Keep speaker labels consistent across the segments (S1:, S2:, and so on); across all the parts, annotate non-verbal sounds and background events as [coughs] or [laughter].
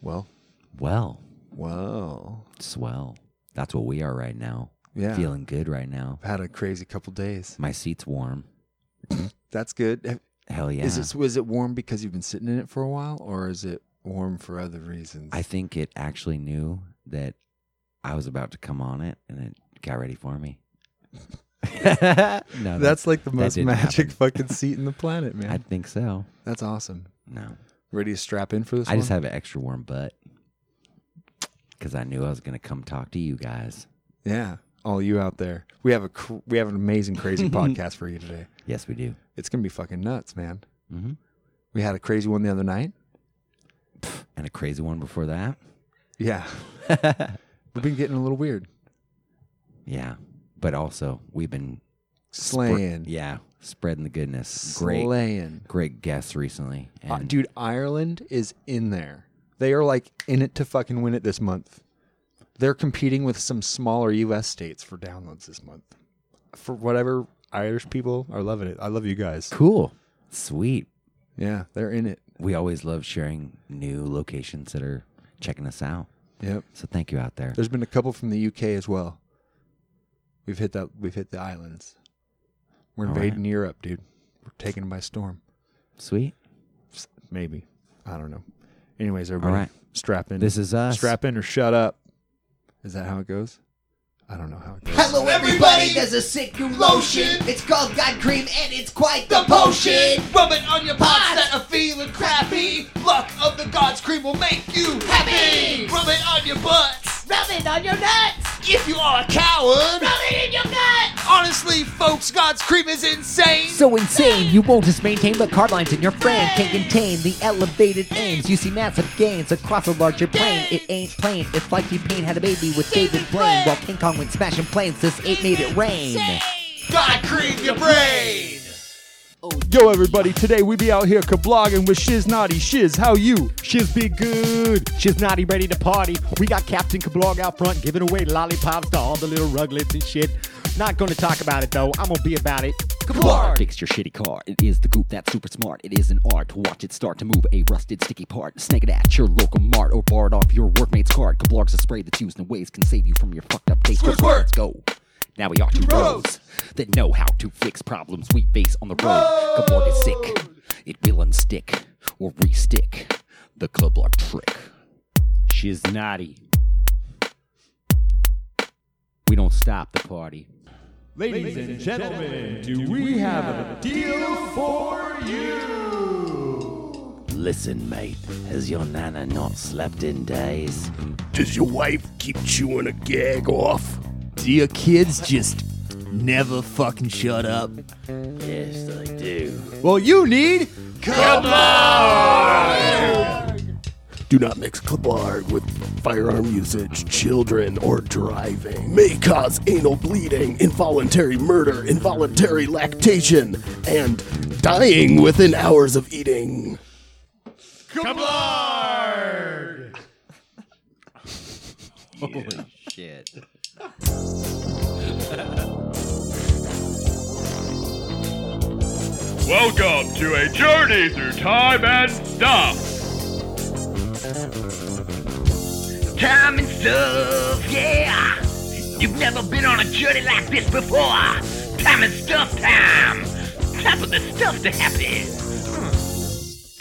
S1: Well,
S2: Well,
S1: wow.
S2: swell. That's what we are right now.
S1: Yeah.
S2: Feeling good right now.
S1: I've had a crazy couple days.
S2: My seat's warm.
S1: That's good. Have-
S2: Hell yeah.
S1: Is it was it warm because you've been sitting in it for a while, or is it warm for other reasons? [laughs]
S2: I think it actually knew that I was about to come on it and it got ready for me. [laughs] no,
S1: That's like the
S2: that
S1: most
S2: didn't
S1: magic [laughs]
S2: happen.
S1: fucking seat in the planet, man.
S2: I think so.
S1: That's awesome.
S2: No.
S1: Ready to strap in for this?
S2: I just
S1: one?
S2: have an extra warm butt because I knew I was going to come talk to you guys.
S1: yeah. All you out there, we have a cr- we have an amazing, crazy
S2: [laughs]
S1: podcast for you today.
S2: Yes, we do.
S1: It's gonna be fucking nuts, man.
S2: Mm-hmm.
S1: We had a crazy one the other night.
S2: And a crazy one before that. [laughs]
S1: Yeah, we've been getting a little weird.
S2: Yeah. But also, we've been,
S1: Slaying,
S2: yeah, spreading the goodness. Great,
S1: slaying.
S2: great guests recently. And
S1: Uh, dude, Ireland is in there. They are like in it to fucking win it this month. They're competing with some smaller U.S. states for downloads this month. For whatever Irish people are loving it. I love you guys.
S2: cool. Sweet.
S1: Yeah, they're in it.
S2: We always love sharing new locations that are checking us out.
S1: Yep.
S2: So thank you out there.
S1: There's been a couple from the U.K. as well. We've hit that. We've hit the islands. We're
S2: All right.
S1: invading Europe, dude. We're taking them by storm.
S2: Sweet.
S1: S- Maybe. I don't know. Anyways, everybody,
S2: right.
S1: strap in.
S2: This is us.
S1: strap in or shut up. Is that how it goes? I don't know how it goes. [laughs]
S3: Hello everybody, there's a sick new lotion. It's called God Cream and it's quite the potion. Rub it on your parts that are feeling crappy. Luck of the God's Cream will make you happy. Rub it on your butts.
S4: Rub it on your nuts!
S3: If you are a
S4: Rub
S3: coward.
S4: it in your nuts!
S3: Honestly, folks, God's Cream is insane.
S5: So insane, you won't just maintain the card lines in your frame. Can't contain the elevated aims. You see massive gains across a larger plane. It ain't plain, it's like T-Pain had a baby with David Blaine. While King Kong went smashing planes, this ape made it rain.
S3: God Cream your brain.
S1: Yo, everybody, today we be out here kablogging with Shiz Naughty. Shiz, how you?
S6: Shiz be good. Shiz naughty, ready to party. We got Captain Kablog out front giving away lollipops to all the little ruglets and shit. Not gonna talk about it though. I'm gonna be about it.
S5: Kablar!
S7: Fix your shitty car. It is the group that's super smart. It is an art to watch it start to move a rusted, sticky part. Snag it at your local mart or bar it off your workmate's card. Kablarg's a spray that's used in ways can save you from your fucked up taste. buds. Let's go. Now we are two roads that know how to fix problems we face on the road. Kablarg is sick. It will unstick or restick the Kablarg trick.
S6: Shiz naughty. We don't stop the party.
S8: Ladies and gentlemen, do we have a deal for you?
S7: Listen, mate. Has your nana not slept in days?
S9: Does your wife keep chewing a gag off? Do your kids just never fucking shut up?
S7: Yes, I do.
S9: Well, you need Kablarg! Do not mix Kablarg with firearm usage, children, or driving. May cause anal bleeding, involuntary murder, involuntary lactation, and dying within hours of eating.
S7: Shit.
S8: Welcome to a journey through time and stuff.
S3: Time and stuff, yeah. You've never been on a journey like this before. Time and stuff time. Time for the stuff to happen.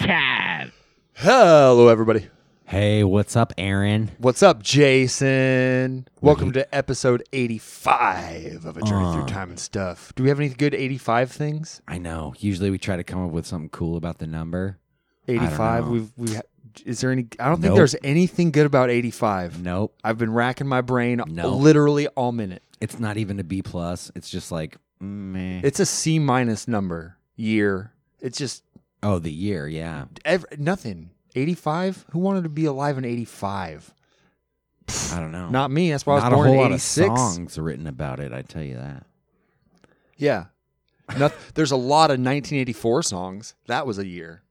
S3: Time.
S1: Hello, everybody.
S2: Hey, what's up, Aaron?
S1: What's up, Jason? Welcome to episode 85 of A Journey Through Time and Stuff. Do we have any good 85 things?
S2: I know. Usually we try to come up with something cool about the number. don't
S1: 85.
S2: know.
S1: We've we ha- is there any? I don't think
S2: Nope.
S1: there's anything good about 85.
S2: Nope.
S1: I've been racking my brain
S2: No.
S1: literally all [laughs] minute.
S2: It's not even a B plus. It's just like meh.
S1: It's a C minus number year. It's just
S2: oh, the year, yeah.
S1: ev- nothing. 85. Who wanted to be alive in 85?
S2: I don't know.
S1: Not me. That's why I was
S2: Not a
S1: born
S2: whole
S1: in
S2: lot of
S1: 86.
S2: songs written about it. I tell you that.
S1: Yeah. Noth- [laughs] there's a lot of 1984 songs. That was a year.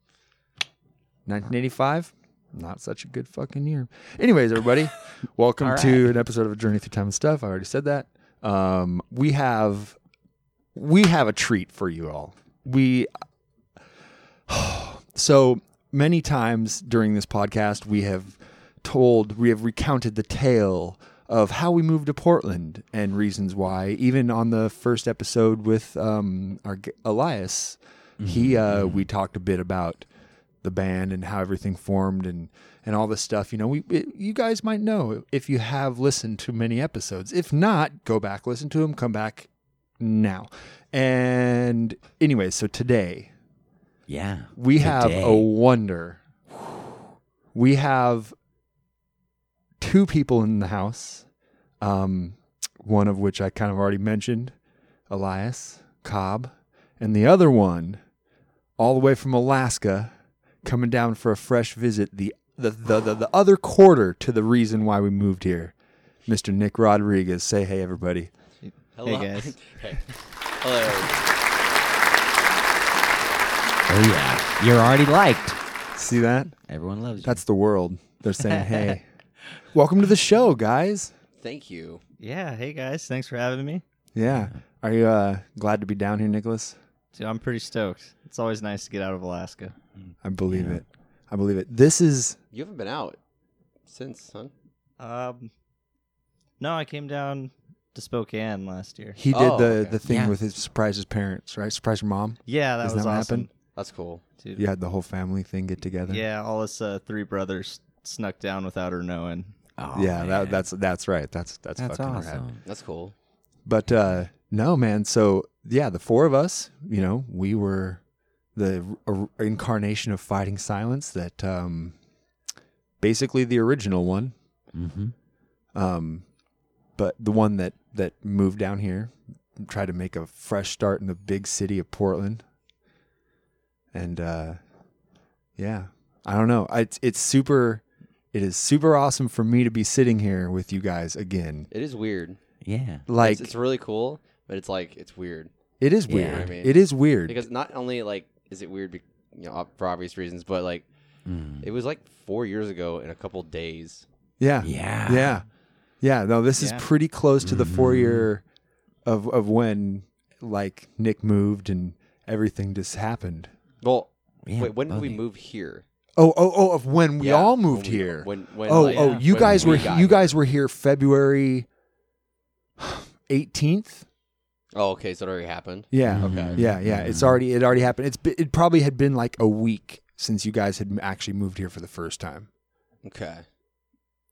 S1: 1985, not such a good fucking year. Anyways,
S2: [laughs]
S1: everybody, welcome to an episode of A Journey Through Time and Stuff. I already said that. Um, we have we have a treat for you all. We so many times during this podcast we have told, we have recounted the tale of how we moved to Portland and reasons why. Even on the first episode with um, our g- Elias, he uh, we talked a bit about the band and how everything formed and and all this stuff. You know, we it, you guys might know if you have listened to many episodes. If not, go back, listen to them, come back now. And anyway, so today
S2: Yeah.
S1: we have
S2: Today.
S1: a wonder. We have two people in the house, um, one of which I kind of already mentioned, Elias Cobb, and the other one, all the way from Alaska, coming down for a fresh visit. The the the the, the other quarter to the reason why we moved here, Mister Nick Rodriguez. Say hey, everybody.
S10: Hello. Hey guys. Hello.
S2: Oh yeah. You're already liked.
S1: See that?
S2: Everyone loves you.
S1: That's the world. They're saying hey. Welcome to the show, guys.
S10: Thank you.
S11: Yeah. Hey guys, thanks for having me.
S1: Yeah. Are you uh, glad to be down here, Nicholas?
S11: Dude, I'm pretty stoked. It's always nice to get out of Alaska.
S1: I believe it. I believe it. This is
S10: You haven't been out since, huh?
S11: Um, no, I came down to Spokane last year.
S1: he did
S10: Oh,
S1: the
S10: okay.
S1: the thing
S2: Yeah.
S1: with his surprise his parents, right? Surprise your mom.
S11: [laughs] Yeah, that
S1: Is
S11: was
S1: that what
S11: awesome.
S1: happened?
S10: That's cool.
S11: Dude.
S1: You had the whole family thing get together.
S11: Yeah, all us uh, three brothers snuck down without her knowing.
S2: Oh,
S1: Yeah, that,
S2: man.
S1: that's that's right. That's that's,
S2: that's
S1: fucking
S2: awesome.
S1: rad.
S10: That's cool.
S1: But uh, no, man. So yeah, the four of us, you know, we were the r- r- incarnation of fighting silence. That um, basically the original one.
S2: Mm-hmm.
S1: um, but the one that that moved down here and tried to make a fresh start in the big city of Portland. And uh, yeah, I don't know. I, it's it's super. It is super awesome for me to be sitting here with you guys again.
S10: It is weird.
S2: Yeah.
S1: Like
S10: it's, it's really cool, but it's like it's weird
S1: it is
S2: Yeah.
S1: weird.
S10: I mean,
S1: it is weird.
S10: because not only like is it weird, be, you know, ob- for obvious reasons, but like
S1: Hmm.
S2: Mm.
S10: it was like four years ago in a couple days.
S1: yeah.
S2: Yeah.
S1: Yeah. Yeah. No, this
S11: Yeah.
S1: is pretty close to the four year of of when like Nick moved and everything just happened.
S10: Well,
S2: Yeah,
S10: wait, when did we
S2: buggy.
S10: move here?
S1: Oh, oh, oh! Of when we
S10: Yeah,
S1: all moved
S10: when we-
S1: here.
S10: when- when,
S1: oh,
S10: like,
S1: oh! You
S10: when
S1: guys
S10: we
S1: were
S10: got
S1: you
S10: here.
S1: guys were here February eighteenth.
S10: Oh, okay, so it already happened.
S1: Yeah.
S10: Okay.
S1: Yeah, yeah. It's already it already happened. It's be- it probably had been like a week since you guys had m- actually moved here for the first time.
S10: Okay.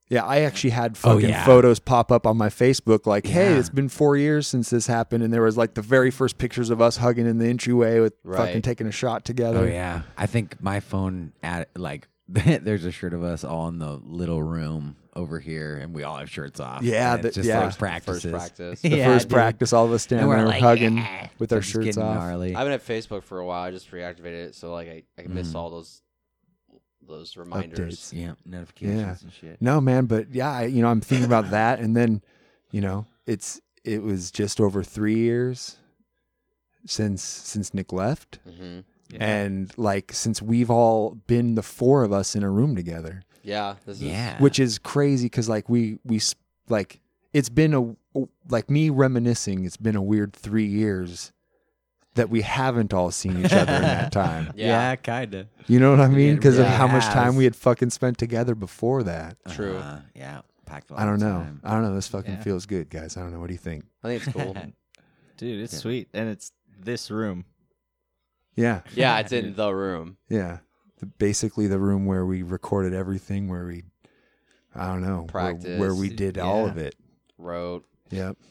S1: Yeah, I actually had
S2: Oh,
S1: fucking
S2: yeah.
S1: photos pop up on my Facebook like, "Hey,
S2: Yeah.
S1: it's been 4 years since this happened." And there was like the very first pictures of us hugging in the entryway with fucking
S10: Right.
S1: taking a shot together.
S2: Oh yeah. I think my phone at like [laughs] there's a shirt of us all in the little room over here, and we all have shirts off.
S1: Yeah,
S2: and it's
S1: that-
S2: just
S1: yeah.
S2: like practices.
S10: First
S2: [laughs]
S10: practice.
S1: The
S2: Yeah,
S1: first
S2: dude.
S1: practice all of us standing
S2: And we're
S1: there
S2: like,
S1: hugging
S2: yeah.
S1: with our
S2: It's
S1: shirts
S2: getting
S1: off.
S2: gnarly.
S10: I haven't had Facebook for a while. I just reactivated it, so like I, I miss
S1: Hmm.
S10: all those those reminders.
S2: yeah, notifications
S1: Yeah.
S2: and shit.
S1: No, man, but yeah, I, you know, I'm thinking about that, and then, you know, it's it was just over three years since since Nick left,
S10: hmm
S1: and like since we've all been the four of us in a room together,
S10: Yeah. This is
S2: Yeah.
S1: which is crazy because like we we s- like it's been a like me reminiscing, it's been a weird three years that we haven't all seen each other in
S2: [laughs]
S1: that time.
S10: Yeah.
S2: kinda.
S1: You know what I mean?
S2: It
S1: Because of
S2: really
S1: how much
S2: has.
S1: time we had fucking spent together before that.
S10: True.
S2: Uh, yeah. Packed all
S1: I don't
S2: the
S1: know.
S2: time.
S1: I don't know. This fucking
S11: Yeah.
S1: feels good, guys. I don't know. What do you think?
S10: I think it's
S1: [laughs]
S10: cool.
S11: Dude, it's
S2: Yeah.
S11: sweet, and it's this room.
S1: Yeah,
S10: yeah, it's in the room.
S1: yeah. The, basically, the room where we recorded everything, where we, I don't know, where- where, we
S10: Practiced,
S1: did all
S11: yeah.
S1: of it.
S10: Wrote.
S1: Yep. [laughs]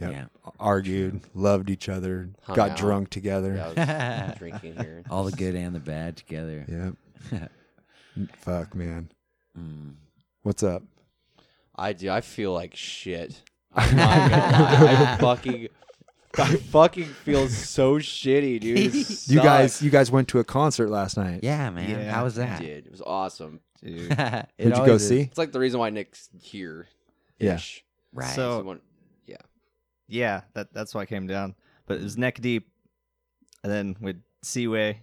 S1: Yep.
S2: Yeah.
S1: Argued, loved each other,
S10: Hung
S1: got
S10: out.
S1: drunk together.
S10: Yeah, I
S1: [laughs]
S10: was drinking here.
S2: [laughs] All the good and the bad together.
S10: [laughs]
S1: Yep. Fuck, man.
S2: Mm.
S1: What's up?
S10: I do. I feel like
S1: [laughs]
S10: shit. [laughs] I'm not gonna lie. I fucking, I fucking feel so shitty, dude. It
S1: You guys,
S10: sucks,
S1: you guys went to a concert last night.
S2: Yeah, man.
S11: Yeah.
S2: How was that? [laughs]
S10: dude, it was awesome.
S11: Dude.
S2: Did
S1: Who'd you go see?
S10: It's like the reason why Nick's here.
S1: Yeah.
S2: Right.
S11: So-
S10: Someone-
S11: Yeah, that that's why I came down. But it was neck deep, and then with Seaway,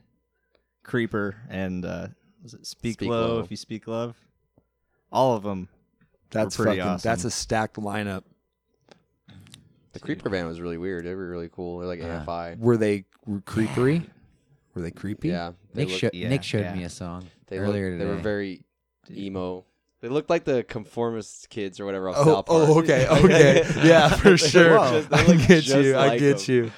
S11: Creeper, and uh, was it Speak,
S10: Speak
S11: Low,
S10: Low.
S11: If You Speak Love, all of
S10: [laughs]
S11: them.
S1: That's
S11: pretty
S1: fucking.
S11: awesome.
S1: That's a stacked lineup.
S10: the creeper band was really weird. They were really cool. They're like
S1: Uh,
S10: AFI.
S1: Were they creepery? Were they creepy?
S10: Yeah, they
S2: Nick,
S10: looked-
S2: sho-
S11: yeah,
S2: Nick showed
S11: yeah.
S2: me a song
S10: they
S2: earlier
S10: looked-
S2: today.
S10: They were very emo. They looked like the conformist kids or whatever. Off
S1: Oh,
S10: South
S1: oh,
S10: Park. [laughs]
S1: okay, okay. Yeah, for
S10: They look
S1: sure.
S10: just- they
S1: I
S10: look
S1: get
S10: just
S1: you, I
S10: like
S1: get
S10: them.
S1: you.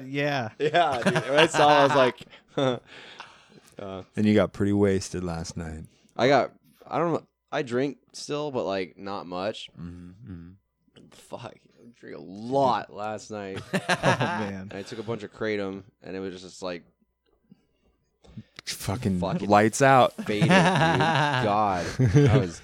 S11: Dude, yeah.
S10: yeah. Dude. When I saw, it, I was like, uh,
S1: And you got pretty wasted last night.
S10: I got. I don't. know. I drink still, but like not much. Fuck, I drank a lot last night. oh
S11: man.
S10: I took a bunch of kratom, and it was just like
S1: Fucking,
S10: Fucking
S1: lights out.
S10: faded. dude. God, I was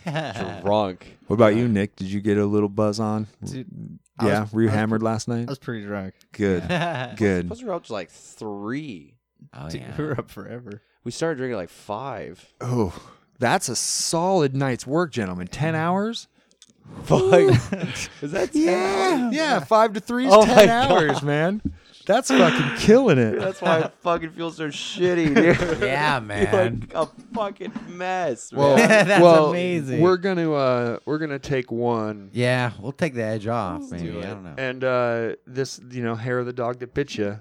S10: drunk.
S1: What about you, Nick? Did you get a little buzz on?
S11: Dude, I
S1: yeah,
S11: was-
S1: were you
S11: I was-
S1: hammered last night?
S11: I was pretty drunk.
S1: Good,
S10: [laughs] I
S1: good.
S10: suppose we were up to like three.
S2: Oh
S11: Dude, we were up forever.
S10: We started drinking at like five.
S1: Oh, that's a solid night's work, gentlemen. Ten
S10: [laughs]
S1: hours?
S10: Fuck. Mm-hmm. [laughs] Is that
S1: Yeah, yeah. Five to three is
S10: Oh
S1: ten
S10: my
S1: hours, man. That's fucking killing it.
S10: [laughs] That's why I fucking feel so shitty, dude.
S2: Yeah, man.
S10: like a fucking mess. [laughs]
S1: Well,
S10: man.
S2: That's
S1: well,
S2: amazing.
S1: We're gonna uh, we're gonna take one,
S2: Yeah, we'll take the edge off, maybe.
S10: do it.
S2: I don't know.
S1: and uh, this you know hair of the dog that bit you,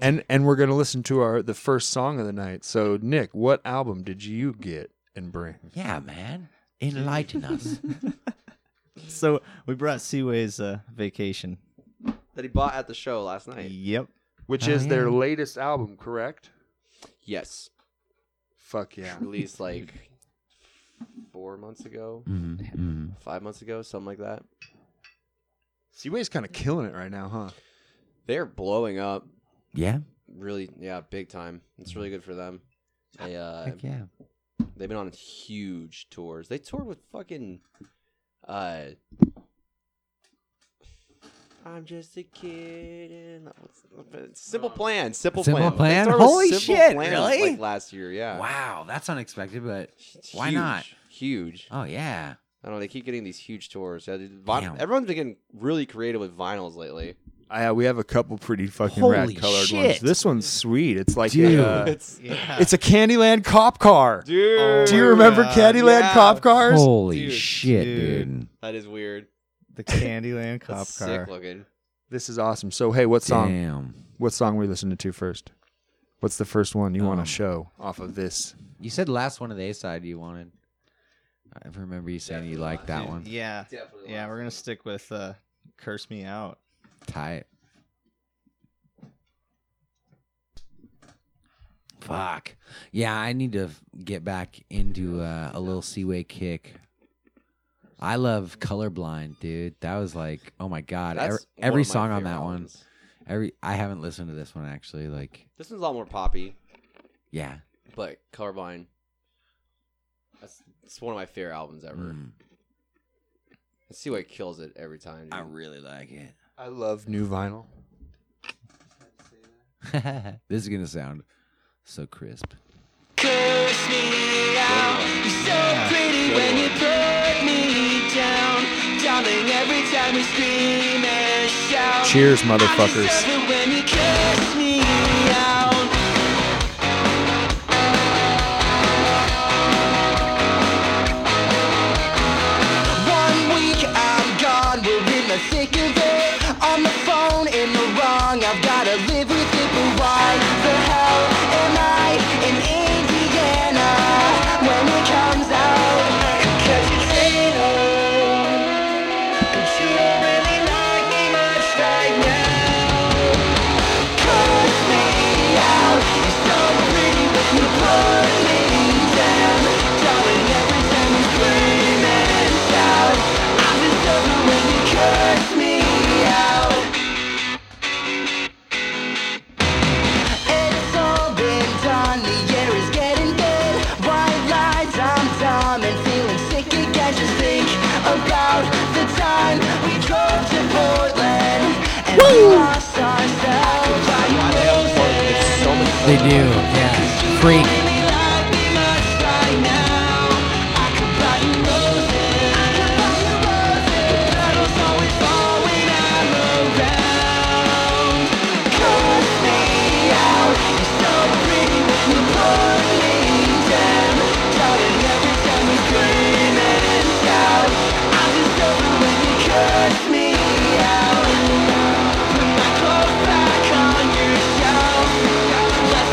S1: and and we're gonna listen to our the first song of the night. So Nick, what album did you get and bring?
S2: Yeah, man. Enlighten us.
S11: So we brought Seaway's uh, vacation.
S10: that he bought at the show last night.
S11: Yep.
S1: Which
S2: Oh,
S1: is their
S2: yeah.
S1: latest album, correct?
S10: Yes,
S1: Fuck yeah.
S10: released like four months ago,
S2: Mm-hmm,
S10: five months ago, something like that.
S1: Seaway's kind of killing it right now, huh?
S10: They're blowing up,
S2: Yeah.
S10: really, yeah, big time. It's
S2: Mm-hmm.
S10: really good for them. They uh,
S2: Heck yeah.
S10: they've been on huge tours. They toured with fucking. Uh, I'm just a kid. And what's- simple plan. Simple,
S2: Simple
S10: plan. They
S2: Plan?
S10: toured with
S2: Holy
S10: Simple
S2: shit,
S10: Plan,
S2: really?
S10: Like last year, yeah.
S2: Wow, that's unexpected, but
S10: It's
S2: why
S10: huge,
S2: not?
S10: Huge.
S2: Oh yeah.
S10: I don't know. They keep getting these huge tours. Yeah, dude, vin-
S2: Damn.
S10: Everyone's been getting really creative with vinyls lately.
S1: Uh, we have a couple pretty fucking
S2: Holy
S1: rad colored ones.
S2: shit.
S1: This one's sweet. It's like
S2: Dude.
S1: a, uh,
S10: It's
S1: it's a Candyland cop car.
S10: dude.
S1: Do you remember
S11: Oh God,
S1: Candyland
S10: yeah.
S1: cop cars?
S2: Holy
S10: Dude.
S2: shit,
S11: Dude.
S2: dude.
S10: That is weird.
S11: The Candyland cop
S10: That's
S11: car.
S10: Sick looking.
S1: This is awesome. So hey, what song?
S2: Damn.
S1: What song we listening to first? What's the first one you want
S2: Um,
S1: to show off of this?
S2: You said last one of the A side you wanted. I remember you saying you liked that one.
S11: Yeah.
S10: Definitely
S11: Yeah, we're going to stick with uh, Curse Me Out.
S2: Tight. Fuck. Yeah, I need to f- get back into uh, a little Seaway kick. I love Colorblind, dude. That was like, oh my god,
S10: That's
S2: every,
S10: one
S2: every
S10: of my
S2: song on
S10: favorite
S2: that one.
S10: albums.
S2: Every I haven't listened to this one actually. Like,
S10: This one's a lot more poppy,
S2: yeah,
S10: but Carbine. That's it's one of my favorite albums ever.
S2: Mm.
S10: Let's see what kills it every time.
S2: I
S10: dude.
S2: really like it.
S1: I love new vinyl.
S2: this is gonna sound so crisp.
S1: Cheers, motherfuckers.
S3: One week I'm gone, we're in the thick of it. On the phone, in the wrong, I've gotta live with it. But why the hell am I in Indiana when it comes out? Cause you and you don't really like me much right now. Push me out, you're so pretty, but you put me down. Darling, every time you scream and shout, I'm just over when you curse me out. It's all been done, the air is getting thin. White lies, I'm dumb and feeling sick again. Just think about the time we drove to Portland and we lost ourselves by your roses.
S2: They do, yeah. Freak.
S3: Let's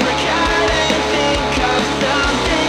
S3: forget and think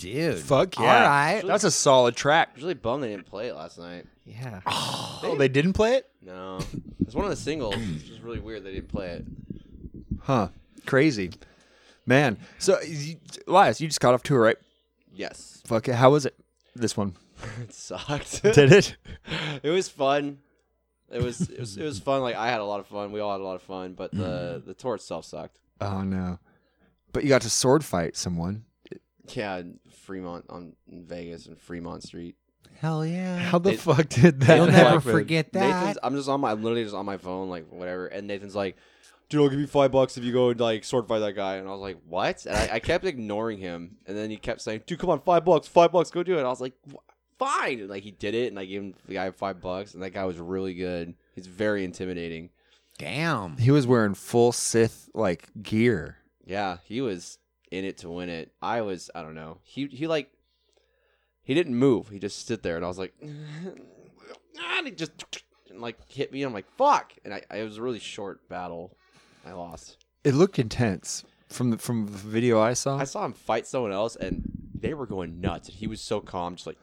S1: Fuck yeah.
S2: All right.
S1: That's a solid track.
S10: Really bummed they didn't play it last night.
S11: Yeah.
S1: Oh, they didn't play it?
S10: No. It's one of the singles. It's just really weird they didn't play it.
S1: Huh. Crazy. Man. So, you- Elias, you just got off tour, right?
S10: Yes.
S1: Fuck it. How was it? This one.
S10: It sucked.
S1: Did it?
S10: it was fun. It was it was it was fun. Like I had a lot of fun. We all had a lot of fun, but the the tour itself sucked.
S1: Oh, no. But you got to sword fight someone.
S10: Yeah, in Fremont on in Vegas and Fremont Street.
S2: Hell yeah.
S1: How [laughs] the
S10: They-
S1: fuck did that
S10: Nathan's
S2: never
S10: like-
S2: forget
S10: Nathan's-
S2: that.
S10: I'm just on my I'm literally just on my phone, like whatever. And Nathan's like, "Dude, I'll give you five bucks if you go and like sword fight that guy." And I was like, "What?" And I, I kept ignoring him. And then he kept saying, "Dude, come on, five bucks, five bucks, go do it." And I was like, "Wh- "Fine." And like he did it, and I gave him the guy five bucks, and that guy was really good. He's very intimidating.
S2: Damn.
S1: He was wearing full Sith like gear.
S10: Yeah, he was in it to win it. I was, I don't know. He he like he didn't move. He just stood there, and I was like, [laughs] and he just and like hit me. I'm like, fuck, and I it was a really short battle. I lost.
S1: It looked intense from the from the video I saw.
S10: I saw him fight someone else, and they were going nuts. And he was so calm, just like,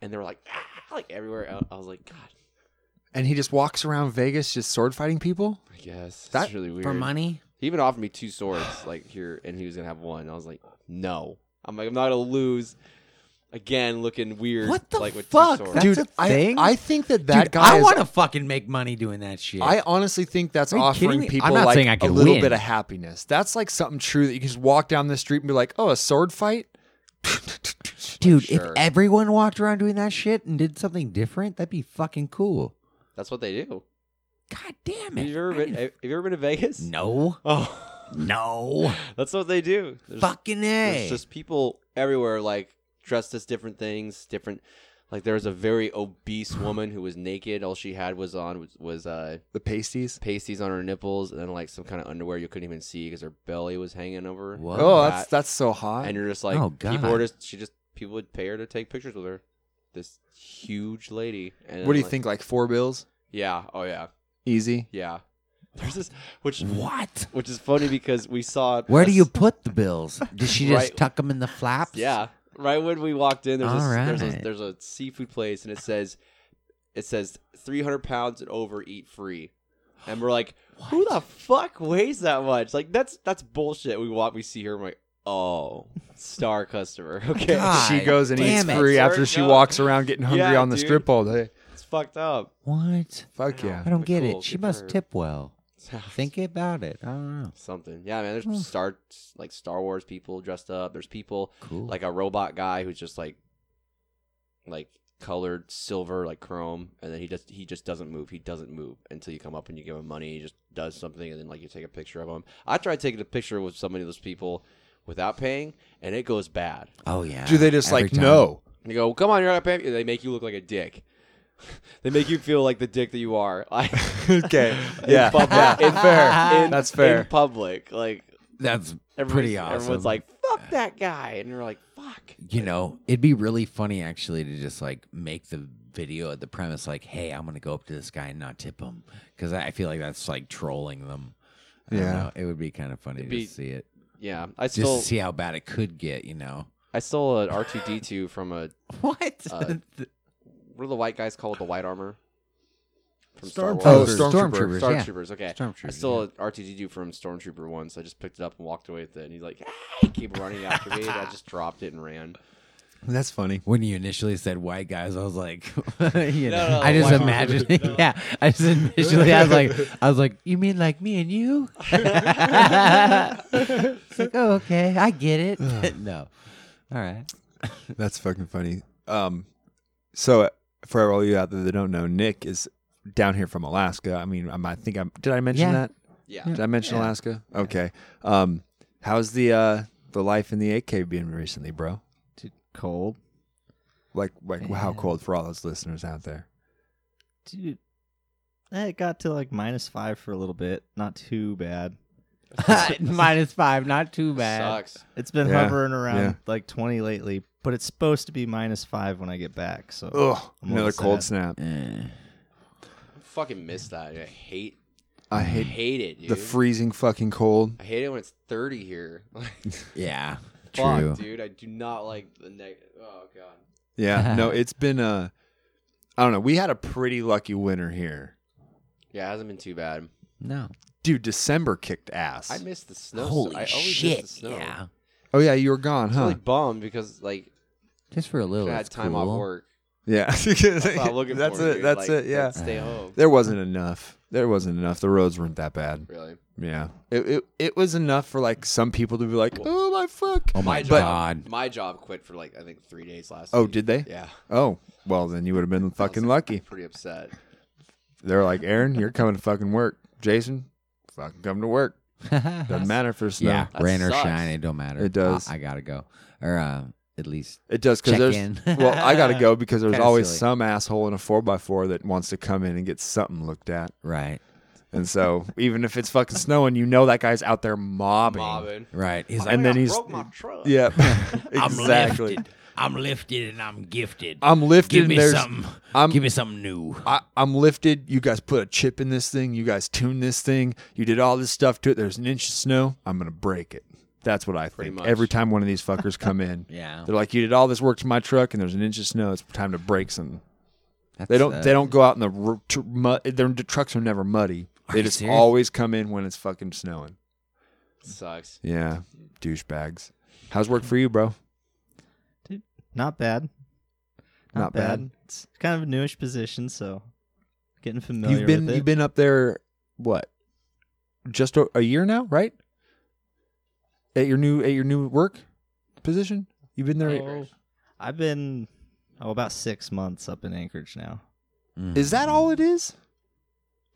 S10: and they were like, "Ah," like everywhere. I- I was like, God,
S1: and he just walks around Vegas just sword fighting people.
S10: I guess
S1: That-
S10: that's really weird.
S2: For money?
S10: He even offered me two swords,
S2: [sighs]
S10: like here, and he was gonna have one. I was like, no. I'm like, I'm not gonna lose again, looking weird.
S2: What the
S10: like, with
S2: fuck?
S10: Two swords.
S2: That's
S1: Dude,
S2: a
S1: I-
S2: thing?
S1: I think that that
S2: Dude,
S1: guy
S2: I
S1: is-
S2: want to fucking make money doing that shit.
S1: I honestly think that's
S2: Are you kidding
S1: offering
S2: me?
S1: people
S2: I'm not
S1: like
S2: saying I
S1: a
S2: could
S1: little
S2: win.
S1: bit of happiness. That's like something true that you can just walk down the street and be like, "Oh, a sword fight."
S2: Dude, if
S10: Sure.
S2: everyone walked around doing that shit and did something different, that'd be fucking cool.
S10: That's what they do.
S2: God damn
S10: Have
S2: it.
S10: you ever
S2: I
S10: been?
S2: didn't-
S10: Have you ever been to Vegas?
S2: No.
S10: [laughs] Oh,
S2: No.
S10: that's what they do. There's,
S2: fucking A.
S10: there's just people everywhere, like dressed as different things, different. Like there was a very
S2: [sighs]
S10: obese woman who was naked. All she had was on was, was uh
S1: The pasties.
S10: pasties on her nipples, and then like some kind of underwear you couldn't even see because her belly was hanging over.
S2: Whoa.
S10: her
S1: Oh,
S10: lap.
S1: that's that's so hot.
S10: and you're just like
S2: Oh,
S10: people
S2: God.
S10: were just she just people would pay her to take pictures with her this huge lady and
S1: what do you
S10: like-
S1: think? Like four bills,
S10: yeah oh yeah
S1: easy.
S10: yeah [laughs] there's this which
S2: What?
S10: which is funny because we saw
S2: Where
S10: a
S2: do you
S10: s-
S2: put the bills? Did she just
S10: Right.
S2: tuck them in the flaps?
S10: yeah right when we walked in there's a,
S2: All
S10: there's a
S2: right.
S10: there's a seafood place and it says it says 300 pounds and over eat free and we're like who the fuck weighs that much like that's that's bullshit we walk we see her and we're like oh star customer [laughs] okay
S2: God
S1: she goes and eats
S2: damn it.
S1: free after
S10: Sorry,
S1: she
S10: no.
S1: walks around getting hungry
S10: Yeah,
S1: on the
S10: dude.
S1: strip all day.
S10: it's fucked up
S2: What?
S1: Fuck
S10: Wow.
S1: yeah.
S2: I don't
S10: But
S2: get
S10: cool,
S2: it. She
S10: good for
S2: must
S10: her.
S2: tip well. Think about it. I don't know.
S10: Something. Yeah, man. There's Star like Star Wars people dressed up. There's people
S2: Cool.
S10: like a robot guy who's just like like colored silver, like chrome, and then he just he just doesn't move. He doesn't move until you come up and you give him money. He just does something and then like you take a picture of him. I tried taking a picture with so many of those people without paying and it goes bad.
S2: oh yeah.
S1: Do they just
S2: Every
S1: like
S2: time.
S10: [laughs]
S1: no?
S10: They go, come on, you're not paying. They make you look like a dick. [laughs] they make you feel like the dick that you are. [laughs] I,
S1: okay. [laughs] Yeah.
S10: public.
S1: yeah.
S10: In-
S1: fair.
S10: in-
S1: That's fair.
S10: in public. Like
S2: That's
S10: Everyone's-
S2: pretty awesome.
S10: Everyone's like, "Fuck that guy," and you're like, "Fuck."
S2: you know, it'd be really funny actually to just like make the video at the premise like, hey, I'm gonna go up to this guy and not tip him because I I feel like that's like trolling them. I don't
S1: Yeah.
S2: know. it would be kind of funny
S10: It'd
S2: to
S10: be-
S2: see it,
S10: Yeah, I
S2: just
S10: stole
S2: to see how bad it could get. You know
S10: I stole an R two D two from a
S2: what?
S10: Uh, what are the white guys called with the white armor? From
S1: Oh,
S2: Stormtroopers.
S1: Stormtrooper.
S2: Stormtroopers. yeah.
S10: Stormtroopers. Okay,
S2: Stormtroopers,
S10: I stole an R two D two from Stormtrooper once. I just picked it up and walked away with it, and he's like, "He keep running after me." And I just dropped it and ran.
S1: That's funny.
S2: [laughs] when you initially said white guys, I was like, [laughs] you know,
S10: no,
S2: I just
S10: white-
S2: imagined, [laughs] yeah, I just initially, I was like, I was like, you mean like me and you? [laughs] It's
S10: [laughs]
S2: like, oh, okay, I get it. [laughs] no, all right,
S1: That's fucking funny. Um, so uh, for all you out there that don't know, Nick is down here from Alaska. I mean, I'm, I think I'm. Did I mention
S2: Yeah.
S1: that?
S10: Yeah,
S1: Did I mention Alaska? Okay. Um, how's the uh the life in the AK been recently, bro?
S11: Dude, cold.
S1: Like like how cold for all those listeners out there?
S11: Dude. eh, It got to like minus five for a little bit. Not too bad.
S2: minus five, not too bad.
S10: sucks.
S11: It's been
S1: Yeah,
S11: hovering around
S1: yeah.
S11: like 20 lately, but it's supposed to be minus five when I get back. So
S1: Ugh,
S11: I'm a
S1: another
S11: little
S1: cold
S11: sad.
S1: snap.
S10: I fucking miss that. I hate
S1: I hate
S10: hate it. Dude.
S1: the freezing fucking cold.
S10: [laughs] I hate it when it's thirty here.
S2: Yeah,
S10: fuck,
S2: true.
S10: dude. I do not like the negative. Oh god.
S1: [laughs] Yeah, no, it's been uh I don't know. We had a pretty lucky winter here.
S10: Yeah, it hasn't been too bad.
S2: No.
S1: Dude, December kicked ass.
S10: I miss the snow. so-
S2: Holy
S10: I always
S2: shit,
S10: Miss the snow.
S2: yeah.
S1: Oh yeah, you were gone,
S10: I'm
S1: huh?
S10: really bummed because like
S2: Just for a little.
S10: I had
S2: it's
S10: time
S2: cool.
S10: off work.
S1: Yeah.
S10: That's what I'm
S1: [laughs]
S10: looking
S1: That's
S10: for,
S1: it.
S10: dude.
S1: That's
S10: Like,
S1: it. Yeah.
S10: let's stay home.
S1: [sighs] There wasn't enough. There wasn't enough. The roads weren't that bad.
S10: Really?
S1: Yeah. It it, it was enough for like some people to be like, "Oh my fuck."
S2: Oh my
S1: But-
S2: god.
S10: My job quit for like I think three days last.
S1: Oh,
S10: week.
S1: did they?
S10: Yeah.
S1: Oh, well then you would have been fucking lucky.
S10: Pretty upset.
S1: They're like, "Aaron, you're coming to fucking work. Jason, fucking come to work." Doesn't matter if there's snow.
S2: Yeah, rain or
S10: sucks.
S2: shine, it don't matter.
S1: It does.
S2: I, I gotta go, or uh, at least
S1: It does because
S2: check
S1: there's
S2: in.
S1: [laughs] well, I gotta go because there's
S2: Kinda
S1: always
S2: silly.
S1: some asshole in a four x four that wants to come in and get something looked at,
S2: right,
S1: and so even if it's fucking snowing, you know that guy's out there mobbing,
S10: Mobbing.
S2: right. He's like,
S1: and then he's
S10: Broke my truck.
S1: yeah, [laughs] exactly.
S3: I'm lifted and I'm gifted.
S1: I'm lifted.
S3: Give
S1: and
S3: me
S1: Uh, there's,
S3: something.
S1: I'm
S3: Give me something new.
S1: I, I'm lifted. You guys put a chip in this thing. You guys tuned this thing. You did all this stuff to it. There's an inch of snow. I'm gonna break it. That's what I think.
S10: much.
S1: Every time one of these fuckers come in,
S2: Yeah.
S1: they're like, "You did all this work to my truck, and there's an inch of snow. It's time to break something." They
S2: that's,
S1: don't.
S2: uh,
S1: They don't go out in the ro- tr- mud. Their d- trucks are never muddy.
S2: you
S1: They just
S2: serious?
S1: always come in when it's fucking snowing.
S10: Sucks.
S1: Yeah, douchebags. How's work for you, bro?
S11: Not bad.
S1: Not bad.
S11: It's kind of a newish position, so getting familiar
S1: you've been
S11: with it.
S1: you've been up there what? Just a, a year now, right? At your new at your new work position, you've been there. Is
S11: Oh. I've been oh about six months up in Anchorage now.
S1: that all it is?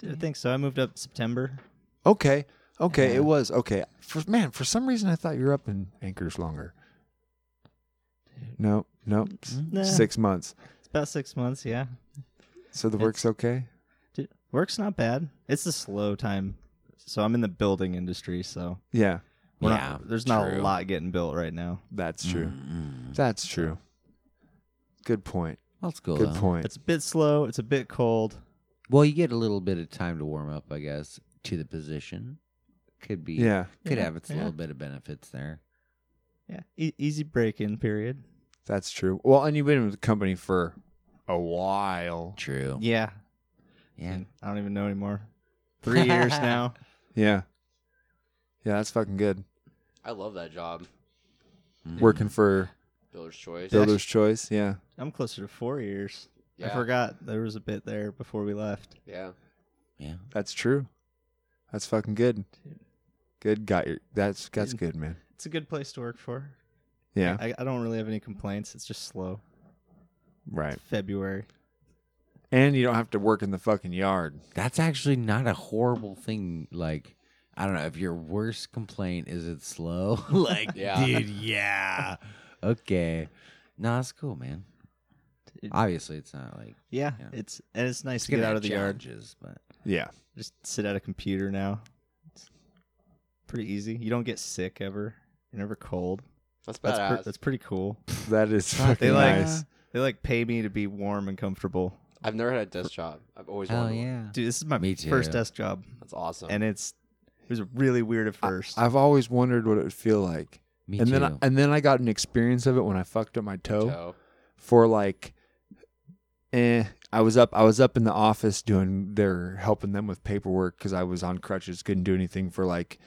S11: Dude, I think so. I moved up September.
S1: Okay, okay, it was okay. For man, for some reason I thought you were up in Anchorage longer. No, no, s-
S11: Nah.
S1: six months.
S11: It's about six months, yeah.
S1: So the work's okay.
S11: Dude, work's not bad. It's a slow time. So I'm in the building industry, so
S1: Yeah,
S11: we're
S2: Yeah,
S11: not, there's not
S2: true.
S11: a lot getting built right now.
S1: that's true. That's true. Good point.
S2: that's cool.
S1: Good
S2: though.
S1: point.
S11: It's a bit slow. It's a bit cold.
S2: Well, you get a little bit of time to warm up, I guess, to the position. Could be,
S1: yeah.
S2: could
S11: Yeah,
S2: have its
S11: yeah.
S2: little bit of benefits there.
S11: Yeah, e- easy break-in period.
S1: That's true. Well, and you've been with the company for a while.
S2: True.
S11: Yeah,
S2: Yeah.
S11: I don't even know anymore.
S2: [laughs]
S11: Three years now.
S1: Yeah. Yeah, that's fucking good.
S10: I love that job.
S1: Working for
S10: Builder's choice.
S1: Builder's Choice. Yeah.
S11: I'm closer to four years. I
S10: Yeah.
S11: forgot there was a bit there before we left.
S10: Yeah.
S2: Yeah.
S1: That's true. That's fucking good. Good. Got your. That's that's good, man.
S11: It's a good place to work for.
S1: Yeah.
S11: I, I don't really have any complaints. It's just slow.
S1: Right.
S11: February.
S1: And you don't have to work in the fucking yard.
S2: That's actually not a horrible thing. Like, I don't know if your worst complaint is it's slow. [laughs] like,
S10: Yeah.
S2: dude, yeah. Okay. No, that's cool, man.
S11: It-
S2: Obviously, it's not like
S11: Yeah,
S2: Yeah.
S11: it's and it's nice
S2: it's
S11: to get
S2: gonna
S11: out
S2: have
S11: of the yard.
S2: challenges, but
S1: Yeah.
S11: Just sit at a computer now. It's pretty easy. You don't get sick ever. You're never cold.
S10: That's
S11: That's pre-
S2: uh,
S10: badass.
S11: that's pretty cool.
S1: [laughs] That is fucking
S11: They like
S1: nice.
S11: they like pay me to be warm and comfortable.
S10: I've never had a desk job. I've always
S2: hell
S10: wanted one.
S2: yeah.
S11: Dude, this is my
S2: Me
S11: first
S2: too.
S11: desk job,
S10: That's awesome.
S11: and it's it was really weird at first.
S1: I've always wondered what it would feel like.
S2: Me
S1: and
S2: too.
S1: then I, and then I got an experience of it when I fucked up my toe.
S10: Joe.
S1: for like eh I was up I was up in the office doing their helping them with paperwork cuz I was on crutches couldn't do anything for like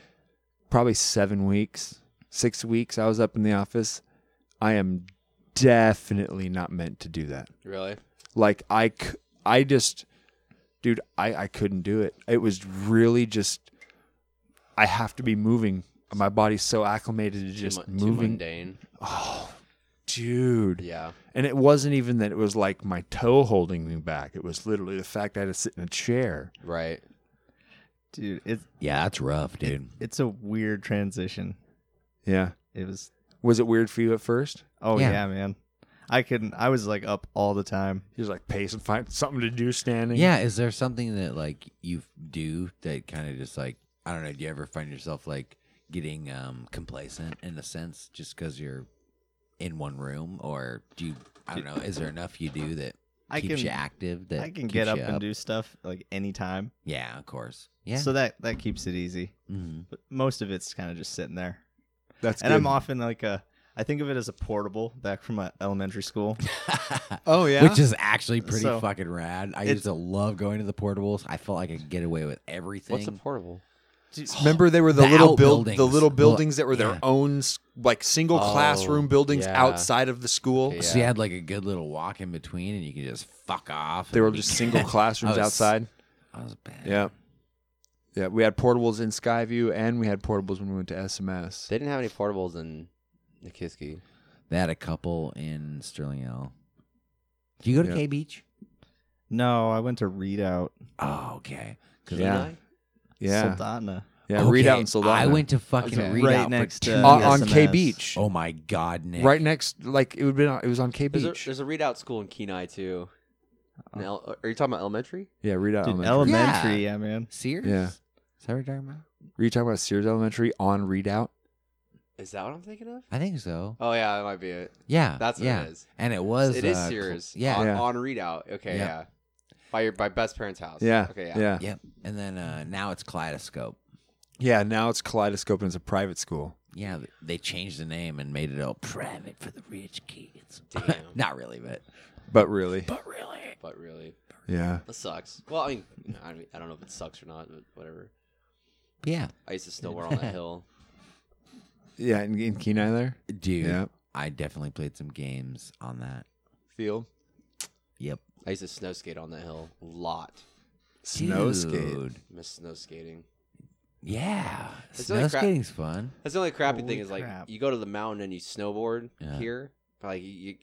S1: probably 7 weeks 6 weeks I was up in the office I am definitely not meant to do that
S10: Really?
S1: like I c- I just dude I I couldn't do it it was really just I have to be moving my body's so acclimated to just
S10: too, mu- Too
S1: moving
S10: mundane.
S1: dude
S10: Yeah.
S1: and it wasn't even that it was like my toe holding me back. It was literally the fact I had to sit in a chair.
S10: Right.
S11: Dude, it's
S2: yeah, that's rough, dude.
S11: it's a weird transition.
S1: Yeah.
S11: It was
S1: Was it weird for you at first?
S11: Oh
S2: Yeah.
S11: yeah, man. I couldn't. I was like up all the time.
S1: He was like, pace and find something to do standing.
S2: Yeah, is there something that like you do that kind of just like I don't know? Do you ever find yourself like getting um complacent in a sense just because you're in one room, or do you? I don't know. Is there enough you do that
S11: I
S2: keeps
S11: can-
S2: you active? That
S11: I can
S2: keeps
S11: get up
S2: you
S11: and do stuff like anytime.
S2: Yeah, of course. Yeah.
S11: So that that keeps it easy.
S2: Mhm.
S11: [laughs] But most of it's kind of just sitting there.
S1: That's
S11: and
S1: good.
S11: I'm often like a I think of it as a portable back from my elementary school.
S1: oh
S2: [laughs] Which is actually pretty
S11: So,
S2: fucking rad. I
S11: it's-
S2: used to love going to the portables. I felt like I could get away with everything.
S10: What's a portable?
S1: Remember, they were the,
S2: The
S1: little build, the
S2: outbuildings.
S1: little
S2: Well,
S1: buildings that were
S2: yeah.
S1: their own, s- like single
S2: Oh,
S1: classroom buildings
S2: yeah.
S1: outside of the school.
S2: So you had like a good little walk in between, and you could just fuck off.
S1: They
S2: and
S1: were
S2: be
S1: just single
S2: good.
S1: classrooms
S2: [laughs] I was-
S1: outside.
S2: I was bad.
S1: Yeah, yeah. We had portables in Skyview, and we had portables when we went to SMS.
S10: They didn't have any portables in Nikiski.
S2: They had a couple in Sterling L. Do you go to
S11: Yeah.
S2: K Beach?
S11: No, I went to Readout.
S2: Oh, okay. 'Cause
S1: Yeah. Yeah.
S11: Soldotna.
S1: Yeah, read out
S2: Okay,
S1: in Soldotna.
S2: I went to fucking
S11: Okay.
S2: read
S11: Right
S2: out
S11: next
S2: for
S11: to
S2: two
S1: Uh, on,
S2: years.
S1: on K
S11: SMS.
S1: Beach,
S2: Oh my god, Nick!
S1: right next. Like it would be. It was on K
S10: There's a,
S1: Beach.
S10: there's a readout school in Kenai too. An el- are you talking about elementary?
S1: yeah, read out.
S11: Dude,
S1: Elementary.
S11: elementary, yeah. man.
S2: Sears.
S1: Yeah.
S2: Is that what you're talking about?
S1: Were you talking about Sears Elementary on readout?
S10: Is that what I'm thinking of?
S2: I think so.
S10: Oh yeah, that might be it.
S2: Yeah,
S10: That's what
S2: yeah.
S10: it is.
S2: And it was
S10: It is
S2: uh, cl-
S10: Sears.
S2: yeah,
S10: On,
S1: Yeah.
S10: on readout. Okay,
S2: Yeah.
S10: yeah. By your by best parents' house.
S1: Yeah.
S10: Okay, yeah.
S1: Yeah.
S2: Yep. And then uh, now it's Kaleidoscope.
S1: Yeah. Now it's Kaleidoscope and it's a private school.
S2: Yeah, th- they changed the name and made it all private for the rich kids. [laughs]
S10: Damn.
S2: Not really, but
S1: But really,
S2: but really.
S10: But really,
S1: yeah.
S10: that sucks. Well, I mean, I mean, I don't know if it sucks or not, but whatever.
S2: Yeah,
S10: I used to snowboard on that hill.
S1: Yeah. In, in Kenai there?
S2: dude.
S1: Yeah.
S2: I definitely played some games on that.
S1: Field.
S2: Yep.
S10: I used to snow skate on that hill a lot.
S1: Snow skate.
S2: Dude.
S10: Miss snow skating.
S2: Yeah.
S10: It's
S2: Snow
S10: really crap.
S2: skating's fun.
S10: That's the only crappy
S11: Holy
S10: thing is like
S11: crap.
S10: you go to the mountain and you snowboard
S2: Yeah.
S10: here, but like you, you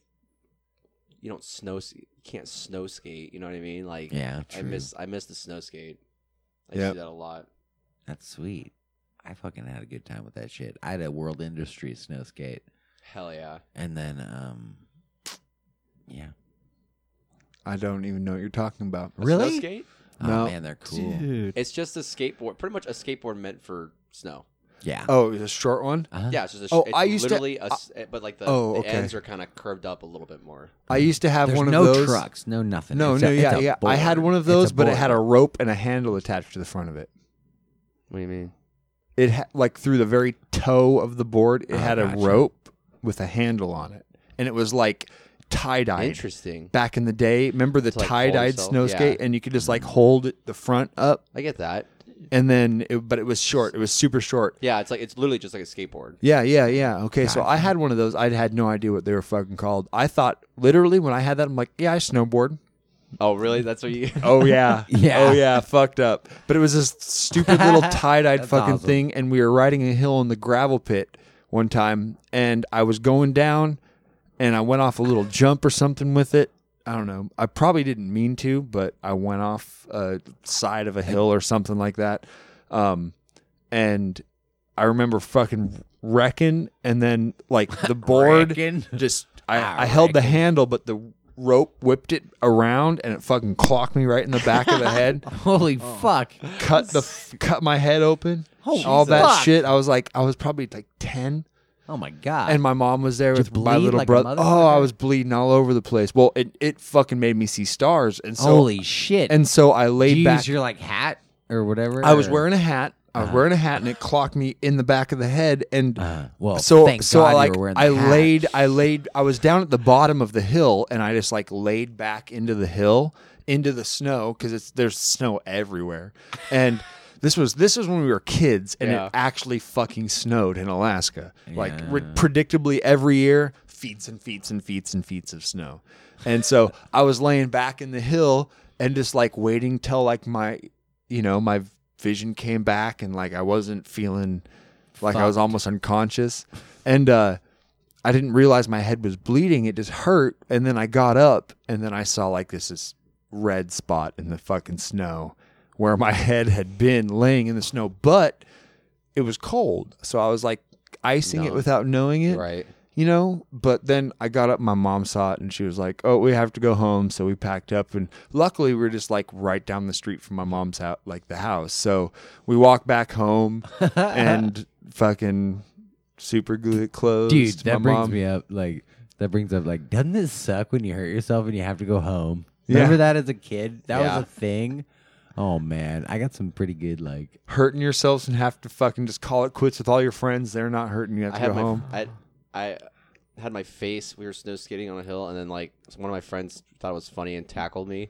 S10: you don't snow s- you can't snow skate. You know what I mean? Like
S2: Yeah,
S10: I
S2: true.
S10: miss I miss the snow skate. I used
S1: Yep.
S10: to do that a lot.
S2: That's sweet. I fucking had a good time with that shit. I had a World Industries snow skate,
S10: Hell yeah!
S2: and then um, yeah.
S1: I don't even know what you're talking about.
S10: A Snow skate?
S1: No.
S2: Oh man, they're cool.
S11: Dude.
S10: It's just a skateboard, pretty much a skateboard meant for snow.
S2: Yeah.
S1: Oh, the short one.
S2: Uh-huh.
S10: Yeah, it's just a, sh-
S1: Oh,
S10: it's
S1: I used to-
S10: literally a s- but like the,
S1: Oh,
S10: the
S1: okay.
S10: ends are kind of curved up a little bit more.
S1: I used to have
S2: Mm. There's
S1: one of
S2: no
S1: those.
S2: trucks, no nothing.
S1: No,
S2: It's a-
S1: no,
S2: it's
S1: yeah,
S2: a
S1: yeah. I had
S2: board.
S1: one of
S2: It's a
S1: those, but it had a
S2: board.
S1: rope and a handle attached to the front of it.
S10: What do you mean?
S1: It ha- like through the very toe of the board, it
S10: Ah,
S2: Oh,
S1: had a
S2: gotcha.
S1: rope with a handle on it, and it was like tie dyed.
S10: Interesting.
S1: Back in the day, remember the
S10: To, like, hold
S1: tie dyed
S10: yourself?
S1: snow skate,
S10: Yeah.
S1: and you could just like hold it, the front up,
S10: I get that.
S1: and then it, but it was short. It was super short.
S10: Yeah, it's like it's literally just like a skateboard.
S1: Yeah, yeah, yeah. Okay, so I had one of those. I had no idea what they were fucking called. I thought literally when I had that, I'm like, yeah, I snowboard.
S10: Oh, really? That's what you?
S1: [laughs] Oh
S10: [laughs]
S1: yeah,
S2: Yeah.
S1: Oh yeah, fucked up. But it was this stupid little tie-dyed
S2: That's
S1: fucking
S2: awesome.
S1: thing, and we were riding a hill in the gravel pit one time, and I was going down, and I went off a little jump or something with it. I don't know. I probably didn't mean to, but I went off a side of a hill or something like that. Um, and I remember fucking wrecking, and then like
S2: [laughs]
S1: the board
S2: Wrecking? Ah,
S1: just I,
S2: I
S1: I, held the
S2: reckon.
S1: handle, but the rope whipped it around, and it fucking clocked me right in the back of the
S2: [laughs]
S1: head.
S2: Holy fuck!
S1: Cut the cut my head open.
S2: Holy
S1: all that
S2: fuck.
S1: shit. I was like, I was probably like ten,
S2: Oh my god!
S1: and my mom was there
S2: Did
S1: with
S2: you
S1: my
S2: bleed
S1: little
S2: like a
S1: brother. Oh, I
S2: motherfucker?
S1: was bleeding all over the place. Well, it it fucking made me see stars, and so
S2: holy shit!
S1: and so I laid
S2: Did you
S1: back.
S2: use your like hat or whatever.
S1: I was
S2: or-
S1: wearing a hat. I
S2: Uh-huh.
S1: was wearing a hat, and it clocked me in the back of the head, and
S2: Uh, well,
S1: so
S2: thank
S1: so
S2: God
S1: I
S2: you
S1: like
S2: were wearing the
S1: I
S2: hat.
S1: laid I laid I was down at the bottom of the hill and I just like laid back into the hill into the snow because it's there's snow everywhere and this was this was when we were kids and
S10: Yeah.
S1: it actually fucking snowed in Alaska like re-
S2: Yeah.
S1: predictably every year feet and feet and feet and feet of snow and so I was laying back in the hill and just like waiting till like my you know my vision came back and like I wasn't feeling like I was almost unconscious. And uh, I didn't realize my head was bleeding. It just hurt. And then I got up and then I saw like this, this red spot in the fucking snow where my [laughs] head had been laying in the snow, but it was cold. So I was like icing it
S10: No.
S1: without knowing it.
S10: Right.
S1: You know, but then I got up. My mom saw it, and she was like, "Oh, we have to go home." So we packed up, and luckily, we were just like right down the street from my mom's house, like the house. So we walked back
S2: [laughs]
S1: home, and fucking super glue it closed.
S2: dude. That
S1: my
S2: brings
S1: mom,
S2: me up. Like that brings up. Like doesn't it suck when you hurt yourself and you have to go home?
S1: Yeah.
S2: Remember that as a kid? That
S10: Yeah.
S2: was a thing. Oh man, I got some pretty good like
S1: hurting yourselves and have to fucking just call it quits with all your friends. They're not hurting you. You Have
S10: I
S1: to
S10: had
S1: go
S10: my
S1: home.
S10: I I had my face. We were snow skating on a hill, and then like one of my friends thought it was funny and tackled me.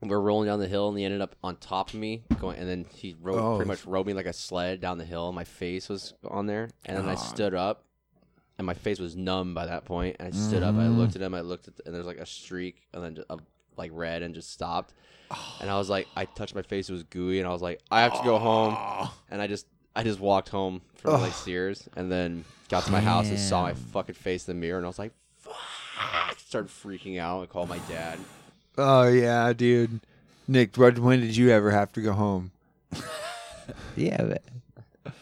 S10: And we are rolling down the hill, and he ended up on top of me, going, and then he rode,
S1: Oh.
S10: pretty much rode me like a sled down the hill. and My face was on there, and then I
S1: Oh.
S10: stood up, and my face was numb by that point. And I stood up, I
S1: Mhm.
S10: looked at him, I looked at, and there's like a streak, and then a, like red, and just stopped. And I was like, I touched my face; it was gooey, and I was like, I have to go home. And I just, I just walked home from like Sears, and then got to my house and saw my
S1: Damn.
S10: fucking face in the mirror, and I was like, fuck! Started freaking out. I called my dad.
S1: Oh yeah, dude. Nick, what- when did you ever have to go home?
S11: Yeah, but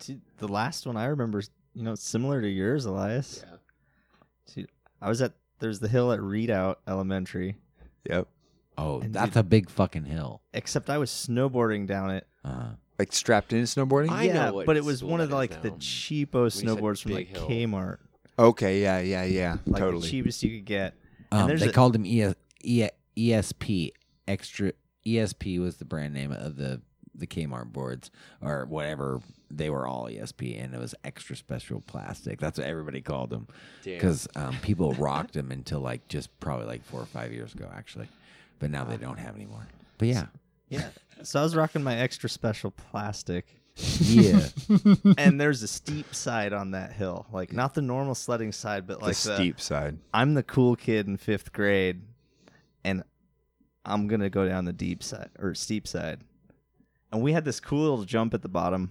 S11: Dude, the last one I remember, is, you know, similar to yours, Elias. Yeah. Dude, I was at there's the hill at Readout Elementary.
S1: Yep.
S2: Oh, that's a big fucking hill.
S11: Except I was snowboarding down it.
S2: Uh-huh.
S1: Like strapped in snowboarding?
S11: yeah, but it was one of the, like the cheapo
S1: said
S11: snowboards from
S1: big
S11: like
S1: hill.
S11: Kmart,
S1: Okay, yeah, yeah, yeah.
S11: like the
S1: totally.
S11: cheapest you could get. And
S2: Um,
S11: there's
S2: they
S11: a-
S2: called him ES, E- ESP. Extra ESP was the brand name of the the Kmart boards or whatever. They were all ESP, and it was extra special plastic. That's what everybody called them
S10: Damn.
S2: because um, people rocked them until like just probably like four or five years ago, actually. But now they don't have anymore. But yeah,
S11: Yeah. So I was rocking my extra special plastic.
S2: Yeah.
S11: [laughs] and there's a steep side on that hill. Like not the normal sledding side, but
S1: The
S11: like
S1: steep side.
S11: I'm the cool kid in 5th grade and I'm going to go down the deep side or steep side. And we had this cool little jump at the bottom.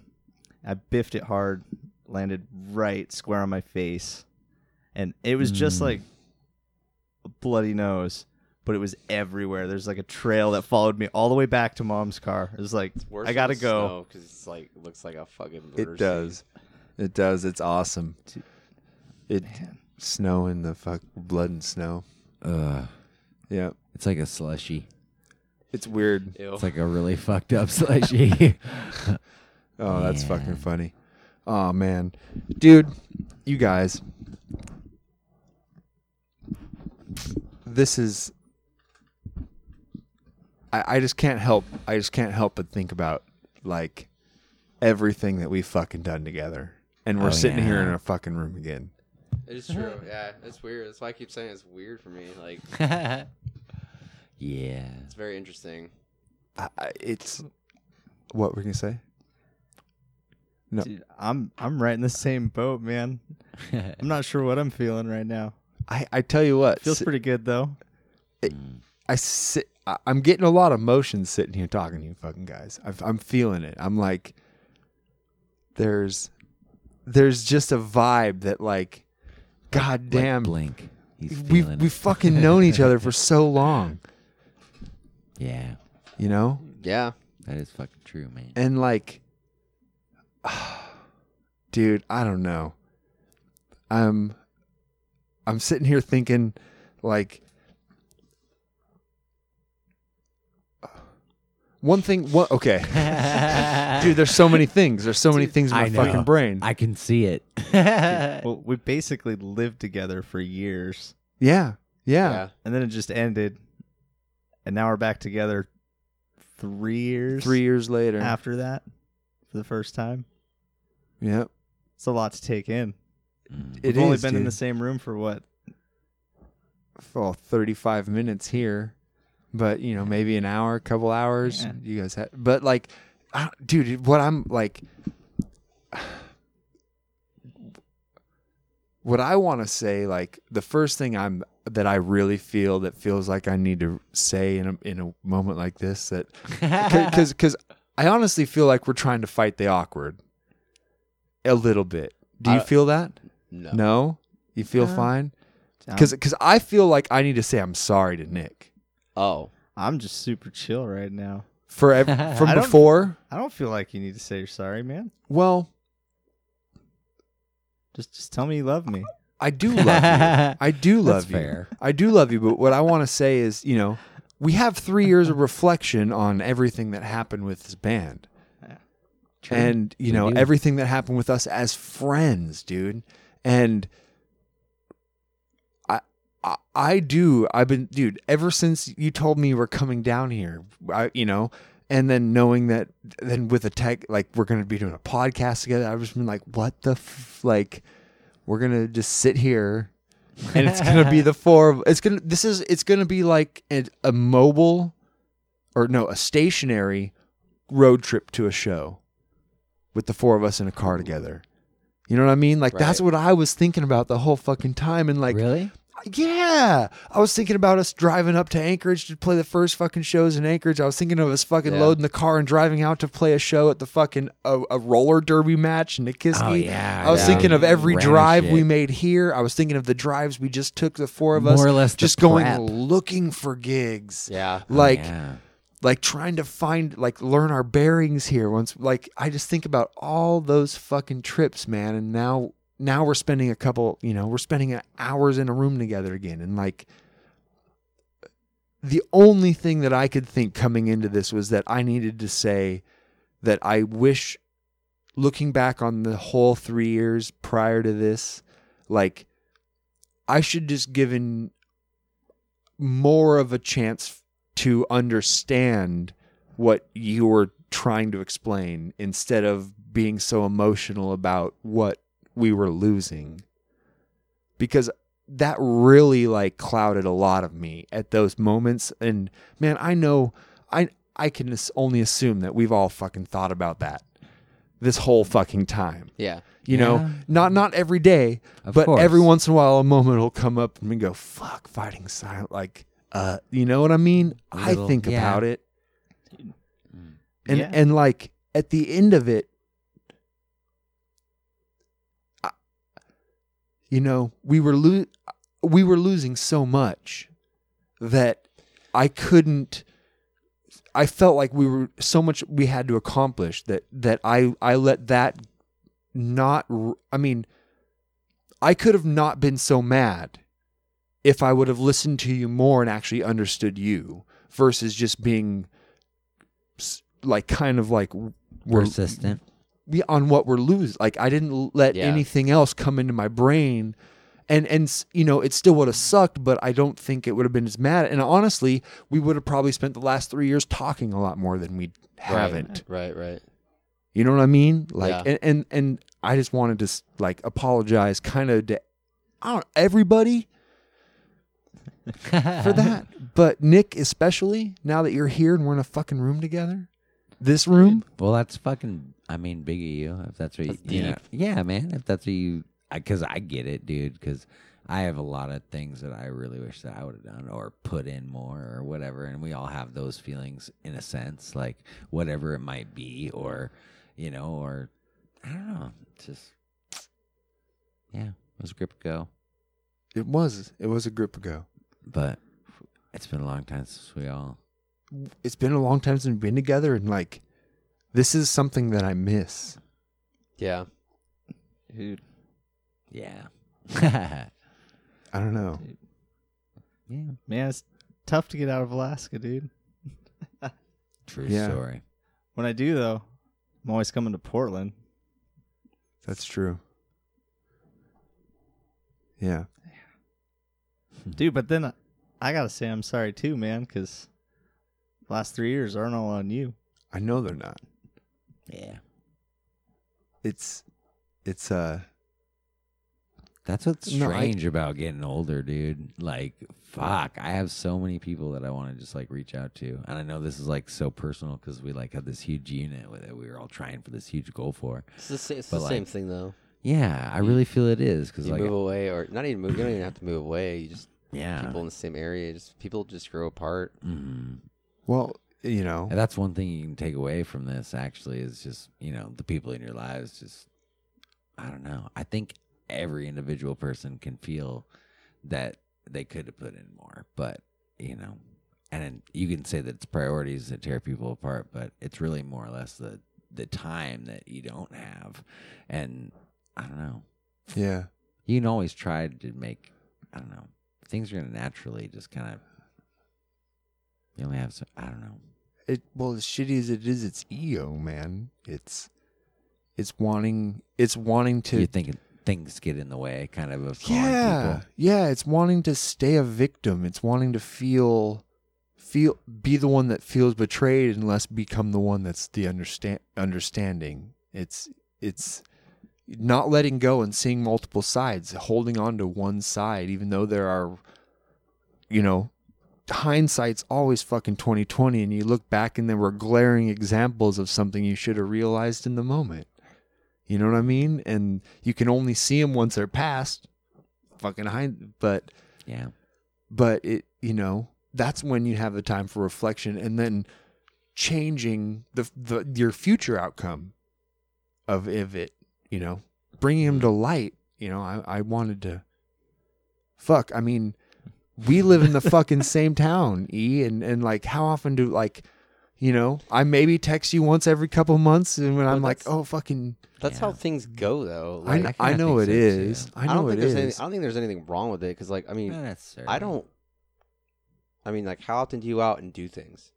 S11: I biffed it hard, landed right square on my face. And it was just
S2: Mm.
S11: like a bloody nose, but it was everywhere. There's like a trail that followed me all the way back to mom's car. It was like, I got to go.
S10: because it's like looks like a fucking.
S1: It does. It does. It's awesome. It snow in the fuck blood and snow.
S2: uh,
S1: yeah,
S2: it's like a slushy.
S1: It's weird.
S2: It's like a really fucked up slushy.
S1: Oh, that's fucking funny. Oh man. Dude, you guys. This is I, I just can't help I just can't help but think about like everything that we've fucking done together. And we're
S2: Oh,
S1: sitting here in
S2: yeah.
S1: a fucking room again.
S10: It
S1: [laughs]
S10: is true. Yeah, it's weird. That's why I keep saying it's weird for me. Like,
S2: yeah.
S10: it's very interesting.
S1: I, I- it's what we're gonna say? No.
S11: Dude, I'm I'm right in the same boat, man. I'm not sure what I'm feeling right now.
S1: I, I tell you what,
S11: Feels
S1: si-
S11: pretty good though.
S1: it- I sit. I- I'm getting a lot of motion sitting here talking to you, fucking guys. I've, I'm feeling it. I'm like, there's, there's just a vibe that like, god damn,
S2: blink. He's
S1: we
S2: feeling
S1: we
S2: it.
S1: fucking known each
S2: [laughs]
S1: other for so long,
S2: Yeah,
S1: you know,
S10: Yeah.
S2: that is fucking true, man.
S1: and like, [sighs] dude, I don't know. I'm, I'm sitting here thinking, like, one thing. What? Okay,
S11: [laughs]
S1: dude, there's so many things. There's so many things in my
S2: I know.
S1: fucking brain.
S2: I can see it.
S11: well, we basically lived together for years,
S1: yeah, yeah,
S11: and then it just ended, and now we're back together three years.
S1: Three years later.
S11: after that, for the first time.
S1: Yep.
S11: It's a lot to take in.
S1: It
S11: We've only
S1: is,
S11: been in
S1: dude.
S11: the same room for what?
S1: for 35 minutes here, but you know, maybe an hour, couple hours.
S11: Yeah.
S1: You guys had, but like, I, dude, what I'm like, what I want to say, like, the first thing I'm that I really feel that feels like I need to say in a, in a moment like this that because because I honestly feel like we're trying to fight the awkward a little bit. Do you
S10: I-
S1: feel that?
S10: No.
S1: No, you feel
S11: No.
S1: fine because
S11: I'm,
S1: because I feel like I need to say I'm sorry to Nick
S10: Oh.
S11: I'm just super chill right now.
S1: for
S11: [laughs]
S1: ev-
S11: I
S1: from
S11: don't-
S1: before.
S11: I don't feel like you need to say you're sorry, man.
S1: Well,
S11: Just just tell me you love me.
S1: I do love
S2: [laughs]
S1: you. I do love
S2: That's
S1: you.
S2: fair.
S1: I do love you. But what I want to say is, you know, we have three years of reflection on everything that happened with this band, and you
S2: We
S1: know
S2: do.
S1: everything that happened with us as friends, dude. And I, I, I do. I've been, dude, ever since you told me you were coming down here. I, you know. And then knowing that, then with a tech, like we're going to be doing a podcast together, I've just been like, what the, f- like, We're gonna just sit
S2: [laughs]
S1: here, and it's gonna be the four. Of, it's gonna. This is. It's gonna be like a, a mobile, or no, a stationary road trip to a show, with the four of us in a car together. You know what I mean? Like that's what I was thinking about the whole fucking time, and like really. Yeah, I was thinking about us driving up to Anchorage to play the first fucking shows in Anchorage. I was thinking of us fucking
S2: Yeah.
S1: loading the car and driving out to play a show at the fucking a, a roller derby match in Nikiski.
S2: Oh, yeah,
S1: I was
S2: yeah.
S1: thinking of every
S2: Ran
S1: drive
S2: shit.
S1: we made here. I was thinking of the drives we just took, the four of
S2: More
S1: us,
S2: or less the
S1: just going
S2: prep.
S1: looking for gigs.
S10: Yeah.
S2: Oh,
S1: like
S2: yeah.
S1: like trying to find like learn our bearings here. Once like I just think about all those fucking trips, man, and now now we're spending a couple, you know, we're spending hours in a room together again, and like the only thing that I could think coming into this was that I needed to say that I wish looking back on the whole 3 years prior to this like I should just given more of a chance to understand what you were trying to explain instead of being so emotional about what we were losing because that really like clouded a lot of me at those moments and man i know i i can as- only assume that we've all fucking thought about that this whole fucking time
S10: Yeah.
S1: you know
S10: Yeah.
S1: not not every day
S10: Of
S1: but
S10: course.
S1: every once in a while a moment will come up and we go fuck fighting silent like uh you know what i mean i
S2: Little-
S1: think
S2: yeah. Mm.
S1: about it and
S2: Yeah.
S1: and like at the end of it I- you know we were lo- we were losing so much that i couldn't i felt like we were so much we had to accomplish that that i i let that not r- i mean i could have not been so mad if i would have listened to you more and actually understood you versus just being s- like kind of like we're
S2: Persistent.
S1: yeah, on what we're losing. Like I didn't l- let
S2: Yeah.
S1: anything else come into my brain, and and s- you know it still would have sucked, but I don't think it would have been as mad. And honestly, we would have probably spent the last three years talking a lot more than we haven't.
S10: Right. Right.
S1: You know what I mean? Like,
S10: Yeah.
S1: and, and and I just wanted to s- like apologize, kind of to, I don't everybody for that, but Nick especially. Now that you're here and we're in a fucking room together, this room.
S2: Well, that's fucking. I mean, big of you. If that's what you, you know-
S1: deep.
S2: yeah, man. If that's what you, because I, get it, dude. Because I have a lot of things that I really wish that I would have done or put in more or whatever. And we all have those feelings in a sense, like whatever it might be, or you know, or I don't know. It's just yeah, it was a grip go,
S1: It was it was a grip ago.
S2: but it's been a long time since we all.
S1: It's been a long time since we've been together, and like, this is something that I miss.
S10: Yeah.
S11: Dude.
S2: Yeah. [laughs]
S1: I don't know.
S2: Yeah.
S11: Man, it's tough to get out of Alaska, dude.
S2: True
S1: Yeah.
S2: story.
S11: When I do though, I'm always coming to Portland.
S1: That's true. Yeah.
S11: Dude, but then I, I gotta say I'm sorry too, man, because last three years aren't all on you.
S1: I know they're not.
S2: Yeah.
S1: It's it's uh
S2: That's what's
S1: No, I-
S2: strange about getting older, dude. Like, fuck, I have so many people that I want to just like reach out to, and I know this is like so personal because we like had this huge unit with it. We were all trying for this huge goal for.
S10: It's the, sa- it's
S2: But,
S10: the same
S2: like,
S10: thing though. uh,
S2: Yeah, I really feel it is because
S10: You
S2: like,
S10: move away, or not even move. You don't even have to move away. You just
S2: yeah,
S10: people in the same area. Just people just grow apart.
S2: mhm.
S1: well, you know,
S2: and that's one thing you can take away from this. Actually, is just you know the people in your lives. Just I don't know. I think every individual person can feel that they could have put in more, but you know, and then you can say that it's priorities that tear people apart, but it's really more or less the the time that you don't have, and I don't know.
S1: yeah.
S2: You can always try to make I don't know things are gonna naturally just kind of you only have so I don't know.
S1: It well, as shitty as it is, it's ego, man. It's it's wanting it's wanting to
S2: You're thinking things get in the way, kind of of calling
S1: yeah,
S2: people.
S1: yeah. It's wanting to stay a victim. It's wanting to feel feel be the one that feels betrayed, and less become the one that's the understand understanding. It's it's not letting go and seeing multiple sides, holding on to one side, even though there are, you know, hindsight's always fucking 2020 and you look back and there were glaring examples of something you should have realized in the moment. You know what I mean? And you can only see them once they're past. Fucking hind but
S2: yeah.
S1: But it, you know, that's when you have the time for reflection and then changing the, the your future outcome of of it, you know, bringing him to
S10: Mm-hmm.
S1: light. You know, I, I wanted to. Fuck, I mean, we live
S10: [laughs]
S1: in the fucking same town, E, and and like, how often do like, you know, I maybe text you once every couple months, and when I'm like, oh fucking,
S10: That's how things go, though.
S1: I kn- I know it
S10: it is.
S1: is. I know
S10: don't
S1: it
S10: think there's
S1: is.
S10: Any, I don't think there's anything wrong with it because, like, I mean,
S2: Not necessarily.
S10: I don't. I mean, like, how often do you go out and do things?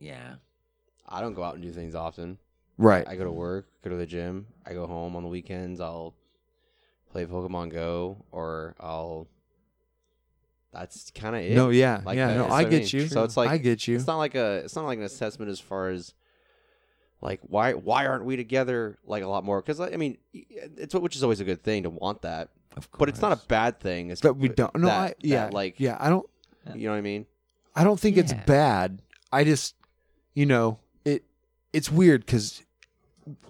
S2: Yeah.
S10: I don't go out and do things often.
S1: Right.
S10: I go to work, go to the gym, I go home on the weekends. I'll play Pokemon Go, or I'll. That's kind of it.
S1: No, yeah,
S10: like
S1: yeah,
S10: that-
S1: no,
S10: that's
S1: I
S10: what
S1: get
S10: mean.
S1: you.
S10: So it's like
S1: I get you.
S10: It's not like a. It's not like an assessment as far as. Like why why aren't we together like a lot more? Because I mean, it's what which is always a good thing to want that.
S2: Of
S10: course, but it's not a bad thing. It's
S1: but we don't. No,
S10: that-
S1: I
S10: that,
S1: yeah,
S10: like
S1: yeah, I don't.
S10: you know what I mean.
S1: I don't think it's
S10: Yeah.
S1: bad. I just, you know, it it's weird because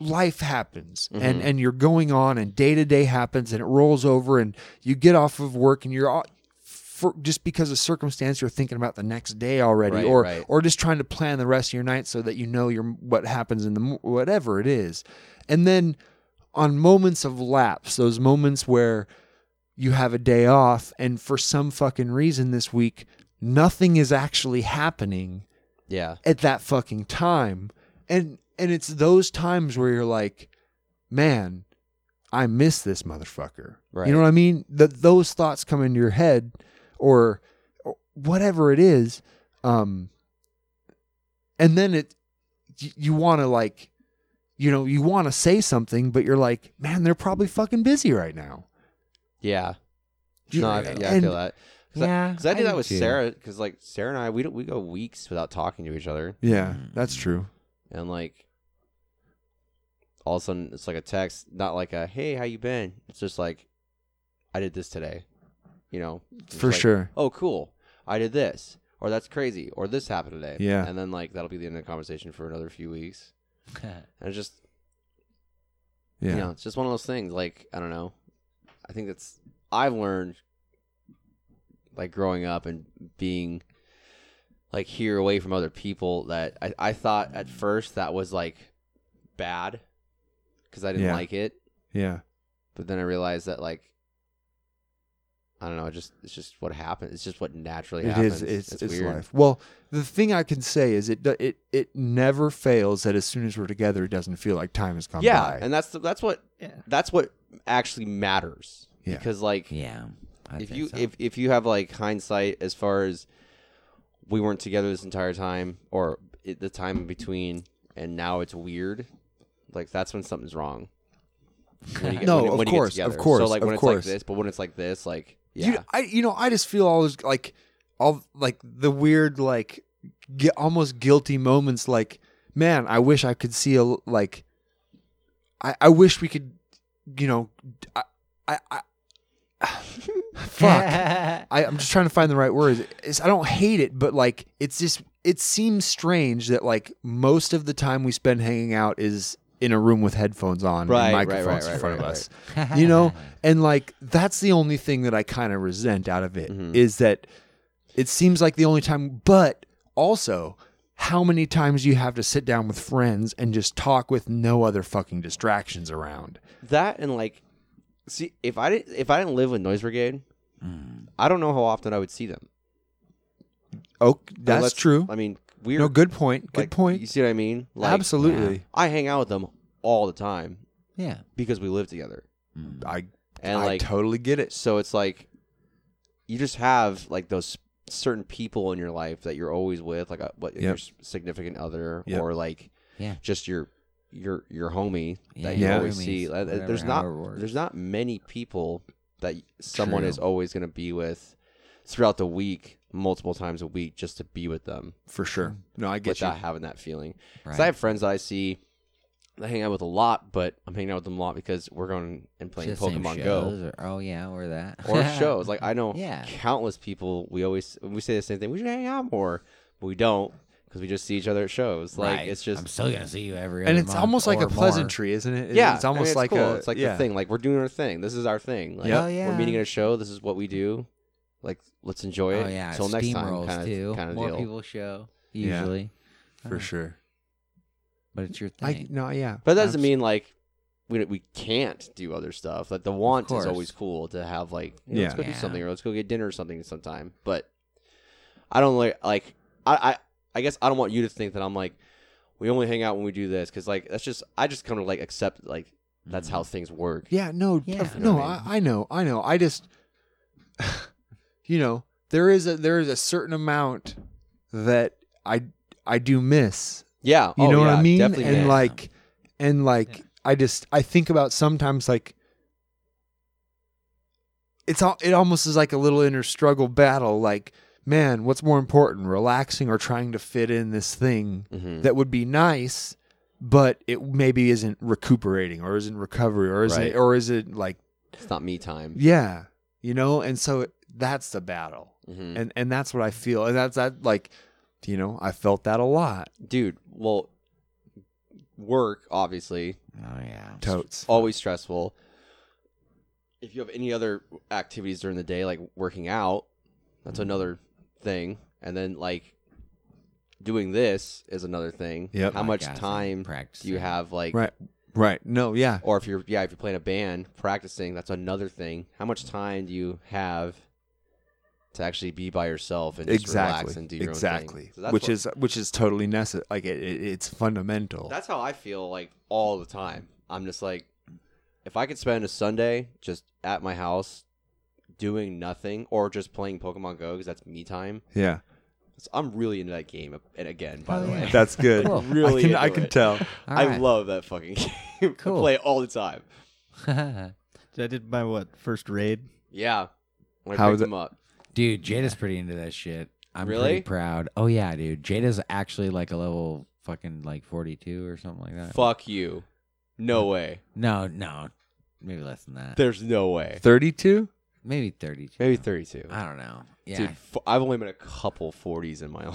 S1: life happens and
S10: Mhm.
S1: and you're going on and day to day happens and it rolls over and you get off of work and you're all, for, just because of circumstance you're thinking about the next day already
S10: Right,
S1: or
S10: right.
S1: or just trying to plan the rest of your night so that you know your what happens in the mo- whatever it is and then on moments of lapse those moments where you have a day off and for some fucking reason this week nothing is actually happening
S10: Yeah.
S1: at that fucking time and and it's those times where you're like man i miss this motherfucker
S10: Right.
S1: you know what i mean that those thoughts come into your head or, or whatever it is um and then it y- you want to like you know you want to say something but you're like man they're probably fucking busy right now
S10: Yeah.
S1: You-
S10: no, I, yeah, I
S1: and-
S10: feel that. Cause I,
S1: Yeah,
S10: 'cause I
S1: I
S10: did that
S1: do
S10: with
S1: too.
S10: Sarah. Because like Sarah and I, we don't, we go weeks without talking to each other,
S1: yeah that's true
S10: and like all of a sudden it's like a text, not like a hey, how you been? It's just like I did this today, you know. It's
S1: For
S10: like,
S1: sure.
S10: Oh, cool. I did this, or that's crazy, or this happened today.
S1: Yeah.
S10: and then like that'll be the end of the conversation for another
S1: [laughs]
S10: few weeks, and it's just
S1: yeah
S10: you know, it's just one of those things. Like I don't know. I think that's I've learned, like growing up and being, like here away from other people. That I, I thought at first that was like bad, because I didn't
S1: Yeah.
S10: like it.
S1: yeah
S10: But then I realized that like, I don't know. It just it's just what happens. It's just what naturally
S1: It
S10: happens.
S1: is. It's, it's,
S10: weird.
S1: life. Well, the thing I can say is it do- it it never fails that as soon as we're together, it doesn't feel like time has gone
S10: yeah,
S1: by.
S10: and that's the, that's what that's what actually matters.
S1: Yeah.
S10: Because like
S2: yeah,
S10: if you if if you have like hindsight as far as we weren't together this entire time or it, the time in between and now it's weird, like that's when something's wrong. When you get-
S1: No,
S10: when you-
S1: of
S10: when you get
S1: course, of
S10: together. So
S1: course,
S10: like
S1: of
S10: when
S1: course.
S10: it's like this, but when it's like this, like yeah,
S1: You, I you know I just feel always like all like the weird like gu- almost guilty moments. Like man, I wish I could see a l- like. I I wish we could, you know, I I. I
S10: [laughs]
S1: Fuck. I, I'm just trying to find the right words. It's, I don't hate it, but like it's just it seems strange that like most of the time we spend hanging out is in a room with headphones on and
S10: Right, right,
S1: microphones
S10: right, right,
S1: in front
S10: right,
S1: of us. you
S10: [laughs]
S1: know? And like that's the only thing that I kind of resent out of it is
S10: Mm-hmm.
S1: that it seems like the only time but also how many times you have to sit down with friends and just talk with no other fucking distractions around.
S10: that and like see if I didn't if I didn't live with Noise Brigade, I don't know how often I would see them.
S1: Oh, that's
S10: Unless-
S1: true.
S10: I mean, we're
S1: no, good point. Good
S10: like,
S1: point.
S10: You see what I mean? Like,
S1: Absolutely.
S10: I hang out with them all the time
S2: Yeah.
S10: because we live together.
S1: I
S10: and
S1: I
S10: like
S1: totally get it.
S10: So it's like you just have like those certain people in your life that you're always with, like a, what your s- significant other
S1: Yep.
S10: or like
S2: Yeah.
S10: just your your your homie
S2: Yeah,
S10: that you
S1: your
S10: always
S2: homies,
S10: see. Like,
S2: whatever,
S10: there's
S2: however it
S10: not
S2: works.
S10: there's not many people that y- someone
S2: True.
S10: is always going to be with throughout the week, multiple times a week, just to be with them
S1: For sure. No, I get
S10: without
S1: you.
S10: having that feeling. Because
S2: Right.
S10: I have friends that I see I hang out with a lot, but I'm hanging out with them a lot because we're going and playing
S2: Just same
S10: Pokemon Go
S2: shows or- oh [laughs] yeah, or that
S10: or shows. Like I know
S2: Yeah.
S10: countless people. We always we say the same thing. We should hang out more, but we don't because we just see each other at shows. Like
S2: Right.
S10: it's just
S2: I'm still gonna see you every
S1: And
S2: other
S1: it's
S2: month
S1: almost like
S2: or
S1: a
S2: more.
S1: pleasantry, isn't it? It-
S10: yeah,
S1: it's
S10: I mean,
S1: almost like
S10: cool.
S1: a
S10: it's like
S1: yeah.
S10: the thing. Like we're doing our thing. This is our thing. Like
S1: Yeah. Oh,
S10: we're
S2: yeah.
S10: meeting at a show. This is what we do. Like let's enjoy it.
S2: Oh yeah,
S10: till next time.
S2: steamrolls,
S10: Kind
S2: too.
S10: of kind of
S2: More
S10: deal.
S2: people show
S1: Yeah.
S2: usually, Uh,
S1: for sure.
S2: but it's your
S1: I
S2: thing.
S1: no, yeah,
S10: But that doesn't mean like we we can't do other stuff. Like the want
S2: course.
S10: is always cool to have. Like hey, let's
S1: Yeah.
S10: go do
S2: Yeah.
S10: something or let's go get dinner or something sometime. But I don't like like I I, I guess I don't want you to think that I'm like we only hang out when we do this because like that's just I just come to like accept like that's how things work.
S1: Mm. Yeah, no,
S2: Yeah.
S1: of- no, I, I know, I know. I just,
S10: [laughs]
S1: you know, there is a there is a certain amount that I I do miss.
S10: Yeah,
S1: You
S10: oh,
S1: know what
S10: yeah,
S1: I mean? And
S10: Definitely miss.
S1: like, and like, I just I think about sometimes like. It's all. It almost is like a little inner struggle battle. Like, man, what's more important, relaxing or trying to fit in this thing
S10: Mhm.
S1: that would be nice, but it maybe isn't recuperating or isn't recovery or isn't
S10: Right.
S1: or is it like
S10: it's not me time.
S1: yeah, you know, and so it, that's the battle,
S10: Mhm.
S1: and and that's what I feel, and that's that like, you know, I felt that a lot.
S10: dude. Well, work obviously
S2: Oh yeah,
S1: Totes.
S10: always stressful. If you have any other activities during the day, like working out,
S1: Mm-hmm.
S10: that's another thing, and then like doing this is another thing.
S1: Yep.
S10: How much
S2: Podcasting,
S10: time do
S2: practicing.
S10: you have? Like,
S1: Right. Right. No. Yeah.
S10: or if you're yeah, if you're playing a band, practicing, that's another thing. How much time do you have? To actually be by yourself and just relax and do your own
S1: exactly.
S10: thing. So that's
S1: which
S10: what-
S1: is which is totally necessary. Like it, it, it's fundamental.
S10: That's how I feel like all the time. I'm just like, if I could spend a Sunday just at my house doing nothing or just playing Pokemon Go because that's me time.
S1: yeah.
S10: It's- I'm really into that game. And again, by
S2: Oh,
S10: the
S2: yeah.
S10: way,
S1: That's good.
S2: Cool.
S10: Really
S1: I can I
S10: into
S1: can
S10: it.
S1: tell.
S2: All
S10: I
S2: right.
S10: love that fucking [laughs] game. I
S2: Cool.
S10: play it all the time.
S2: [laughs]
S11: I did my what first raid?
S10: Yeah. When I
S1: How
S10: picked
S1: is it-
S10: them up.
S2: dude, Jada's pretty into that shit. I'm
S10: Really?
S2: pretty proud. Oh yeah, dude, Jada's actually like a level fucking like 42 or something like that.
S10: Fuck you. No way.
S2: No, no, maybe less than that.
S10: There's no way.
S1: Thirty two.
S2: maybe 32.
S10: Maybe 32.
S2: I don't know. Uh, Yeah.
S10: Dude, f- I've only been a couple 40s in my [laughs]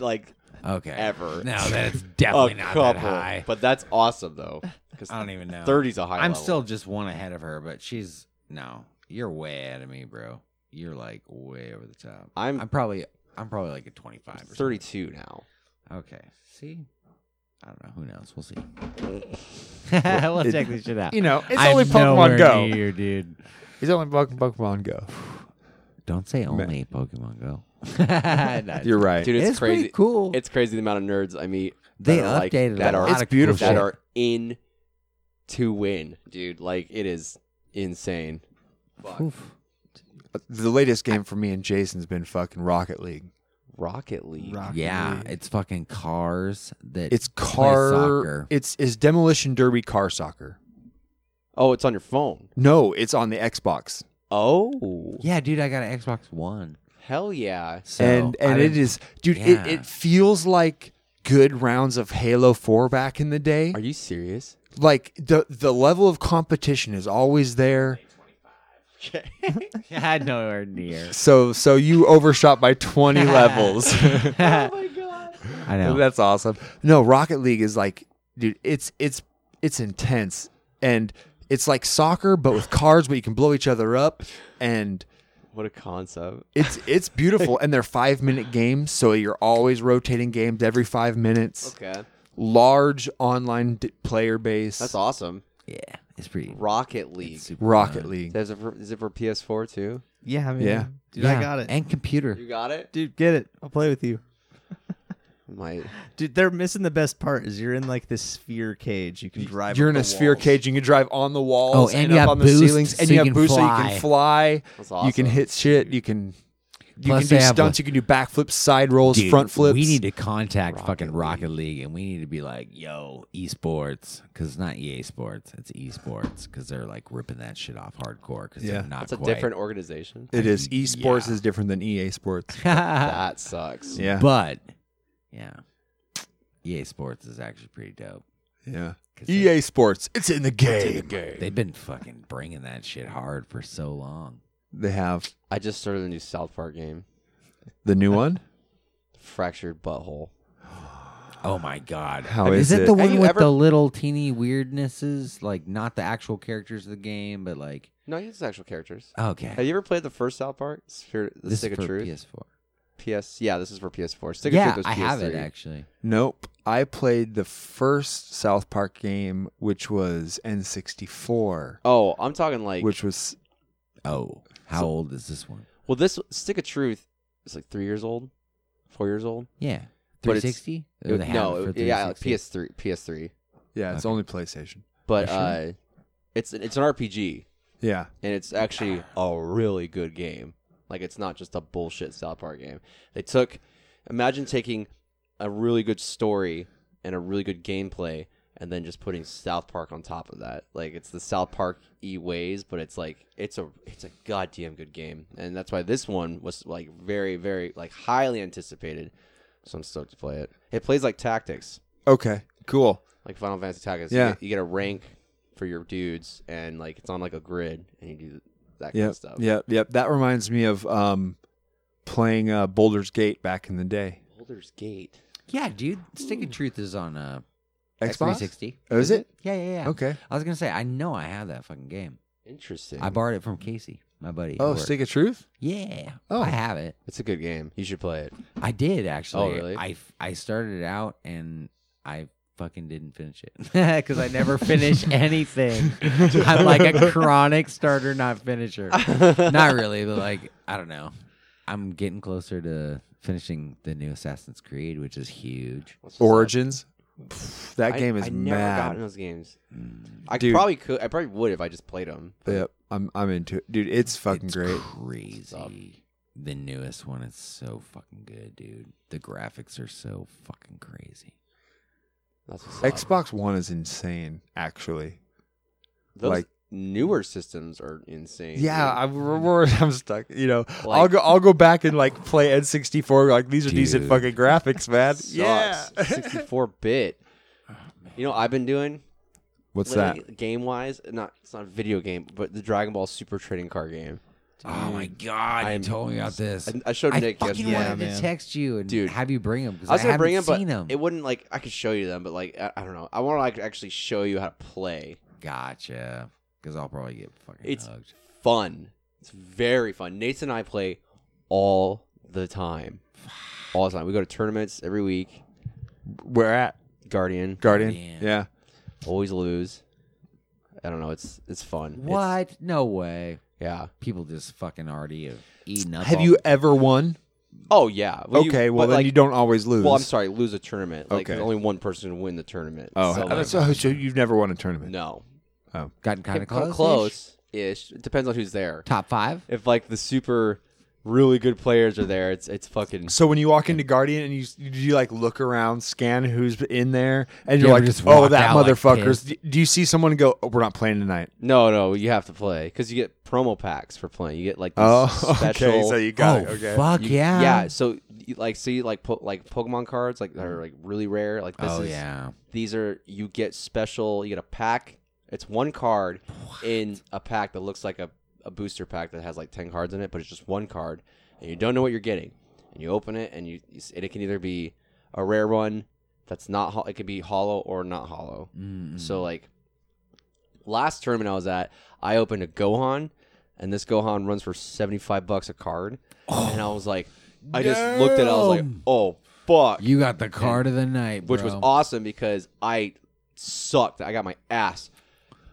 S2: [laughs]
S10: like,
S2: okay.
S10: ever.
S2: No, that's
S10: a
S2: definitely not
S10: couple.
S2: that high.
S10: But that's awesome, though. Because
S2: I don't even know.
S10: 30's a high
S2: I'm
S10: level.
S2: still just one ahead of her, but she's no. You're way ahead of me, bro. You're like way over the top.
S10: I'm-
S2: I'm probably I'm probably like a 25 or something.
S10: 32 now.
S2: Okay. See? I don't know. Who knows? We'll see. [laughs] we'll check this shit out.
S1: You know, it's
S2: I'm
S1: only Pokemon
S2: nowhere
S1: Go.
S2: near, dude.
S1: It's only Pokemon, Pokemon Go.
S2: Don't say only Pokemon Go. [laughs] No, [laughs]
S1: You're right.
S10: Dude, it's,
S2: It's pretty
S10: crazy.
S2: cool.
S10: It's crazy the amount of nerds I meet.
S2: They
S10: that are, like,
S2: updated
S10: that
S2: a
S10: are
S2: lot
S1: It's
S2: of cool
S1: beautiful.
S10: that
S2: shit.
S10: are in to win, dude. Like it is insane.
S2: Oof.
S1: the latest game for me and Jason's been fucking Rocket League.
S10: Rocket League.
S2: Yeah, it's fucking cars that
S1: It's
S2: play
S1: car.
S2: soccer.
S1: It's is demolition derby car soccer.
S10: Oh, it's on your phone.
S1: No, it's on the Xbox,
S10: Oh,
S2: yeah, dude, I got an Xbox One.
S10: hell yeah!
S2: So
S1: and
S2: I
S1: and it
S2: didn't-
S1: is, dude.
S2: Yeah.
S1: It, it feels like good rounds of Halo Four back in the day.
S10: Are you serious?
S1: Like the the level of competition is always
S2: [laughs]
S1: there.
S2: Yeah, nowhere near.
S1: So so you overshot by
S2: [laughs]
S1: twenty levels.
S2: Oh
S1: [laughs]
S2: I know.
S1: That's awesome. No, Rocket League is like, dude, it's it's it's intense, and it's like soccer but with cars, but you can blow each other up, and
S10: What a concept.
S1: it's it's beautiful. and they're five minute games, so you're always rotating games every five minutes.
S10: Okay,
S1: Large online d- player base.
S10: that's awesome.
S2: yeah, it's pretty.
S10: Rocket League.
S2: it's super
S1: Rocket
S2: fun.
S1: League.
S10: There's a, is it for PS4 too?
S11: Yeah, I mean,
S1: Yeah.
S11: dude, I
S2: Yeah,
S11: got it.
S2: And computer.
S10: You got it.
S11: Dude, get it. I'll play with you.
S10: Might.
S11: Dude, they're missing the best part. Is you're in like this sphere cage. You can drive.
S1: You're
S11: up
S1: in a
S11: the
S1: sphere
S11: walls.
S1: cage. You can drive on the walls
S2: Oh, and
S1: and,
S2: you
S1: up
S2: have
S1: on the
S2: boost
S1: ceilings,
S2: so
S1: and you
S2: you
S1: have
S2: can
S1: boost so you
S2: fly.
S1: can fly.
S10: That's
S1: You can
S10: awesome.
S1: hit shit. You can you
S2: Plus
S1: can
S2: they
S1: do
S2: have,
S1: stunts.
S2: like-
S1: you can do backflips, side rolls,
S2: Dude,
S1: front flips.
S2: We need to contact fucking Rocket League. and we need to be like, yo, esports, because it's not EA Sports, it's esports, because they're like ripping that shit off hardcore. Because
S1: Yeah.
S2: they're not
S10: That's a
S2: quite. [laughs]
S10: different organization.
S1: It is esports
S2: Yeah.
S1: is different than EA Sports.
S10: that sucks.
S1: Yeah,
S2: E But yeah, EA Sports is actually pretty dope.
S1: Yeah. EA Sports, it's in the game.
S2: They've been fucking bringing that shit hard for so long.
S1: They have
S10: I just started a new South Park game,
S1: the new one.
S10: Fractured Butthole.
S2: Oh my god!
S1: How
S2: Have-
S1: is
S2: is it,
S1: it?
S2: the
S1: Have
S2: one
S1: you
S2: with
S1: ever-
S2: the little teeny weirdnesses? Like not the actual characters of the game, but like
S10: No, he has actual characters.
S2: Okay.
S10: Have you ever played the first South Park? Sphere, the
S2: This is
S10: Stick
S2: for
S10: of Truth. PS4. PS. Yeah, this is for PS4. Stick
S2: Yeah,
S10: of Truth was
S2: I
S10: PS3.
S2: have it, actually.
S1: Nope. I played the first South Park game, which was N64,
S10: Oh, I'm talking like
S1: which was
S2: oh, how old is this one?
S10: Well, this Stick of Truth is like three years old, four years old.
S2: Yeah.
S10: But it's-
S2: 360?
S10: It,
S2: They have
S10: no,
S2: it for
S10: it- yeah, like
S2: 360.
S10: PS3, PS3.
S1: yeah, it's only PlayStation.
S10: But
S1: Sure.
S10: uh, it's it's an RPG.
S1: Yeah.
S10: and it's actually a really good game. Like it's not just a bullshit South Park game. They took, imagine taking a really good story and a really good gameplay, and then just putting South Park on top of that. Like it's the South Park e ways, but it's like it's a it's a goddamn good game, and that's why this one was like very very like highly anticipated. So I'm stoked to play it. It plays like Tactics
S1: okay, cool.
S10: like Final Fantasy Tactics.
S1: Yeah.
S10: You, get, you get a rank for your dudes, and like it's on like a grid, and you do that kind
S1: Yep,
S10: of stuff.
S1: yep, yep. That reminds me of um, playing uh, Boulder's Gate back in the day.
S10: Boulder's Gate.
S2: Yeah, dude. Stick of Truth is on uh,
S1: Xbox?
S2: X360.
S1: Oh, is it?
S2: Yeah, yeah, yeah.
S1: Okay.
S2: I was gonna say I know I have that fucking game.
S10: Interesting.
S2: I borrowed it from Casey, my buddy. at
S1: Oh,
S2: work.
S1: Stick of Truth.
S2: Yeah.
S1: Oh.
S2: I have it.
S10: It's a good game. You should play it.
S2: I did actually.
S10: Oh, really?
S2: I f- I started it out and I fucking didn't finish it [laughs] because I never
S10: [laughs]
S2: finish anything. I'm like a chronic starter, not finisher. not really, but like I don't know. I'm getting closer to finishing the new Assassin's Creed, which is huge.
S1: Origins. Pff, that
S10: I-
S1: game is
S10: I never got
S1: mad. Mm.
S10: in those games. I
S1: Dude.
S10: probably could. I probably would if I just played them.
S1: Yep, I'm I'm into it, dude. It's fucking
S2: It's
S1: great.
S2: Crazy. The newest one is so fucking good, dude. The graphics are so fucking crazy.
S10: That's what's up.
S1: Xbox One is insane, actually.
S10: Those
S1: like-
S10: newer systems are insane.
S1: Yeah,
S10: dude.
S1: I'm, we're- [laughs] I'm stuck. You know, I'll
S10: Like-
S1: go. I'll go back and like play N64. Like these are decent
S2: Dude.
S1: fucking graphics, man.
S10: Sucks.
S1: yeah. [laughs]
S10: 64 bit. You know, what I've been doing
S1: What's
S10: game wise. Not it's not a video game, but the Dragon Ball Super trading card game.
S2: oh my god!
S10: I'm-
S2: you told me about this.
S10: I, I showed
S2: I
S10: Nick
S2: fucking
S10: yesterday.
S2: wanted to text you and
S10: Dude.
S2: have you bring them.
S10: I was gonna
S2: haven't
S10: bring them, but
S2: seen them.
S10: it wouldn't like I could show you them, but like I, I don't know. I want to like actually show you how to play.
S2: Gotcha. Because I'll probably get fucking
S10: It's
S2: hugged.
S10: fun. It's very fun. Nate and I play all the time, all the time. We go to tournaments every week.
S1: Where at
S10: Guardian
S1: Guardian?
S2: Damn.
S1: Yeah.
S10: always lose. I don't know. It's it's fun. It's-
S2: What? no way.
S10: yeah.
S2: People just fucking already have eaten up.
S1: Have
S2: all-
S1: you ever won?
S10: Oh yeah. Well, you-
S1: okay, well
S10: but,
S1: then
S10: like-
S1: you don't always lose.
S10: Well, I'm sorry. Lose a tournament. Like
S1: Okay.
S10: there's only one person to win the tournament.
S1: Oh,
S10: so,
S1: so,
S10: like,
S1: so, you've never won a tournament?
S10: no.
S1: Oh,
S2: gotten kind of close?
S10: ish. It depends on who's there.
S2: Top five?
S10: if like the super really good players are there, it's it's fucking
S1: so when you walk into Guardian and you you like look around, scan who's in there, and
S2: You
S1: you're
S2: ever
S1: like,
S2: just
S1: oh,
S2: walk
S1: that
S2: out, like,
S1: motherfucker's.
S2: pissed?
S1: do you see someone go? Oh, we're not playing tonight.
S10: no no. You have to play because you get promo packs for playing. You get like these
S1: Oh,
S10: [laughs]
S1: [laughs]
S10: special.
S1: okay. So you got
S2: oh,
S1: it. Okay.
S2: fuck
S10: you-
S2: yeah.
S10: yeah. So you, like see like po- like Pokemon cards like that are like really rare. Like this
S2: Oh,
S10: is
S2: yeah.
S10: these are you get special. You get a pack. It's one card in a pack that looks like a, a booster pack that has like ten cards in it, but it's just one card, and you don't know what you're getting. And you open it, and you you s- and it can either be a rare one that's not ho- it could be hollow or not hollow. So like last tournament I was at, I opened a Gohan, and this Gohan runs for seventy five bucks a card, and I was like, I just looked at it, I was like,
S2: Oh. Damn.
S10: oh fuck,
S2: You got the card of the night,
S10: which was
S2: bro.
S10: awesome because I sucked. I got my ass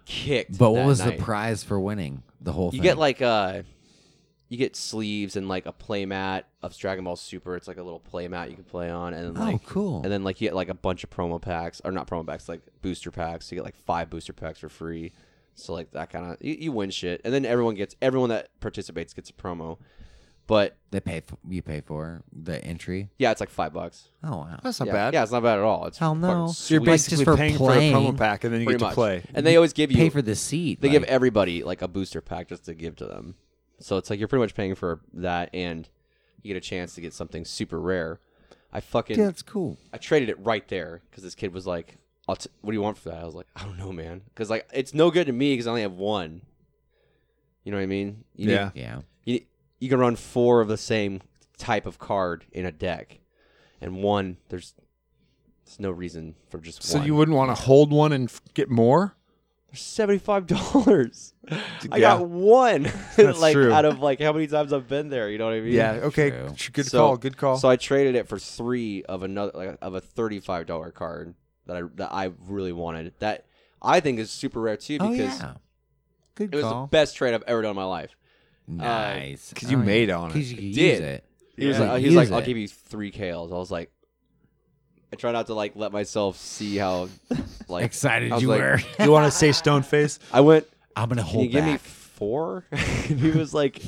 S10: kicked.
S2: But what
S10: that
S2: was
S10: night.
S2: the prize for winning the whole
S10: You
S2: thing?
S10: get like uh you get sleeves and like a playmat of Dragon Ball Super. It's like a little playmat you can play on, and then
S2: Oh,
S10: like
S2: cool.
S10: And then like you get like a bunch of promo packs, or not promo packs, like booster packs. You get like five booster packs for free. So like that kind of you, you win shit, and then everyone gets everyone that participates gets a promo. But
S2: they pay for, you pay for the entry.
S10: yeah, it's like five bucks.
S2: Oh wow.
S1: That's not
S10: yeah.
S1: bad.
S10: Yeah, it's not bad at all. It's
S2: Hell no.
S10: fucking
S1: So you're
S10: sweet.
S1: basically
S2: just for
S1: paying
S2: playing,
S1: for the promo pack, and then you
S10: pretty
S1: get to
S10: much.
S1: play.
S10: And they always give you
S2: pay for the seat.
S10: They give
S2: like-
S10: everybody like a booster pack just to give to them. So it's like you're pretty much paying for that, and you get a chance to get something super rare. I fucking
S2: Yeah, that's cool.
S10: I traded it right there because this kid was like, I'll t- what do you want for that? I was like, I don't know, man, because like it's no good to me because I only have one. You know what I mean? You
S2: Yeah. Yeah.
S10: You you can run four of the same type of card in a deck, and one there's there's no reason for just
S1: So
S10: one.
S1: you wouldn't want to hold one and f- get more?
S10: seventy five dollars. I got one. [laughs]
S1: That's
S10: like
S1: true.
S10: out of like how many times I've been there. You know what I mean?
S1: Yeah, okay, True. sh- good
S10: So-
S1: call, good call.
S10: So I traded it for three of another like, of a thirty five dollar card that I that I really wanted. That I think is super rare too
S2: Oh,
S10: because
S2: yeah. Good
S10: it was
S2: call.
S10: the best trade I've ever done in my life.
S2: Nice.
S1: 'Cause you Oh, yeah. made on it. 'Cause you
S10: I
S1: could
S10: did.
S1: use it.
S10: He
S1: Yeah.
S10: was like,
S1: You
S10: he was
S1: could
S10: like
S1: use
S10: I'll
S1: it.
S10: give you three KLs. I was like, I try not to like let myself
S1: [laughs]
S10: see how like
S2: Excited
S10: I was
S2: you
S10: like,
S2: were.
S1: You want to say stone face?
S10: I went.
S2: [laughs] I'm gonna
S10: Can
S2: hold
S10: you give me
S2: back.
S10: four? [laughs] and he
S1: [laughs]
S10: was like,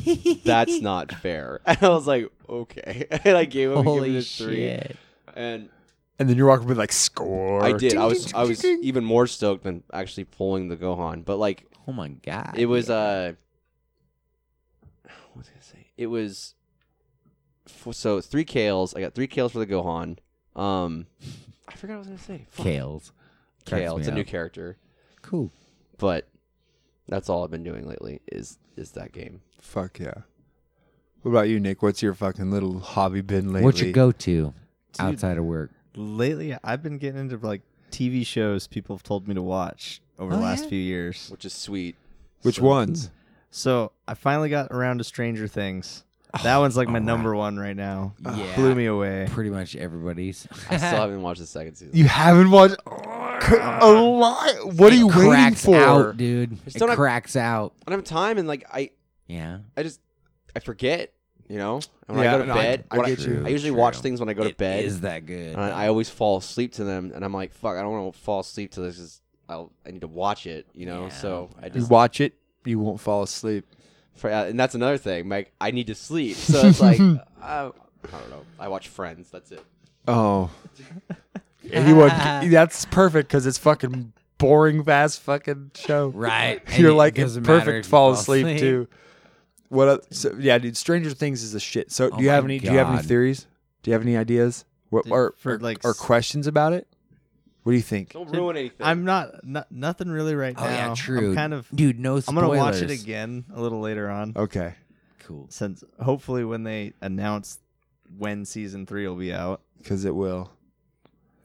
S10: "That's not fair." [laughs] And I was like, "Okay." [laughs] And I gave him,
S1: Holy
S10: gave him the three,
S1: shit.
S10: and
S1: And then you're walking with like score.
S10: I did. I was I
S2: [laughs]
S10: was even more stoked than actually pulling the Gohan. But like,
S2: oh my god,
S10: it was uh, what was I gonna say? It was f- so three kales. I got three kales for the Gohan. Um, I forgot what I was gonna say. Fuck.
S2: Kales. Cracks
S10: Kale.
S2: me
S10: It's a new
S2: up.
S10: character.
S2: Cool.
S10: But that's all I've been doing lately is is that game.
S1: Fuck yeah. What about you, Nick? What's your fucking little hobby been lately?
S2: What's your go-to outside of work?
S11: Lately, I've been getting into like TV shows people have told me to watch over
S2: Oh,
S11: the last
S2: yeah?
S11: few years,
S10: which is sweet.
S1: Which ones?
S11: So I finally got around to Stranger Things. That one's like my number one right now.
S2: Oh, Yeah.
S11: blew me away.
S2: Pretty much everybody's.
S10: I still
S2: [laughs]
S10: haven't watched the second season.
S1: You haven't watched a lot. What are you waiting
S2: Ah. cracks
S1: for?
S2: out, dude.
S10: I just
S2: It
S10: don't have-
S2: cracks out.
S10: I don't have time, and like I,
S2: Yeah.
S10: I just, I forget. You know, and when
S1: Yeah,
S10: I go to
S1: no, I-
S10: bed,
S1: I
S10: what
S1: get you.
S10: I usually
S2: True.
S10: watch things when I go to
S2: It
S10: bed.
S2: is that good.
S10: And I, I always fall asleep to them, and I'm like, fuck, I don't want to fall asleep to this. 'cause I'll, I need to watch it. You know, so I
S1: You
S10: just,
S1: watch it, you won't fall asleep.
S10: for, uh, and that's another thing. Like, I need
S1: [laughs]
S10: to sleep, so it's like, uh, I don't know. I watch Friends. That's it.
S2: [laughs]
S1: Oh. Anyone? That's perfect because it's fucking boring, fast fucking show.
S2: Right.
S1: [laughs]
S2: And
S1: You're
S2: it
S1: like it's
S2: doesn't matter
S1: perfect.
S2: if you
S1: Fall
S2: fall
S1: asleep,
S2: asleep.
S1: too. What? Else? So, yeah, dude. Stranger Things is a shit. So
S2: Oh
S1: do you have
S2: my
S1: any? Do you have any
S2: God.
S1: theories? Do you have any ideas? What
S11: Dude,
S1: or,
S11: for,
S1: or,
S11: like,
S1: or
S11: s-
S1: questions about it? What do you think?
S10: Don't ruin anything.
S11: I'm not, not nothing really right
S2: Oh,
S11: now.
S2: yeah,
S11: I'm
S2: true.
S11: kind of
S2: Dude, no
S11: I'm gonna watch it
S2: spoilers. Oh.
S11: again a little later on.
S1: Okay.
S2: Cool.
S11: Since hopefully when they announce when season three will be out.
S1: Because it will.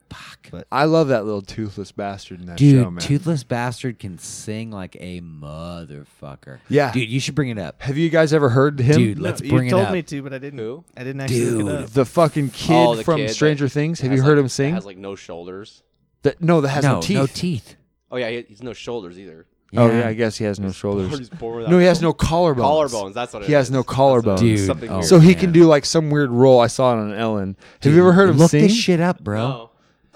S2: Fuck.
S11: But
S1: I love that little toothless bastard in that
S2: Dude,
S1: show, man.
S2: Toothless Bastard can sing like a motherfucker.
S1: Yeah.
S2: Dude, you should bring it up.
S1: have you guys ever heard him?
S2: Dude, let's
S11: you
S2: bring it
S11: told
S2: up.
S11: me to, but I didn't.
S10: Who?
S11: I didn't actually look it
S2: Dude.
S11: up.
S1: the fucking kid
S10: Oh, the
S1: from
S10: kid that
S1: Stranger Things. Have
S10: has,
S1: you heard
S10: like-
S1: him sing?
S10: that Has like no shoulders.
S1: That- no, that has no,
S2: no
S1: teeth.
S2: No teeth.
S10: Oh yeah, he, he's no shoulders either.
S1: Oh yeah, I guess he has no
S10: [laughs] He's
S1: shoulders.
S10: born without
S1: No, he has no
S10: shoulders.
S1: collarbones.
S10: Collarbones, that's what it
S1: he has
S10: is.
S1: no
S10: That's what it
S1: collarbones.
S10: is.
S2: Dude,
S10: Something
S2: oh,
S10: weird.
S1: so he can
S2: man.
S1: do like some weird role. I saw it on Ellen. have you ever heard him
S2: Look
S1: sing?
S2: this shit up, bro.
S10: No.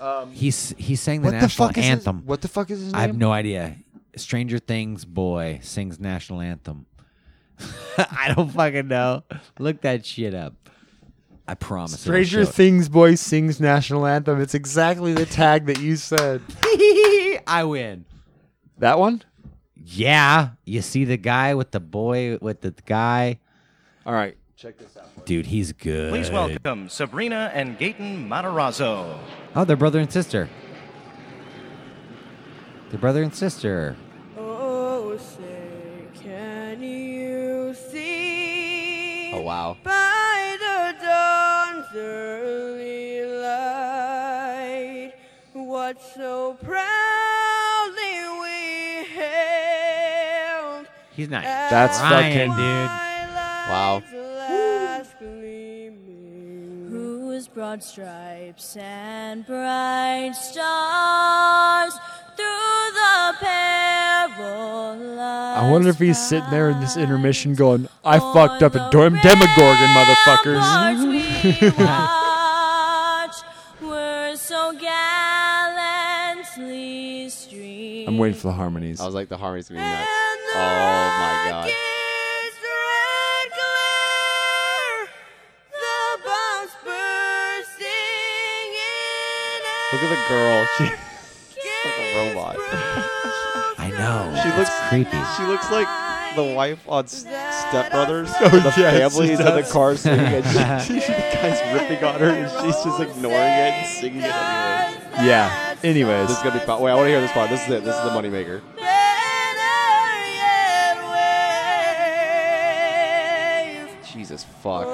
S10: Um,
S2: He's he sang the
S1: What the
S2: national
S1: fuck is his-
S2: anthem.
S1: what the fuck is his name?
S2: I have no idea. Stranger Things boy sings national anthem. [laughs] I don't fucking know. Look that shit up. I promise. it'll
S1: Stranger
S2: show it.
S1: Things boy sings national anthem. It's exactly the tag that you said.
S2: [laughs] I win.
S1: That one.
S2: Yeah, you see the guy with the boy with the guy.
S1: All right.
S2: Dude, he's good.
S12: Please welcome Sabrina and Gaten Matarazzo.
S2: Oh, they're brother and sister. They're brother and sister.
S13: Oh, say, can you see?
S10: Oh wow.
S13: By the dawn's early light, what so proudly we hailed.
S2: He's not.
S1: That's
S2: Ryan,
S1: fucking-
S2: dude.
S10: Wow.
S13: Last gleaming.
S4: Whose broad stripes and bright stars through the perilous
S1: I wonder if he's sitting there in this intermission going, "I fucked up a dorm demogorgon,
S4: ramparts
S1: [laughs]
S4: we
S1: motherfuckers."
S4: watch were so gallantly streamed.
S1: I'm waiting for the harmonies.
S10: I was like the harmonies gonna be nuts. Oh my god.
S13: His red glare, the bombs bursting in
S10: Look at the girl. [laughs] She, she's like a robot. [laughs]
S2: I know.
S10: She looks
S2: creepy.
S10: She looks like the [laughs] wife on S- Step Brothers.
S1: Oh,
S10: the
S1: yes, she
S10: family's in the
S1: does.
S10: car singing,
S1: [laughs]
S10: and she, she, the guy's ripping on her, and she's just ignoring it and singing it anyway.
S1: yeah.
S10: Anyways, this is gonna be. Fun. Wait, I want to hear this part. This is it. This is the moneymaker. Jesus fuck.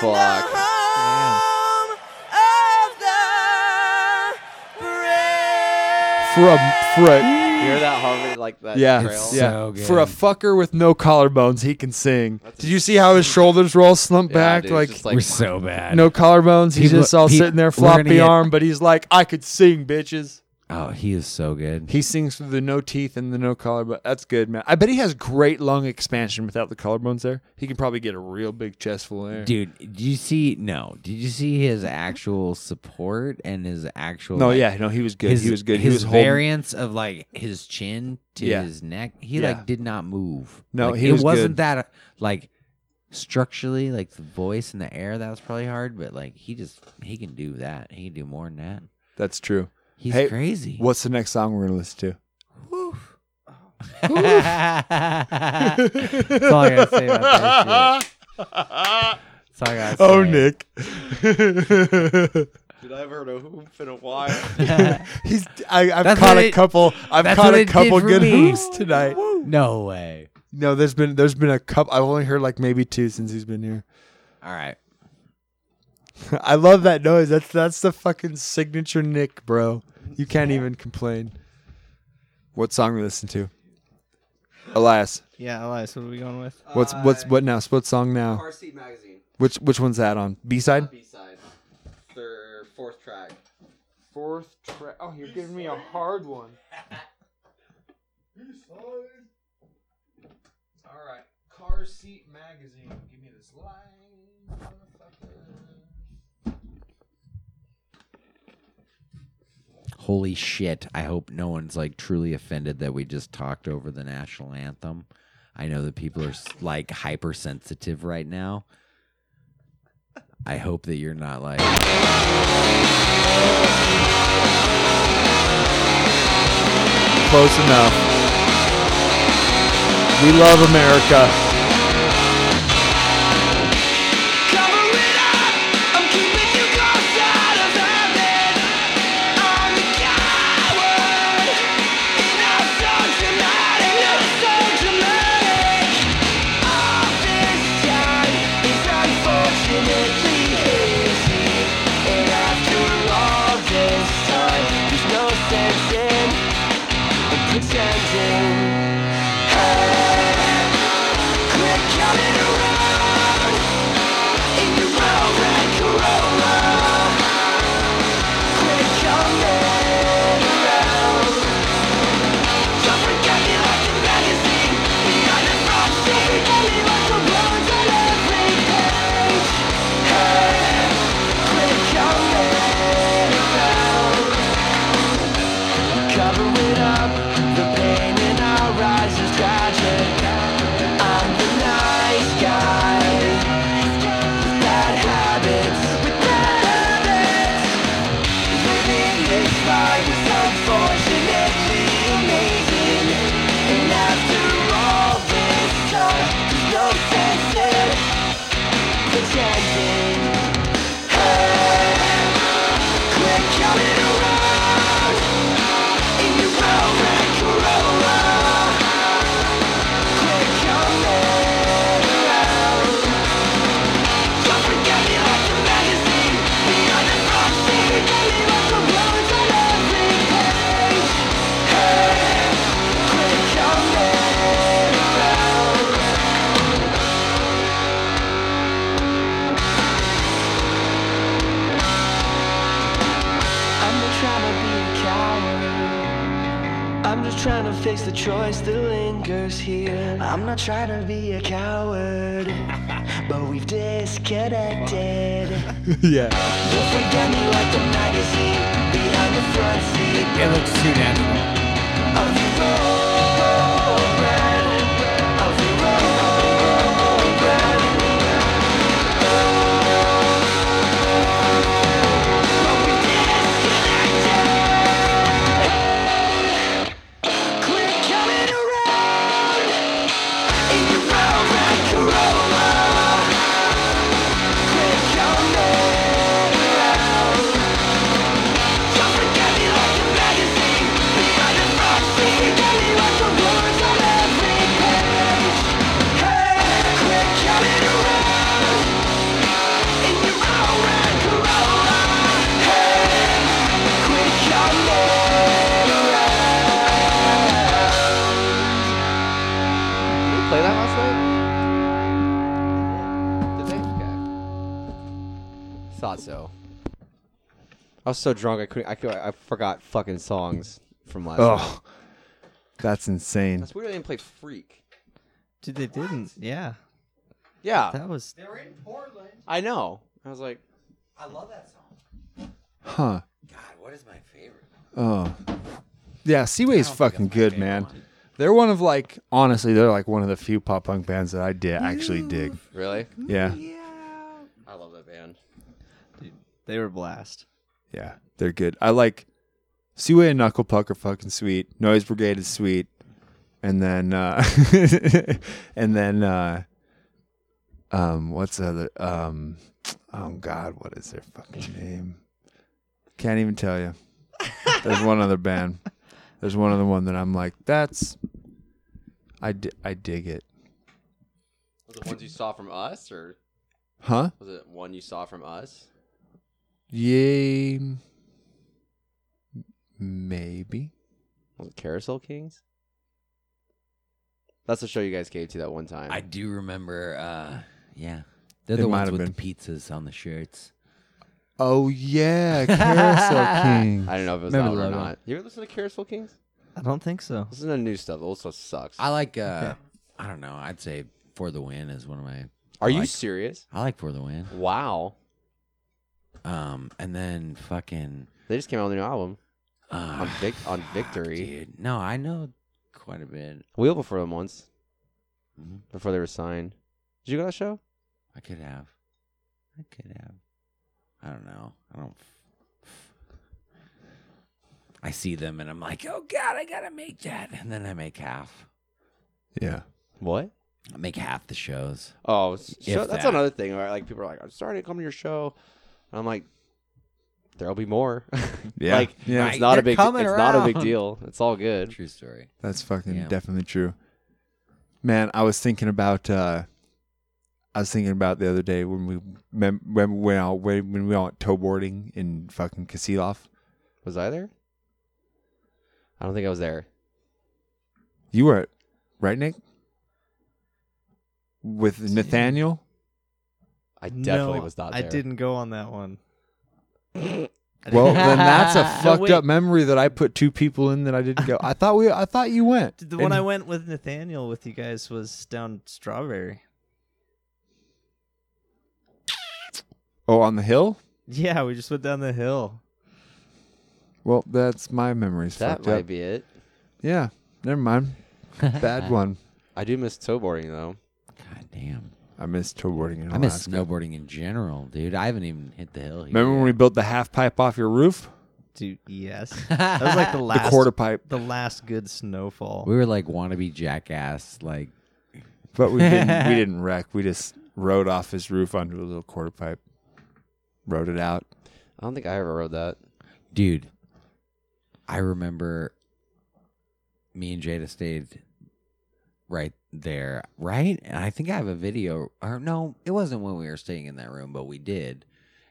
S10: Fuck.
S1: For a for a
S10: Hear that harmony like that?
S1: yeah
S10: trail?
S1: yeah for a fucker with no collarbones he can sing. Did you see how his shoulders were all slumped back?
S10: dude,
S1: like,
S10: just like- We're so bad.
S1: No collarbones. He's
S2: People-
S1: just all
S2: pe-
S1: sitting there
S2: we're gonna
S1: floppy
S2: get-
S1: arm, but he's like, I could sing, bitches.
S2: Oh, he is so good.
S1: He sings through the no teeth and the no collarbone. That's good, man. I bet he has great lung expansion without the collarbones there. He could probably get a real big chest full of air.
S2: Dude, did you see? No, did you see his actual support and his actual?
S1: No,
S2: like,
S1: yeah, no, he was good.
S2: His,
S1: He was good. He
S2: His
S1: was holding-
S2: variance of like his chin to
S1: Yeah.
S2: his neck, he
S1: Yeah.
S2: like did not move.
S1: No,
S2: Like,
S1: he
S2: it
S1: was
S2: wasn't
S1: good.
S2: that like structurally like the voice and the air that was probably hard, but like he just he can do that. He can do more than that.
S1: That's true.
S2: He's
S1: Hey,
S2: crazy. [laughs]
S1: What's the next song we're gonna listen to?
S2: That's all I gotta say about
S1: [laughs]
S2: that shit. That's all I gotta
S1: Oh,
S2: say.
S1: Nick.
S10: Dude, I haven't heard a hoop in a while.
S1: He's. I, I've
S10: That's
S1: caught
S10: what
S1: a
S10: it-
S1: couple. I've
S10: that's
S1: caught
S10: what
S1: a
S10: it did
S1: couple
S10: for
S1: good
S10: me.
S1: hoops tonight.
S2: No way.
S1: No, there's been there's been a couple. I've only heard like maybe two since he's been here. [laughs]
S2: All right.
S1: I love that noise. That's that's the fucking signature Nick, bro. You can't even complain. What song we listen to? Elias.
S11: Yeah, Elias, what are we going with?
S1: What's what's what now? What song now?
S10: RC Uh, Magazine.
S1: Which which one's that on? B side.
S10: B side. Their fourth track. Fourth track. Oh, you're giving me a hard one.
S1: [laughs] All right, Car Seat Magazine. Give me this line.
S2: Holy shit. I hope no one's like truly offended that we just talked over the national anthem. I know that people are like hypersensitive right now. I hope that you're not like.
S1: Close enough. We love America.
S13: Pretending Quit coming around in your own red Corolla. Quit coming around. Don't forget me like the magazine behind the front seat. Forget me like the words on every page. Hey, quit coming around. Cover it up, the pain in our eyes is tragic. I'm the nice guy. With bad habits, with bad habits. Living this life is unfortunately amazing. And after all this time, there's no sense in pretending. Hey, quit coming around in your brown red Corolla. Quit coming around. Don't forget me like the magazine behind the front seat. Forget me like the words on every page. Hey, quit coming around. I'm not trying to be a coward. I'm just trying to fix the choice that lingers here. I'm not trying to be a coward, but we've disconnected.
S1: yeah.
S13: Don't forget me like the magazine behind the front seat.
S12: It looks too natural.
S13: Of your own brand, of your own brand. But we disconnected. Quit coming around in your brown red Corolla.
S10: thought so. I was so drunk I couldn't. I could, I forgot fucking songs from last. night.
S1: Oh, that's insane.
S10: That's weird. They didn't play Freak.
S11: Dude, they didn't. Yeah.
S10: Yeah,
S11: That was
S10: They were in Portland. I know. I was like,
S2: I love that song.
S1: Huh.
S2: God, what is my favorite?
S1: Oh. Yeah, Seaway's fucking good, man. They're one of like honestly, they're like one of the few pop punk bands that I did actually dig.
S10: Really?
S1: Yeah.
S10: I love that band.
S11: they were a blast.
S1: Yeah. They're good. I like Seaway and Knucklepuck are fucking sweet. Noise Brigade is sweet. And then uh [laughs] and then uh um what's the other um oh god, what is their fucking name? Can't even tell you. There's one other band. There's one other one that I'm like, that's I, di- I dig it.
S10: Was it ones you saw from us, or
S1: Huh?
S10: Was it one you saw from us?
S1: Yay. Maybe.
S10: Was it Carousel Kings? That's the show you guys gave to that one time.
S2: I do remember. uh Yeah, they're
S1: It
S2: the
S1: might
S2: ones
S1: have
S2: with the pizzas on the shirts.
S1: Oh yeah, Carousel King.
S10: I don't know if it was
S1: Remember
S10: that one or
S1: logo.
S10: not. You ever listen to Carousel Kings?
S11: I don't think so.
S10: This is the new stuff. The old stuff sucks.
S2: I like. uh I don't know. I'd say for the win is one of my. I
S10: Are you
S2: like-
S10: serious?
S2: I like for the win.
S10: Wow.
S2: Um, and then fucking.
S10: They just came out with a new album
S2: Uh,
S10: on Vic on Victory.
S2: [sighs] dude. No, I know quite a bit.
S10: We opened for them once
S2: Mhm.
S10: before they were signed. Did you go to that show?
S2: I could have. I could have. I don't know. I don't. I see them and I'm like, oh god, I gotta make that, and then I make half.
S1: Yeah.
S10: What?
S2: I make half the shows.
S10: Oh, s-
S2: If
S10: so that's
S2: that.
S10: another thing. Right? Like people are like, "I'm sorry to come to your show," and I'm like, "There'll be more." [laughs]
S1: Yeah.
S10: like
S1: Yeah.
S10: it's not
S1: They're
S10: a big. It's
S1: coming
S10: not a big
S1: around.
S10: deal. It's all good.
S2: True story.
S1: That's fucking
S2: Yeah.
S1: definitely true. Man, I was thinking about uh I was thinking about the other day when we mem- when we went out when when we went toe boarding in fucking Kasilov.
S10: Was I there? I don't think I was there.
S1: You were at- right, Nick? With Nathaniel?
S10: I definitely
S11: No,
S10: was not
S11: I
S10: there.
S11: didn't go on
S2: [laughs]
S11: that one.
S1: Well, then that's a fucked
S11: wait.
S1: up memory that I put two people in that I didn't go. I thought we I thought you went.
S11: [laughs] The one
S1: And-
S11: I went with Nathaniel with you guys was down Strawberry.
S1: Oh, on the hill?
S11: Yeah, we just went down the hill.
S1: Well, that's my memories
S10: That
S1: fucked
S10: might
S1: up.
S10: be it.
S1: Yeah, never
S2: [laughs]
S1: mind. Bad one.
S10: I do miss snowboarding though.
S2: God damn.
S1: I miss snowboarding in
S2: I miss [laughs]
S1: Alaska.
S2: snowboarding in general, dude. I haven't even hit the hill. Here
S1: Remember when we built the half pipe off your roof?
S11: Dude, yes. That was
S2: [laughs]
S11: like the last
S1: quarter pipe.
S11: The last good snowfall.
S2: we were like wannabe jackass, like
S1: But we
S2: [laughs]
S1: didn't we didn't wreck. We just rode off his roof onto a little quarter pipe. Rode it out.
S10: I don't think I ever rode that.
S2: dude. I remember me and Jada stayed right there, right? And I think I have a video, or no, it wasn't when we were staying in that room, but we did.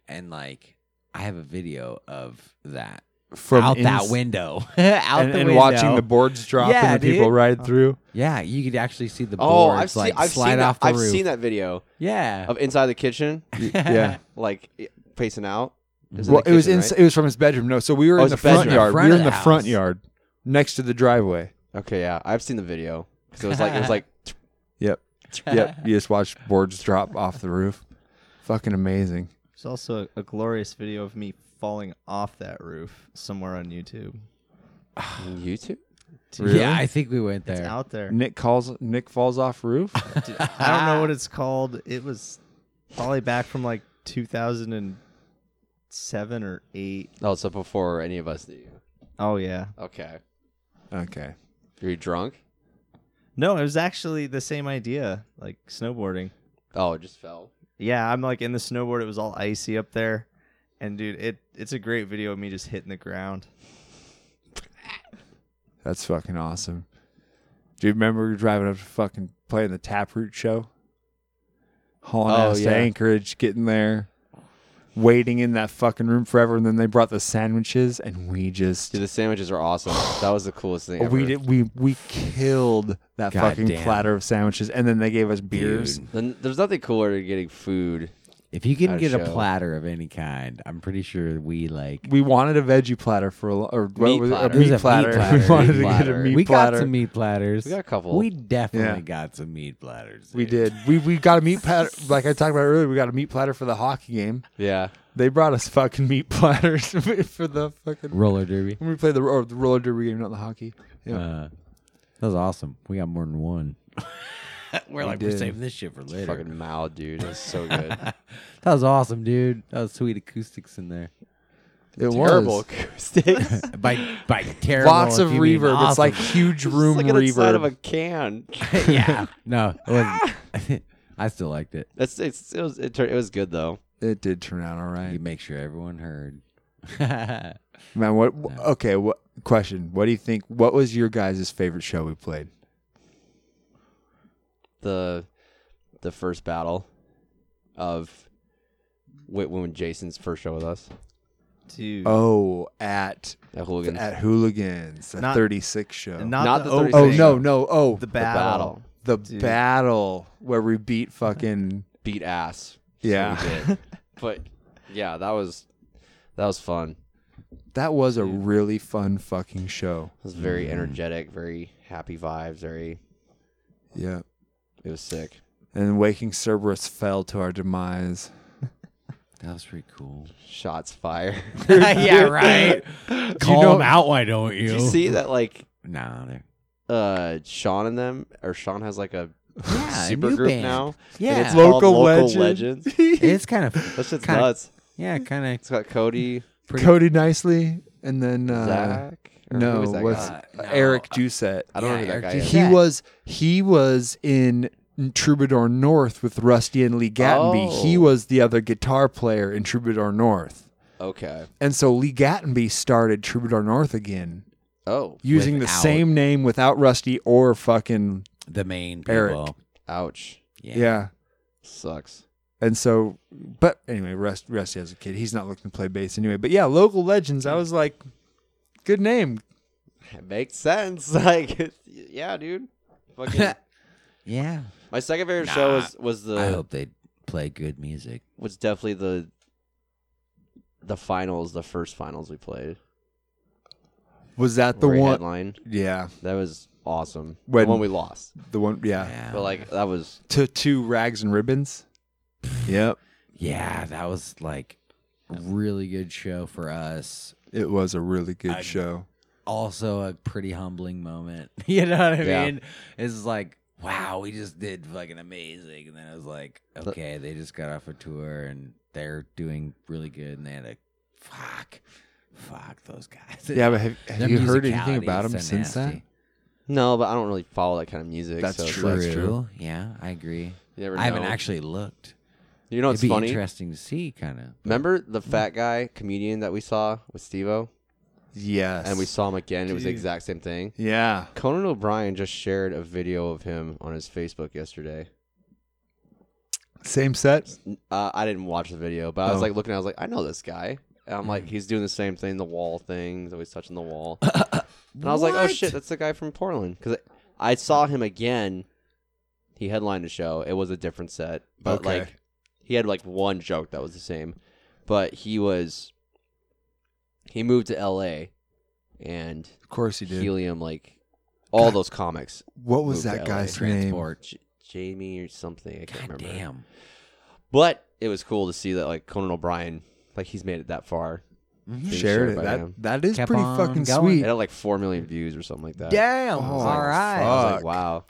S2: And like, I have a video of that
S1: From
S2: out that
S1: ins-
S2: window, [laughs] out
S1: and,
S2: the
S1: and
S2: window.
S1: watching the boards drop
S2: Yeah,
S1: and the people
S2: dude.
S1: ride
S2: [laughs]
S1: through.
S2: Yeah, you could actually see the
S10: Oh,
S2: boards
S10: I've seen.
S2: like
S10: I've
S2: slide
S10: seen. That,
S2: off the
S10: I've
S2: roof.
S10: seen that video
S2: Yeah,
S10: of inside the kitchen,
S1: yeah.
S10: like i- pacing out. It's in
S1: Well,
S10: the
S1: it was
S10: kitchen,
S1: in,
S10: right?
S1: it was from his bedroom. No, so we were
S10: Oh,
S1: in
S10: it's
S1: the
S10: the bedroom.
S1: front yard.
S2: Front
S1: we were
S2: of
S1: in the
S2: the
S1: front
S2: house.
S1: yard, next to the driveway.
S10: Okay, yeah, I've seen the video because it was like it was like
S2: [laughs]
S1: Yep, yep. You just watch boards drop off the roof. Fucking amazing.
S11: There's also a, a glorious video of me falling off that roof somewhere on YouTube.
S10: YouTube.
S1: Really?
S2: Yeah, I think we went
S11: It's
S2: there.
S11: out there.
S1: Nick calls. Nick falls off roof.
S11: Dude, I don't know what it's called. It was probably back from like 2007 or 8.
S10: Oh, so before any of us knew you.
S11: Oh yeah.
S10: Okay.
S1: okay.
S10: Were you drunk?
S11: No, it was actually the same idea, like snowboarding.
S10: Oh, it just fell.
S11: Yeah, I'm like in the snowboard. It was all icy up there, and dude, it it's a great video of me just hitting the ground.
S1: That's fucking awesome. Do you remember we were driving up to fucking playing the Taproot show? Hauling
S10: Oh,
S1: ass
S10: yeah.
S1: to Anchorage, getting there, waiting in that fucking room forever, and then they brought the sandwiches, and we just
S10: Dude, the sandwiches are awesome. that was the coolest thing ever.
S1: we did we we killed that
S2: God
S1: fucking
S2: damn.
S1: platter of sandwiches, and then they gave us beers.
S2: Dude.
S10: Then there's nothing cooler than getting food
S2: If you can
S1: At a
S2: get a
S1: show.
S2: platter of any kind, I'm pretty sure we like
S1: We wanted a veggie platter for a lo- or what
S2: Meat
S1: was it? a
S2: platter. It was
S1: meat platter. [laughs]
S2: [laughs]
S1: We wanted to get a meat
S2: we
S1: platter.
S2: got some meat platters.
S1: We got a couple.
S2: We definitely
S1: Yeah.
S2: got some meat platters.
S1: We did. We we got a meat platter. Like I talked about earlier, we got a meat platter for the hockey game.
S10: Yeah.
S1: They brought us fucking meat [laughs] platters for the fucking
S2: Roller derby.
S1: When we played the, or the roller derby game, not the hockey. Yeah.
S2: Uh, that was awesome. We got more than one. [laughs] we're
S10: We
S2: like we're
S10: did.
S2: saving this shit for
S10: It's
S2: later.
S10: Fucking mild, dude. That's so good.
S2: that was awesome, dude. That was sweet acoustics in there.
S1: It Terrible was.
S10: acoustics.
S2: by [laughs] by terrible.
S1: Lots
S2: if
S1: of
S2: you mean
S1: reverb. It's
S2: [laughs]
S1: like
S2: awesome.
S1: huge room
S10: like an outside
S1: reverb.
S10: of a can.
S2: yeah. [laughs] No, it wasn't. [laughs] I still liked it.
S10: That's it's, it was it, turned, it was good though.
S1: It did turn out all right.
S2: You make sure everyone heard. [laughs]
S1: Man, what? wh- Okay, what question? What do you think? What was your guys' favorite show we played?
S10: The the first battle of wh- when Jason's first show with us.
S11: Dude.
S1: Oh, at
S10: At Hooligans.
S1: at Hooligans, the
S10: Not-
S1: 36 show.
S11: not Not the the
S1: oh,
S11: 36
S1: oh, no,
S11: show.
S1: no, oh,
S11: The The battle.
S1: the
S11: battle. Dude.
S1: battle where we beat fucking
S10: beat ass.
S1: Yeah.
S10: We did. but yeah, that was that was fun.
S1: That was a really fun fucking show.
S10: It was very energetic, very happy vibes, very
S1: Yeah,
S10: it was sick.
S1: and Waking Cerberus fell to our demise.
S2: That was pretty cool.
S10: Shots fired.
S2: [laughs]
S10: [laughs]
S2: yeah, right.
S10: Do you
S2: Call
S10: know-
S2: them out. Why don't you?
S10: Did you see that like
S2: Nah, they're
S10: uh Sean and them or Sean has like a
S2: [laughs] a
S10: super
S2: new
S10: group
S2: band.
S10: now?
S2: Yeah.
S10: And it's called
S1: Local
S10: Local,
S1: Legend.
S10: Legends.
S2: it's kind of
S10: That shit's
S2: kinda-
S10: nuts.
S2: yeah,
S1: Hmm.
S2: kind of
S10: It's got Cody.
S2: pretty.
S1: Cody Nicely, and then uh,
S10: Zach? Or who
S1: No,
S10: was that
S1: what's
S10: guy?
S2: No.
S1: Eric Doucette?
S10: I don't
S2: Yeah,
S10: know who that
S2: Eric
S10: guy
S2: Ducey.
S10: is.
S1: He
S2: Zach.
S1: was he was in Troubadour North with Rusty and Lee Gattenby. He
S10: Oh.
S1: was the other guitar player in Troubadour North.
S10: Uh, Okay.
S1: And so Lee Gattenby started Troubadour North again
S10: Oh.
S1: using the
S2: Without-
S1: same name without Rusty or fucking
S2: the main people.
S1: Eric.
S10: Ouch.
S1: yeah.
S2: Yeah.
S10: Sucks.
S1: And so but anyway, Rust, Rusty has a kid. He's not looking to play bass anyway. But yeah, local legends. I was like good name.
S10: It makes sense. [laughs] Like it's- yeah, dude.
S1: [laughs]
S10: Fucking
S2: Yeah.
S10: My second favorite show was was the
S2: I hope they play good music.
S10: was definitely the the finals, the first finals we played.
S1: Was that the
S10: Where we
S1: one?
S10: headlined.
S1: Yeah,
S10: That was awesome.
S1: When-
S10: the one we lost,
S1: the one. Yeah,
S2: Yeah.
S10: but like that was
S1: to two rags and ribbons. yep,
S2: yeah, that was like a really good show for us.
S1: it was a really good
S2: I-
S1: show.
S2: Also a pretty humbling moment. [laughs] You know what I
S10: Yeah.
S2: mean? It's like, wow, we just did fucking amazing. And then it was like, okay, they just got off a tour and they're doing really good and they had a fuck. Fuck those guys.
S1: Yeah, but have,
S2: [laughs] Their
S1: have you heard anything
S2: musicality
S1: about
S2: is
S1: him
S2: so
S1: since
S2: nasty.
S10: no, but I don't really follow that kind of music.
S1: That's
S10: so it's
S1: true.
S10: like-
S1: true.
S2: Yeah, I agree.
S10: You never
S2: I haven't
S10: know.
S2: actually looked.
S10: You know, Oh, it's
S2: It'd be
S10: funny.
S2: interesting to see, kind of.
S10: Remember the fat guy comedian that we saw with Stevo,
S1: that? Yes.
S10: and we saw him again. It was the
S11: Dude.
S10: exact same thing.
S1: Yeah.
S10: Conan O'Brien just shared a video of him on his Facebook yesterday.
S1: Same set.
S10: Uh, I didn't watch the video, but I was
S1: Oh. Hmm.
S10: like looking. I was like, I know this guy. And I'm like, he's doing the same thing, the wall thing. He's always touching the wall.
S1: [coughs]
S10: and I was like, oh
S2: What?
S10: shit, that's the guy from Portland. Because I saw him again. He headlined a show. It was a different set, but
S1: Okay.
S10: like, he had like one joke that was the same. But he was, he moved to L.A. and
S1: Of course he did.
S10: Helium like all those comics.
S1: what was
S10: moved
S1: that
S10: to
S1: guy's
S10: LA.
S1: name?
S2: Transport.
S10: J- Jamie or something. I can't
S2: God
S10: remember.
S2: damn.
S10: But it was cool to see that like Conan O'Brien, like he's made it that far. Being
S1: Mm-hmm. Shared it.
S10: by
S1: That
S10: him.
S1: that is
S2: Kept
S1: pretty
S2: on
S1: fucking
S2: going.
S10: it
S1: sweet.
S10: had like four million views or something like that.
S2: Damn.
S1: Oh,
S2: all right.
S10: I was like,
S1: fuck.
S10: wow.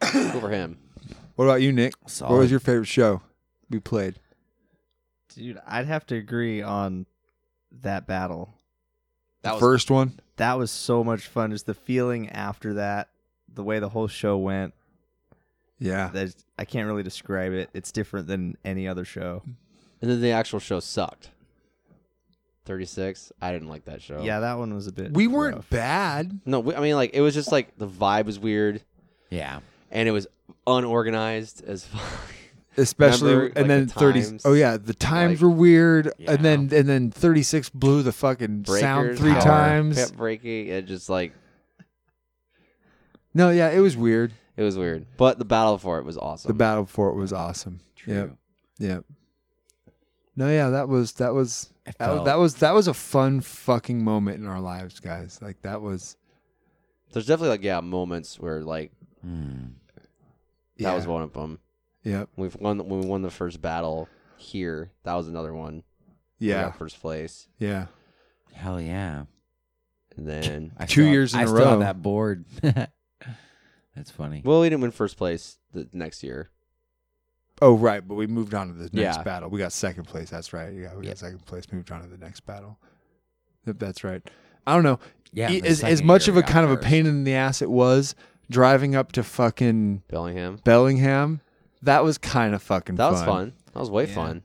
S10: cool for him.
S1: What about you, Nick? What
S2: Solid.
S1: was your favorite show we played?
S11: Dude, I'd have to agree on that battle.
S10: That was
S1: First one.
S11: That was so much fun. Just the feeling after that, the way the whole show went.
S1: Yeah.
S11: That's, I can't really describe it. It's different than any other show.
S10: and then the actual show sucked. Thirty six. I didn't like that
S2: Oh.
S10: show.
S11: Yeah, that one was a bit. [laughs]
S1: We weren't
S11: rough.
S1: bad.
S10: No, we, I mean like it was just like the vibe was weird
S2: Yeah.
S10: and it was unorganized as [laughs] fuck.
S1: Especially
S10: Remember,
S1: and then
S10: like, the
S1: thirty.
S10: times?
S1: oh yeah, the times
S10: Like-
S1: were weird.
S2: Yeah.
S1: And then and then thirty six blew the fucking sound
S10: Breakers,
S1: three
S10: power
S1: times.
S10: Kept breaking. It just like
S1: No, yeah, it was weird.
S10: it was weird. But the battle for it was awesome.
S1: The battle for it was awesome.
S2: True.
S1: Yep. Yeah. No, yeah, that was that was that, was-
S10: felt-
S1: that was that was a fun fucking moment in our lives, guys. Like that was
S10: There's definitely like yeah moments where like
S2: Hmm.
S10: that was
S1: Yeah.
S10: one of them.
S1: Yep.
S10: We've won when we won the first battle here. That was another one. We
S1: Yeah.
S10: got first place.
S1: yeah.
S2: Hell yeah.
S10: And then
S2: [laughs] I
S1: Two
S2: still-
S1: years in
S2: I
S1: a
S2: still have
S1: row.
S2: that board. [laughs] That's funny.
S10: well, we didn't win first place the next year.
S1: Oh right, but we moved on to the next
S10: Yeah.
S1: battle. We got second place. That's right. Yeah, we got second place. Moved on to the next battle. Yep, That's right. I don't know.
S2: Yeah,
S1: E-
S2: the
S1: as, as
S2: second
S1: much
S2: year
S1: of a
S2: we got
S1: kind of a
S2: first.
S1: pain in the ass it was driving up to fucking
S10: Bellingham.
S1: Bellingham. That was kind of fucking.
S10: That
S1: fun.
S10: was fun. That was way fun.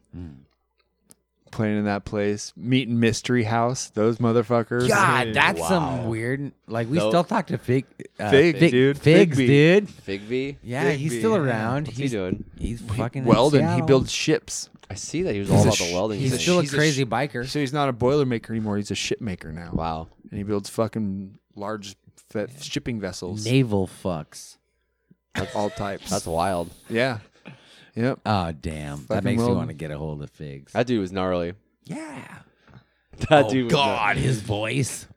S1: Playing in that place, meeting Mystery House. Those motherfuckers.
S2: God, that's some weird. Like we
S1: Nope.
S2: still talk to Fig, uh,
S1: Fig, dude.
S2: Figs,
S1: Figby.
S2: dude.
S10: Figby.
S2: Yeah, he's still around.
S10: What's
S2: he's
S10: he doing?
S2: He's fucking in
S1: Welding. He
S2: Seattle.
S1: builds ships.
S10: I see that he was
S1: He's
S10: all
S1: a
S10: about
S1: sh-
S10: the welding.
S2: he's
S10: thing.
S2: still a
S1: He's a
S2: crazy
S1: sh-
S2: biker.
S1: So he's not a boiler maker anymore. He's a ship maker now.
S10: Wow.
S1: And he builds fucking large fe- shipping vessels.
S2: Naval fucks.
S1: That's all types.
S10: That's wild.
S1: Yeah. Yep.
S2: Oh damn,
S1: Fucking
S2: that makes
S1: welding.
S2: me want to get a hold of Figs.
S10: That dude was gnarly.
S2: yeah.
S10: That
S2: oh
S10: dude.
S1: [laughs]
S10: Was
S2: God,
S10: gnarly.
S2: his voice.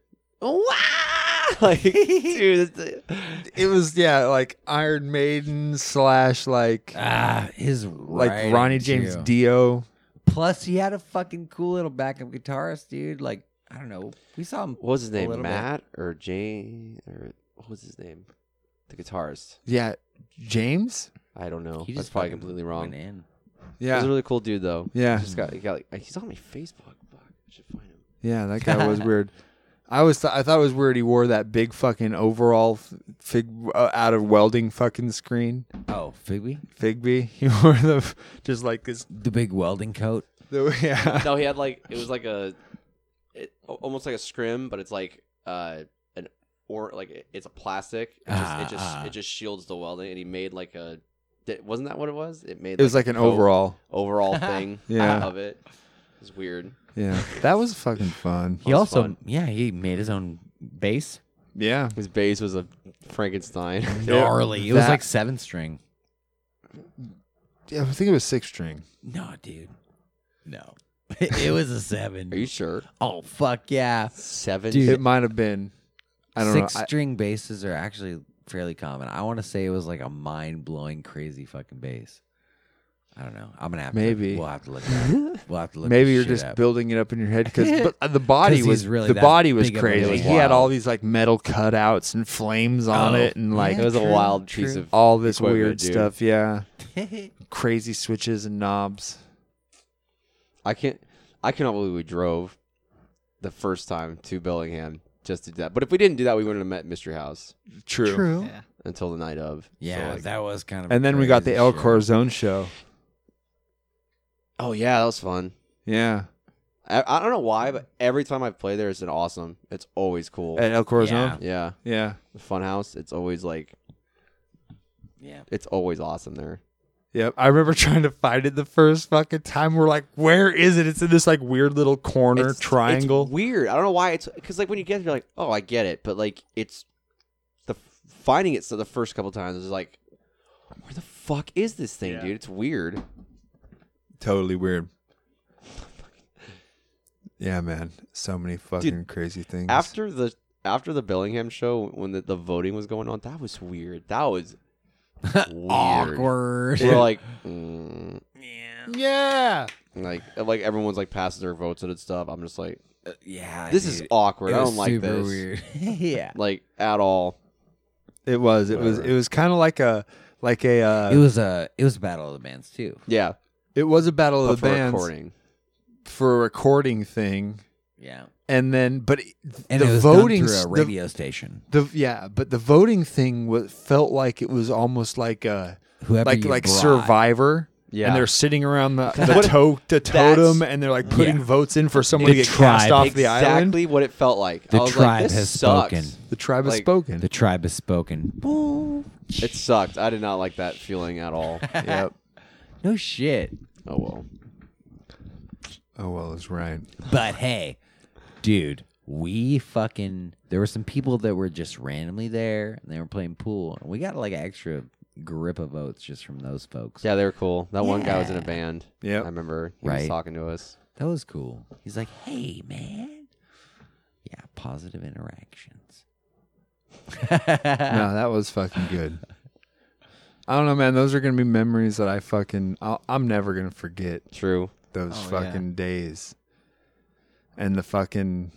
S10: like dude. that's-
S1: It was yeah, like Iron Maiden slash like
S2: Ah, his
S1: like Ronnie James Dio.
S2: Plus, he had a fucking cool little backup guitarist, dude. Like I don't know, we saw him.
S10: What was his
S2: a
S10: name?
S2: little bit.
S10: Matt or Jane or what was his name? The guitarist.
S1: Yeah, James.
S10: I don't know.
S2: He
S10: That's
S2: just
S10: probably
S2: fucking
S10: completely wrong.
S2: went in.
S10: He's
S1: Yeah,
S10: a really cool dude though.
S1: Yeah.
S10: He just got, he got like, he's on my Facebook. Fuck, I should find him.
S1: yeah, that guy was weird. I was th- I thought it was weird. He wore that big fucking overall f- fig uh, out of welding fucking screen
S2: Oh, Figby,
S1: figby. [laughs] He wore the f- just like this.
S2: the big welding coat.
S1: The, [laughs] yeah,
S10: No, he had like it was like a, it, al- almost like a scrim, but it's like uh an or like it- it's a plastic. It just it
S2: Ah,
S10: just,
S2: ah.
S10: it just shields the welding, and he made like a. that- Wasn't that what it was? It made.
S1: it was like an
S10: a coat-
S1: overall.
S10: overall thing.
S1: [laughs] Yeah.
S10: of it. It's weird.
S1: Yeah, that was fucking fun.
S2: He also, yeah, he made his own bass.
S1: Yeah,
S10: His bass was a Frankenstein. [laughs]
S2: Gnarly. It was
S1: That-
S2: like seven string.
S1: yeah. I think it was six string.
S2: No, dude. No. [laughs] it was a seven.
S10: Are you sure?
S2: oh fuck yeah.
S10: Seven.
S2: Dude,
S1: It might have been. I don't
S2: Six
S1: know. I-
S2: string basses are actually fairly common. I want to say it was like a mind blowing crazy fucking bass. I don't know. I'm gonna have
S1: Maybe.
S2: to we'll have to look
S1: [laughs]
S2: it up. We'll have to look
S1: Maybe
S2: this
S1: you're
S2: shit
S1: just
S2: up.
S1: building it up in your head
S2: [laughs]
S1: because the body
S2: 'Cause
S1: was
S2: he's really
S1: the
S2: that
S1: body was
S2: big of a
S1: crazy.
S2: dude.
S1: He had
S10: Wow.
S1: all these like metal cutouts and flames on
S2: Oh,
S1: it, and like
S10: it was a
S2: True,
S10: wild
S2: true.
S10: piece of
S1: all this
S10: equipment,
S1: weird
S10: dude.
S1: stuff. Yeah, crazy switches and knobs.
S10: I can't. I cannot believe we drove the first time to Bellingham just to do that. But if we didn't do that, we wouldn't have met Mystery House
S1: True.
S11: Yeah.
S10: until the night of. So,
S2: [laughs] Yeah,
S10: like-
S2: that was kind of
S1: And then we got the
S2: crazy
S1: El
S2: shit.
S1: Corazon show.
S10: oh yeah, that was fun.
S1: Yeah,
S10: I, I don't know why, but every time I play there, it's an awesome. It's always cool.
S2: Uh,
S1: at El Corazon.
S10: yeah,
S1: Yeah.
S10: the Funhouse. It's always like.
S2: Yeah.
S10: It's always awesome there.
S1: Yep. I remember [laughs] trying to find it the first fucking time. We're like, where is it? It's in this like weird little corner
S10: It's-
S1: triangle.
S10: It's weird. I don't know why it's because like when you get there, you're like, oh, I get it, but like it's the finding it so the first couple times is like, where the fuck is this thing, dude? It's weird.
S1: totally weird. Yeah, man. So many fucking crazy things.
S10: After the after the Bellingham show, when the, the voting was going on, that was weird. That was weird.
S2: awkward.
S10: We're like, mm,
S1: yeah.
S10: like uh, like everyone's like passing their votes and stuff. I'm just like,
S2: Yeah,
S10: this
S2: dude.
S10: is awkward.
S2: It
S10: I
S2: was
S10: don't like
S2: super
S10: this.
S2: Weird. [laughs]
S1: [laughs]
S2: yeah,
S10: Like at all.
S1: It was. It was.
S10: Whatever.
S1: It was kind of like a like a. Uh,
S2: it was a it was a battle of the bands too.
S10: Yeah.
S1: it was a battle
S10: But
S1: of the
S10: for
S1: bands
S10: recording.
S1: for a recording thing,
S2: Yeah,
S1: and then but it-
S2: and
S1: the
S2: it was
S1: voting
S2: voting through a
S1: the-
S2: radio station.
S1: The, yeah, but the voting thing was, felt like it was almost like a
S2: Whoever
S1: like
S2: you
S1: like
S2: brought.
S1: Survivor.
S10: Yeah.
S1: and they're sitting around the the,
S10: What-
S1: to- the
S10: that's-
S1: totem, and they're like putting
S2: Yeah.
S1: votes in for someone to get cast
S2: tribe.
S1: off
S10: exactly
S1: the island.
S10: what it felt like.
S2: The
S10: I was
S2: tribe
S10: like, this
S2: has
S10: sucks.
S2: spoken.
S1: The tribe has
S10: Like,
S1: spoken.
S2: [laughs] The tribe has spoken.
S10: It sucked. I did not like that feeling at
S2: [laughs]
S10: all.
S1: yep.
S2: No shit.
S10: Oh well.
S1: Oh well, it's right.
S2: [laughs] But hey, dude, we fucking there were some people that were just randomly there and they were playing pool and we got like an extra grip of votes just from those folks.
S10: Yeah, they were cool. That one guy was in a
S2: Yeah.
S10: band.
S1: Yeah, I
S10: remember. He was
S2: Right.
S10: talking to us.
S2: That was cool. He's like, "Hey, man." Yeah, positive interactions.
S1: no, that was fucking good. I don't know, man. Those are gonna be memories that I fucking I'll, I'm never gonna forget.
S10: True.
S1: Those
S11: Oh, yeah.
S1: fucking days, and the fucking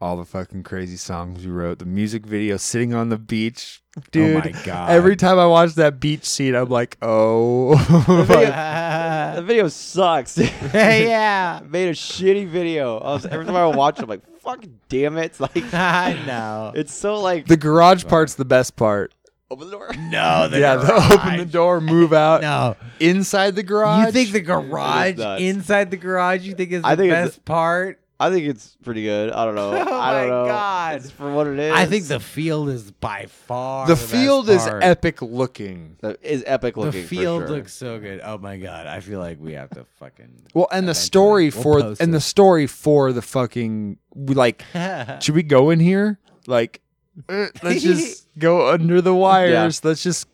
S1: all the fucking crazy songs we wrote. The music video, sitting on the beach,
S2: Oh
S1: dude.
S10: my God.
S1: Every time I watch that beach scene, I'm like, oh,
S10: The
S2: [laughs]
S10: video, Uh, the video sucks. [laughs] yeah. Made a shitty video. I was, every time I watch it, I'm like, fuck damn it. It's like
S2: [laughs]
S10: I know. It's so
S1: [laughs]
S10: like
S1: the garage part's the best part.
S10: open the door.
S2: No, the
S1: yeah,
S2: garage.
S1: the open the door, move out.
S2: No.
S1: inside the garage.
S2: You think the garage
S10: nuts.
S2: inside the garage? You think is the
S10: I think it's-
S2: best part?
S10: I think it's pretty good. I don't
S2: [laughs]
S10: know.
S2: Oh
S10: I don't
S2: my
S10: know.
S2: God.
S10: It's for what it is.
S2: I think the field is by far
S1: the
S2: best [laughs]
S1: field is
S2: part.
S1: epic looking.
S10: That is epic
S2: The
S10: looking. for
S2: field
S10: sure.
S2: looks so good. Oh my god! I feel like we have to fucking [laughs]
S1: Well, and the
S2: Eventually.
S1: story
S2: We'll
S1: for
S2: post
S1: and the story for the fucking we
S2: [laughs]
S1: like
S2: Oh,
S1: should we go in here? Like eh, let's
S2: [laughs]
S1: just go under the wires. Let's just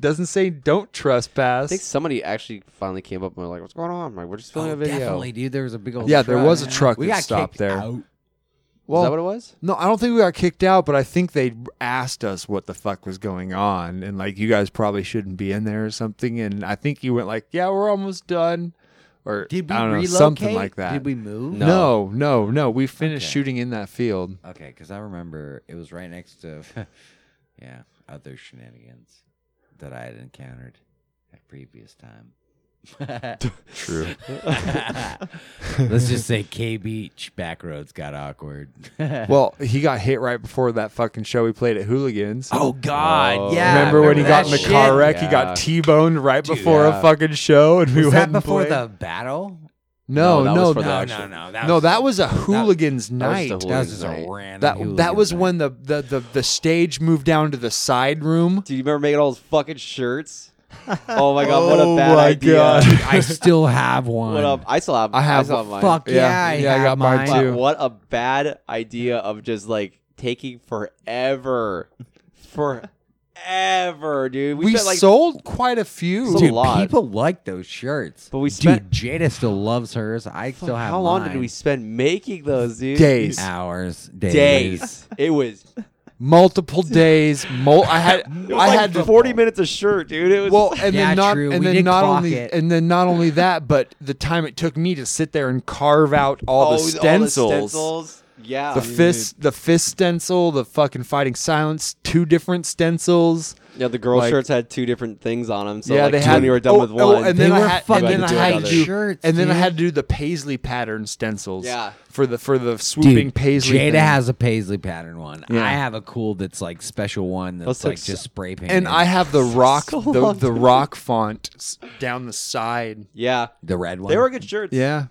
S1: doesn't say don't
S10: I
S1: trespass.
S10: think somebody actually finally came up and were like, "What's going on?" I'm like, we're just filming
S2: Oh,
S10: a video.
S2: Definitely, dude. There was a big old
S1: Yeah, there was a truck
S2: We
S1: that
S2: got
S1: stopped
S2: kicked
S1: there.
S2: out.
S1: Well,
S10: that what it was?
S1: No, I don't think we got kicked out, but I think they asked us what the fuck was going on, and like you guys probably shouldn't be in there or something. And I think you went like, "Yeah, we're almost done," or
S2: Did we
S1: I don't know,
S2: relocate?
S1: something like that.
S2: Did we move?
S1: No, no, no. We finished
S2: Okay.
S1: shooting in that field.
S2: Okay, because I remember it was right next to, [laughs] yeah, other shenanigans that I had encountered at previous time. [laughs]
S1: True.
S2: Let's just say K Beach back roads got awkward.
S1: [laughs] well, he got hit right before that fucking show we played at Hooligans.
S2: [laughs] Oh God,
S1: Oh.
S2: yeah.
S1: Remember, when he got in the
S2: that
S1: car
S2: shit?
S1: wreck? He
S10: Yeah.
S1: got T-boned right
S2: Dude,
S1: before
S10: yeah.
S1: a fucking show, and we
S2: Was
S1: went
S2: that
S1: and
S2: before
S1: played.
S2: the battle?
S1: No,
S2: Oh,
S10: No, that
S1: no,
S10: was
S1: no,
S10: for the
S1: no,
S10: actual-
S2: No, no, that
S1: no, [laughs]
S2: was-
S1: that was a hooligans
S10: That was
S1: night.
S10: the
S2: That was just
S10: Hooligans
S2: a
S10: night.
S2: random.
S1: That
S2: hooligan
S1: that was
S2: thing.
S1: when the, the the the stage moved down to the side room.
S10: Do you remember making all those
S1: [laughs]
S10: fucking shirts? Oh my god, what a
S1: Oh
S10: bad
S1: my
S10: idea!
S1: God.
S2: I still have one.
S10: What a, I still have.
S1: I have
S10: still
S1: a
S10: mine.
S2: Fuck yeah,
S1: Yeah,
S2: I,
S1: yeah, I
S2: have
S1: got mine
S10: But
S1: too.
S10: what a bad idea of just like taking forever, forever, dude.
S1: We,
S10: spent, like,
S1: sold quite a few.
S10: Sold
S2: Dude,
S10: a lot.
S2: people like those shirts.
S10: But we spent-
S2: Dude, Jada still loves hers. I still have.
S10: how long did
S2: mine.
S10: we spend making those, dude?
S1: Days.
S2: Hours, days.
S10: Days. it was.
S1: multiple
S10: [laughs]
S1: days. Mul- I had
S10: It was
S1: I
S10: like
S1: had
S10: forty minutes a shirt, dude. It was [laughs]
S1: well, and
S2: Yeah,
S1: then not
S2: true.
S1: and
S2: We
S1: then
S2: did
S1: not
S2: clock
S1: only
S2: it.
S1: and then not only that, but the time it took me to sit there and carve
S10: [laughs]
S1: out all,
S10: Oh,
S1: the, stencils.
S10: stencils. Ah, Yeah,
S1: The fist, the fist stencil, the fucking fighting silence, two different stencils.
S10: Yeah, the girl
S1: Like-
S10: shirts had two different things on them. So
S1: yeah,
S10: like
S1: they
S10: two
S1: had.
S10: when you were done
S1: oh,
S10: with one.
S1: oh, and then
S2: They
S1: I
S2: were
S1: had,
S2: fucking
S1: and then I had to
S2: good
S1: do,
S2: shirts,
S1: and then I
S2: dude.
S1: had to do the paisley pattern stencils.
S10: Yeah.
S1: for the for the swooping
S2: Dude,
S1: paisley.
S2: Jada
S1: thing.
S2: has a paisley pattern one.
S1: Yeah.
S2: I have a cool that's like special one that's
S10: Let's
S2: like
S10: look
S2: just
S10: so-
S2: spray painted.
S1: and I have the
S2: [laughs]
S1: rock
S10: So
S1: the,
S10: long
S1: the
S10: to-
S1: rock font s- down the side.
S10: yeah,
S2: the red one.
S10: they were good shirts.
S1: Yeah,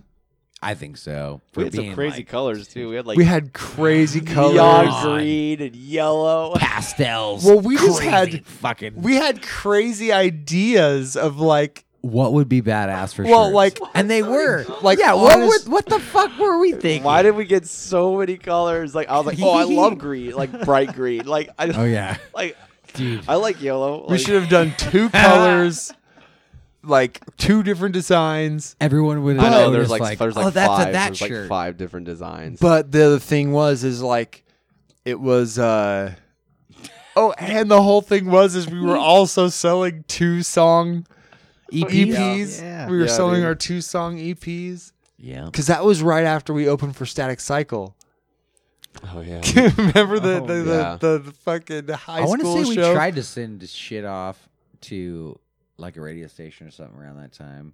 S2: I think so. For
S10: we had some
S2: being,
S10: crazy
S2: like,
S10: colors too. We had like
S1: we had crazy colors.
S10: neon
S2: colors.
S10: green and yellow.
S2: pastels.
S1: Well, we just
S2: Crazy
S1: had-
S2: fucking.
S1: We had crazy ideas of like
S2: what would be badass for?
S1: Well, like-
S2: shirts? and they were
S1: like
S2: yeah.
S1: honest-
S2: what, would- what the fuck were we thinking?
S10: Why did we get so many colors? Like
S2: [laughs]
S10: I was like, oh, I love green, like bright green. Like I,
S2: Oh yeah,
S10: like
S2: dude.
S10: I like yellow. Like,
S1: we should have done [laughs] two colors, like two different designs.
S2: Everyone would.
S10: I
S2: have
S10: know
S2: noticed,
S10: there's like, there's like
S2: oh, that's
S10: five
S2: a that
S10: there's
S2: shirt.
S10: like five different designs.
S1: But the other thing was is like it was uh oh and the whole thing was is we
S2: [laughs]
S1: were also selling two song
S2: E
S1: EPs.
S11: Yeah.
S1: We were
S10: Yeah,
S1: selling
S10: dude.
S1: our two song EPs.
S2: Yeah.
S1: Because that was right after we opened for Static Cycle.
S10: oh yeah, [laughs]
S1: Remember the the,
S10: Oh, yeah.
S1: the, the, the fucking high
S2: I want to
S1: school
S2: say we
S1: show?
S2: tried to send shit off to like a radio station or something around that time.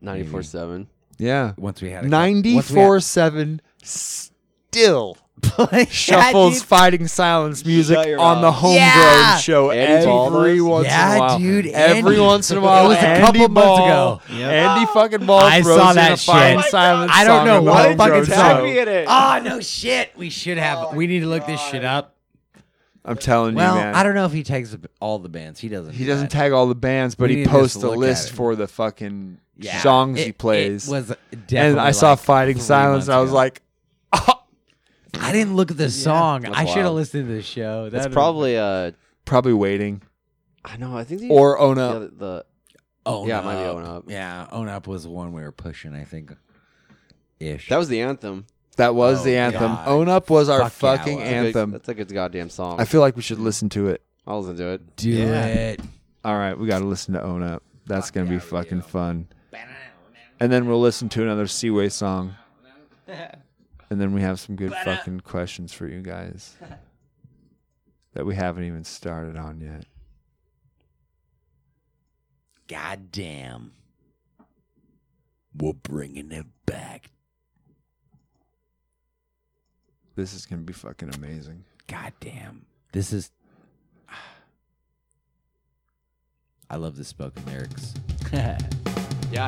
S10: ninety four seven.
S1: yeah,
S2: Once we had a
S1: ninety four seven still
S2: [laughs] play
S1: shuffles fighting silence music
S10: Shut your
S1: on the
S10: mouth.
S1: homegrown
S2: Yeah.
S1: show
S10: Andy
S1: every
S10: Ballmer's?
S1: once in a
S2: Yeah,
S1: while.
S2: dude,
S1: every
S2: Andy.
S1: once in a while,
S2: It was a
S1: Andy
S2: couple months
S1: Ball-
S2: ago.
S11: Yep.
S1: Andy fucking ball.
S2: I
S1: throws
S2: saw
S1: in
S2: that
S1: a fighting
S2: shit.
S1: silence.
S2: I don't
S1: song
S2: know
S1: on the
S2: what
S1: homegrown
S2: fucking
S1: show.
S10: Tag
S2: So-
S10: me in it.
S2: Oh no shit. We should have we need to look this shit up.
S1: I'm telling
S2: Well,
S1: you, man.
S2: I don't know if he takes up all the bands. He doesn't.
S1: He
S2: do
S1: doesn't
S2: that.
S1: tag all the bands, but he
S2: We need to just
S1: posts a
S2: look at
S1: list
S2: it.
S1: for the fucking
S2: Yeah.
S1: songs
S2: It-
S1: he plays.
S2: It was definitely
S1: and I saw
S2: like
S1: Fighting
S2: three
S1: Silence,
S2: months
S1: and I was
S2: ago.
S1: like,
S2: I didn't look at the song.
S10: That's
S2: I should have
S10: wild.
S2: listened to the show.
S10: That's
S2: That'd-
S10: probably uh
S1: probably waiting.
S10: I know. I think the,
S1: Or Own Up.
S10: The, the
S2: Own
S10: yeah,
S2: up.
S10: it might be own up.
S2: oh, Yeah, own up was the one we were pushing. I think. Ish.
S10: That was the anthem.
S1: That
S2: Oh,
S1: was the anthem. Own Up was our fucking anthem.
S10: That's a good goddamn song.
S1: I feel like we should listen to it.
S10: I'll listen to it.
S2: Do Yeah. it.
S1: All right, we got to listen to Own Up. That's going to be fucking fun. And then we'll listen to another Seaway song. And then we have some good fucking questions for you guys that we haven't even started on yet.
S2: God damn. We're bringing it back.
S1: This is going to be fucking amazing.
S2: God damn. This is. [sighs] I love the spoken lyrics.
S10: Yeah,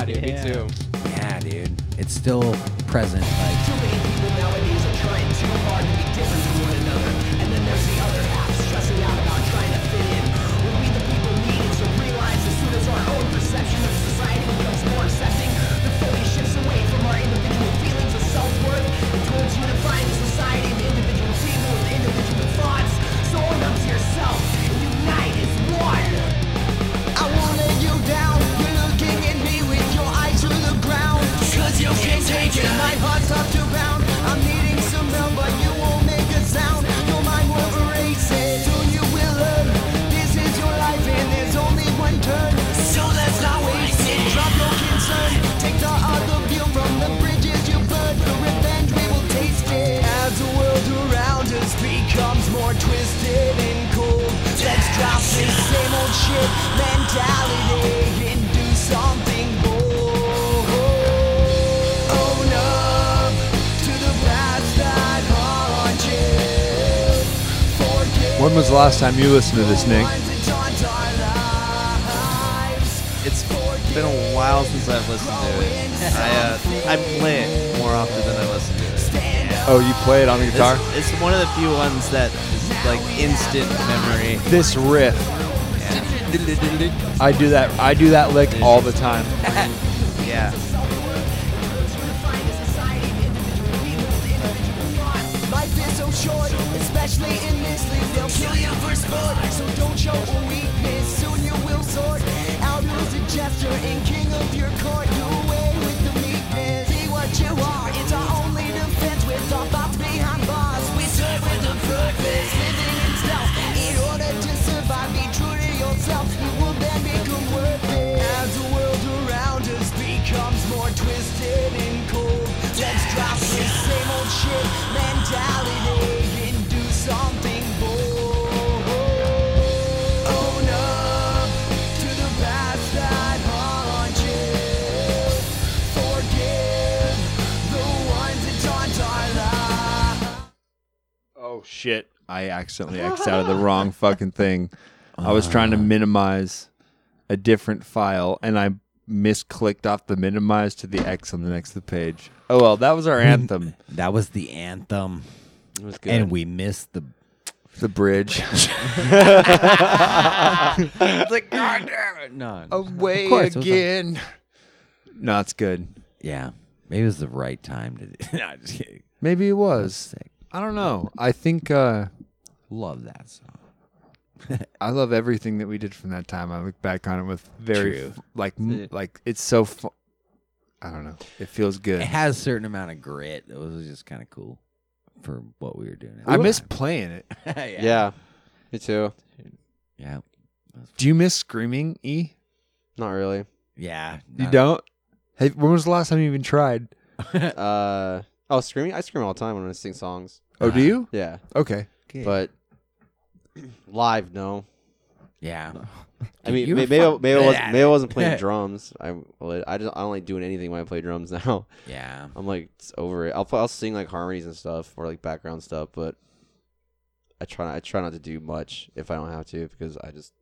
S10: dude.
S2: Yeah.
S10: Me too.
S2: Yeah, dude. It's still present. Like,
S13: Too many people nowadays are trying too hard to be different from one another. And then there's the other half stressing out about trying to fit in. What we the people need is to realize as soon as our own perception of society becomes more accepting, the focus shifts away from our individual feelings of self-worth and towards unifying the society of individual people with individual thoughts. So own up to yourself and unite as one. I wanted you down. You're looking at me with your eyes to the ground. Cause you can't take it. My heart's up to pound. I'm needing some help, but you won't make a sound. Your mind will erase it. So you will learn. This is your life and there's only one turn. So let's not waste it. Drop your concern. Take the other view from the bridges you burned. For revenge, we will taste it. As the world around us becomes more twisted and cold, let's drop this same old shit mentality and do something Oh, bold. Own up to the past that haunt you. Forgive
S1: When was the last time you listened to this, Nick?
S13: and taunt our lives.
S11: It's been a while since I've listened to it. I uh, I play it more often than I listen to it.
S1: Oh, you play it on the
S11: It's-
S1: guitar?
S11: It's, one of the few ones that is like instant
S2: [laughs]
S11: memory.
S1: This riff. I do that I do that lick all the time.
S11: Yeah.
S13: Life is so short, especially in this league. They'll kill you for sport, so don't show a weakness. Soon you will sort out who's a jester and king of your court. Do away with the meekness. Be what you are. It's our only defense with our thoughts behind bars. We serve with a purpose, living in stealth. In order to survive, be true to yourself. You will then become worth it. As the world around us becomes more twisted and cold, let's drop this same old shit mentality and do something bold. Own up to the past that haunt you. Forgive the ones that taunt our lives.
S1: Oh shit. I [laughs] accidentally X'd out of the wrong fucking thing. I was trying to minimize a different file and I misclicked off the minimize to the X on the next page. Oh well, that was our anthem.
S2: that was the anthem. It
S10: was
S1: good.
S2: And we missed the
S1: the bridge.
S2: it's like, God damn it. No.
S1: Away
S2: Of course, it was a-
S1: again. No, it's good.
S2: Yeah. Maybe it was the right time to [laughs] do No, just kidding.
S1: Maybe it was. I don't know. I think uh
S2: Love that song.
S1: I love everything that we did from that time. I look back on it with very
S2: True.
S1: f- like m- like it's so fu- I don't know. It feels good.
S2: It [laughs] has a certain amount of grit. It was just kind of cool for what we were doing. at
S1: I
S2: the
S1: miss
S2: time.
S1: playing it.
S2: yeah.
S10: Yeah. Me too.
S2: Yeah.
S1: Do you miss screaming, E?
S10: Not really.
S2: Yeah.
S1: You don't? Hey, when was the last time you even tried?
S10: uh, oh, screaming! I scream all the time when I sing songs.
S1: Oh, do you?
S10: Yeah.
S1: Okay.
S10: But [clears throat] live, no.
S2: Yeah.
S10: I
S2: Dude,
S10: mean,
S2: you were
S10: may- maybe I-
S2: fucking
S10: maybe I
S2: good
S10: wasn't,
S2: at
S10: maybe I
S2: it.
S10: wasn't playing drums. I well, I just I don't like doing anything when I play drums [laughs] now.
S2: Yeah.
S10: I'm like it's over it. I'll play, I'll sing like harmonies and stuff or like background stuff, but I try I try not to do much if I don't have to because I just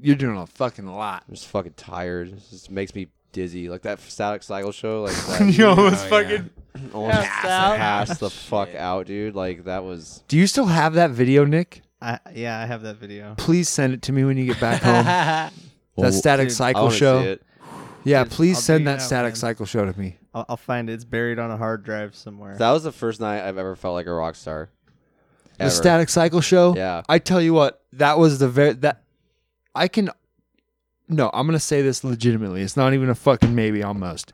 S1: You're doing a fucking
S10: [laughs]
S1: lot.
S10: I'm just fucking tired. It just makes me dizzy. Like that Static Cycle show, like
S2: [laughs]
S10: that,
S1: You almost
S2: Oh, yeah.
S1: fucking.
S10: almost
S1: Passed out.
S10: passed
S2: Oh,
S10: the fuck out, dude. Like that was
S1: Do you still have that video, Nick?
S11: I, yeah, I have that video.
S1: Please send it to me when you get back home. that static
S11: Dude, I
S10: I
S1: cycle
S10: wanna see
S1: show.
S10: it.
S1: Yeah,
S11: Dude,
S1: please
S11: I'll dig
S1: send
S11: it
S1: that
S11: out,
S1: static
S11: man.
S1: cycle show to me.
S11: I'll, I'll find it. It's buried on a hard drive somewhere.
S10: That was the first night I've ever felt like a rock star.
S1: The
S10: Ever.
S1: static cycle show.
S10: Yeah.
S1: I tell you what, that was the very that I can. No, I'm gonna say this legitimately. It's not even a fucking maybe. Almost.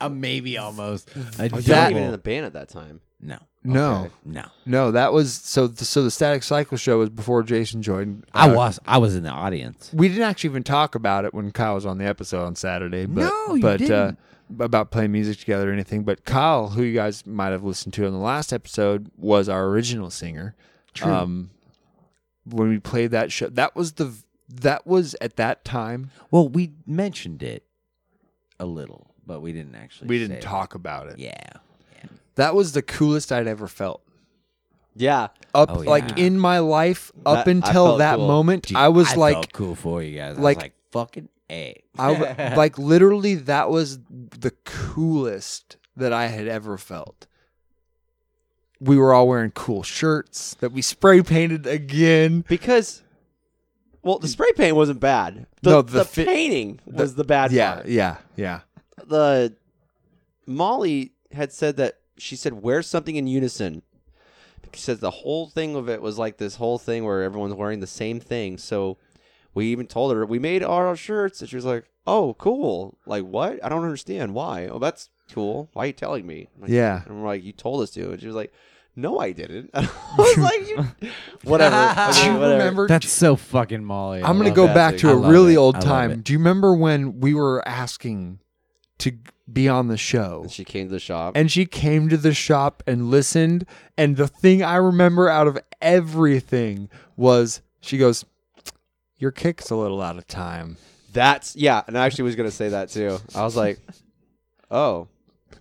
S2: a maybe almost.
S10: I
S1: That-
S10: was not even in the band at that time.
S2: No.
S1: No,
S2: no,
S1: no. That was so. So the Static Cycle show was before Jason joined.
S2: I
S1: Uh,
S2: was I was in the audience.
S1: We didn't actually even talk about it when Kyle was on the episode on Saturday. But,
S2: No, you
S1: but,
S2: didn't.
S1: Uh, about playing music together or anything. But Kyle, who you guys might have listened to on the last episode, was our original singer. Um,
S2: True.
S1: when we played that show, that was the that was at that time.
S2: Well, we mentioned it a little, but we didn't actually.
S1: We didn't
S2: say
S1: talk about it.
S2: Yeah.
S1: That was the coolest I'd ever felt.
S10: Yeah.
S1: Up
S2: Oh,
S1: like
S2: yeah.
S1: in my life, up
S2: That- I
S1: until
S2: felt
S1: that
S2: cool.
S1: moment,
S2: Dude,
S1: I was
S2: I
S1: like
S2: felt cool for you guys. I was like, fucking A.
S1: I
S2: [laughs]
S1: w- like literally that was the coolest that I had ever felt. We were all wearing cool shirts that we spray painted again
S10: because well, the spray paint wasn't bad. The,
S1: No,
S10: the,
S1: the fi-
S10: painting was the bad
S1: yeah,
S10: part.
S1: Yeah,
S2: [laughs]
S1: yeah,
S10: the Molly had said that she said wear something in unison. She said the whole thing of it was like this whole thing where everyone's wearing the same thing. So we even told her we made our shirts, and she was like, "Oh, cool! Like what? I don't understand why. Oh, that's cool. Why are you telling me?" I'm like-
S1: Yeah.
S10: and we're like, "You told us to," and she was like. No, I didn't. [laughs] I was like,
S1: [laughs]
S10: you, [laughs] whatever. Okay,
S1: Do you
S10: whatever.
S1: remember-
S2: That's so fucking Molly.
S1: I'm gonna
S2: love
S1: go
S2: that
S1: back
S2: thing.
S1: to
S2: I
S1: a
S2: love
S1: really
S2: it.
S1: old
S2: I love
S1: time.
S2: it.
S1: Do you remember when we were asking to be on the show?
S10: She came to the shop.
S1: and she came to the shop and listened and the thing i remember out of everything was she goes your kick's a little out of time
S10: That's yeah, and I actually was gonna say that too. I was like, oh,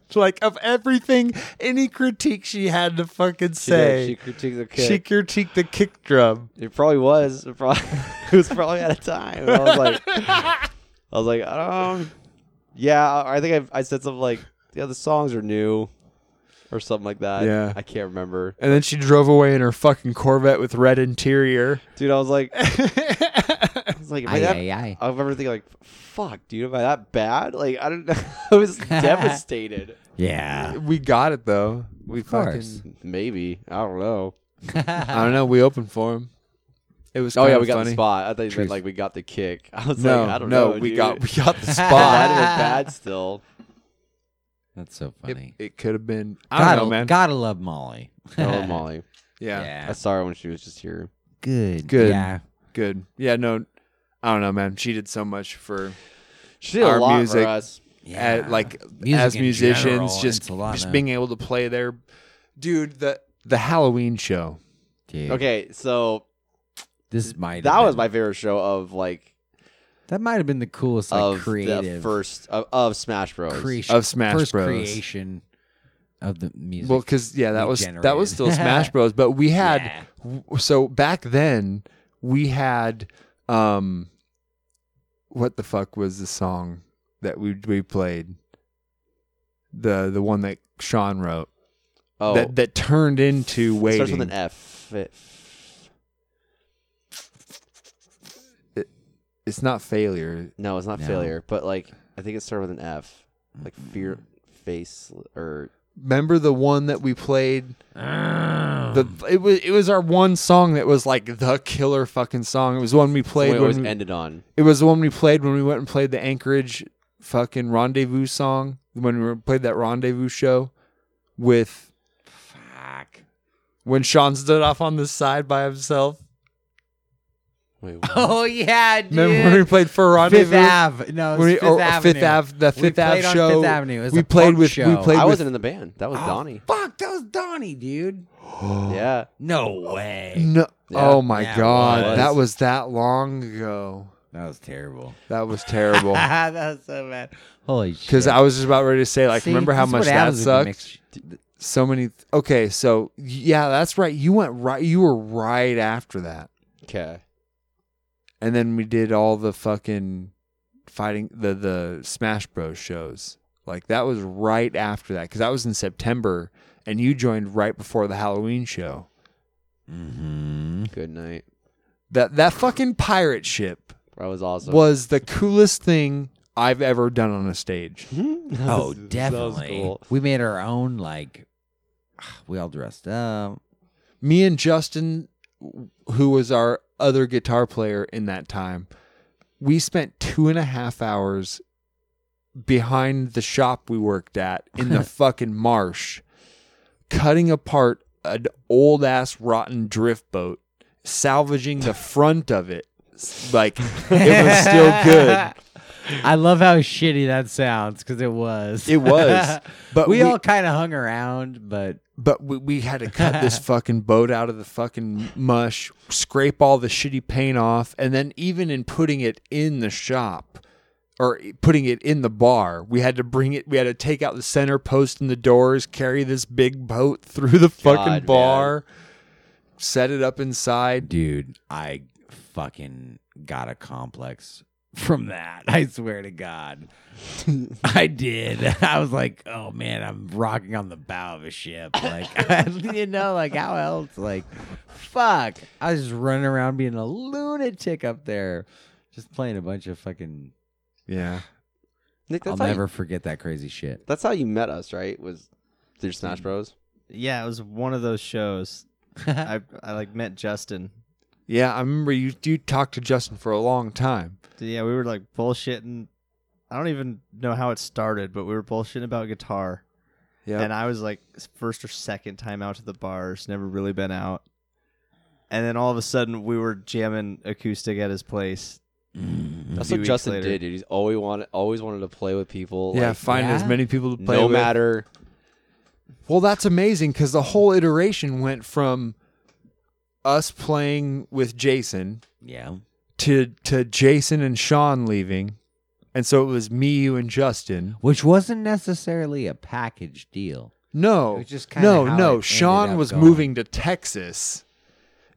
S1: It's like of everything any critique she had to fucking
S10: she did.
S1: say
S10: she critiqued the
S1: she
S10: kick.
S1: critiqued the kick drum
S10: it probably was. It [laughs] probably it was probably out of time. And I was like, I was like, um, yeah. I think I I said something like, yeah, the songs are new, or something like that.
S1: Yeah.
S10: I can't remember,
S1: and then she drove away in her fucking corvette with red interior
S10: dude. I
S1: [laughs]
S10: was like, I was like, am I,
S1: Aye,
S10: that,
S1: aye, aye.
S10: I remember thinking like, fuck, dude, am I that bad? Like, I don't [laughs] know. I was devastated.
S2: Yeah.
S1: we got it though we
S10: course.
S1: fucking
S10: Maybe I don't know.
S1: i don't know we opened for him it was
S10: Oh
S1: kind
S10: yeah,
S1: of
S10: we got
S1: funny.
S10: the spot. I thought you meant
S1: Truth.
S10: like we got the kick. [laughs] I was
S1: No,
S10: like, I don't
S1: no,
S10: know.
S1: we
S10: dude. [laughs]
S1: got- we got the spot.
S10: That'd have been bad still.
S2: That's so
S1: It-
S2: funny.
S1: it, could have been i
S2: Gotta,
S1: don't know man
S2: gotta love Molly. [laughs]
S10: Oh Molly,
S1: yeah
S10: I saw her when she was just here.
S2: Good. Uh,
S1: Good.
S2: Yeah.
S1: Good. Yeah, no, I don't know, man. She did so much for
S10: She did a
S1: our
S10: lot for
S1: music.
S10: us.
S1: at-
S2: Yeah.
S1: like
S2: Music
S1: as
S2: in
S1: musicians,
S2: general,
S1: just
S2: it's a lot,
S1: just
S2: no.
S1: being able to play their dude the the Halloween show.
S2: Dude,
S10: Okay, so
S2: This is my.
S10: that was my favorite show of like
S2: That might have been the coolest like
S10: of the
S2: creative
S10: first of, of Smash Bros.
S2: creation
S1: Of Smash
S2: first
S1: Bros.
S2: creation of the music.
S1: Well, because yeah, that
S2: we
S1: was that
S2: generated. [laughs]
S1: was still Smash Bros. But we had
S2: Yeah.
S1: w- so back then we had um what the fuck was the song that we we played the the one that Sean wrote
S10: Oh,
S1: that that turned into
S10: it
S1: waiting.
S10: starts with an F. It-
S1: it's not failure.
S10: no, it's not
S2: No.
S10: failure, but like I think it started with an F, like fear face or
S1: Remember the one that we played?
S2: Oh.
S1: The it was it was our one song that was like the killer fucking song. It was the one we
S10: the way
S1: played.
S10: it
S1: when
S10: always
S1: we-
S10: ended on.
S1: it was the one we played when we went and played the Anchorage fucking rendezvous song when we played that rendezvous show with
S2: Fuck.
S1: when Sean stood off on the side by himself.
S10: Wait,
S2: [laughs] Oh yeah, dude.
S1: Remember when we played for rendezvous?
S2: Fifth Ave. No, it was
S1: When we-
S2: Fifth,
S1: or-
S2: Avenue.
S1: Fifth Ave- the
S2: We
S1: Fifth Ave
S2: played on
S1: show.
S2: Fifth Avenue. It was
S1: We
S2: a
S1: played
S2: punk
S1: with- we
S2: show.
S1: played with-
S10: I
S1: Oh.
S10: wasn't in the band. That was Donnie.
S2: Fuck, that was Donnie, dude.
S10: Yeah.
S2: No way.
S1: No,
S10: Yeah.
S1: oh my
S2: Yeah, it
S1: god,
S2: was.
S1: that was that long ago.
S2: That was terrible.
S1: That was
S2: [laughs]
S1: terrible.
S2: that was so bad. Holy shit.
S1: Because I was just about ready to say, like,
S2: See,
S1: remember how
S2: this is
S1: much
S2: what
S1: that
S2: happens when you
S1: sucked?
S2: mix-
S1: so many. Okay, so yeah, that's right. You went right. You were right after that,
S10: Okay.
S1: and then we did all the fucking fighting the the Smash Bros shows. Like that was right after that because that was in September, and you joined right before the Halloween show.
S2: Mm-hmm.
S10: Good night.
S1: That that fucking pirate ship
S10: That was awesome.
S1: was the coolest thing I've ever done on a stage.
S2: Oh,
S10: That was
S2: definitely.
S10: cool.
S2: We made our
S14: [sighs]
S2: own like. We all dressed up.
S1: me and Justin, who was our other guitar player in that time. We spent two and a half hours behind the shop we worked at
S14: [laughs]
S1: in the fucking marsh, cutting apart an old ass rotten drift boat, salvaging the front of it. Like it was still good.
S14: I love how shitty that sounds because it was. [laughs]
S1: It was, but
S14: we,
S1: we-
S14: all kind of hung around, but
S1: but we, we had to cut this fucking boat out of the fucking mush, scrape all the shitty paint off, and then even in putting it in the shop or putting it in the bar, we had to bring it. We had to take out the center post and the doors, carry this big boat [laughs] through the fucking
S2: God,
S1: bar, set it up inside.
S2: Dude, I fucking got a complex
S14: from that, I swear to God, [laughs] I did. I was like, oh man, I'm rocking on the bow of a ship. Like, [laughs] you know, like how else? Like, fuck. I was just running around being a lunatic up there, just playing a bunch of fucking.
S1: Yeah.
S10: Nick,
S2: I'll
S10: that's how you-
S2: never forget that crazy shit.
S10: That's how you met us, right? Was through
S2: Mm.
S10: Smash Bros.
S11: Yeah, it was one of those
S10: [laughs]
S11: shows. I I like met Justin.
S1: Yeah, I remember you you talked to Justin for a long time.
S11: Yeah, we were like bullshitting. I don't even know how it started, but we were bullshitting about guitar.
S1: Yeah.
S11: And I was like first or second time out to the bars, never really been out. And then all of a sudden we were jamming acoustic at his place.
S10: That's
S11: Few
S10: what
S11: weeks
S10: Justin
S11: later.
S10: did, dude. He's always wanted, always wanted to play with people.
S1: Yeah,
S10: like,
S1: find as many people to play
S10: No
S1: with.
S10: matter.
S1: Well, that's amazing because the whole iteration went from us playing with Jason,
S2: Yeah.
S1: to to Jason and Sean leaving, and so it was me, you, and Justin.
S2: Which wasn't necessarily a package deal.
S1: No,
S2: It was just kinda
S1: no,
S2: how it
S1: no.
S2: ended
S1: Sean
S2: up
S1: was
S2: going.
S1: moving to Texas,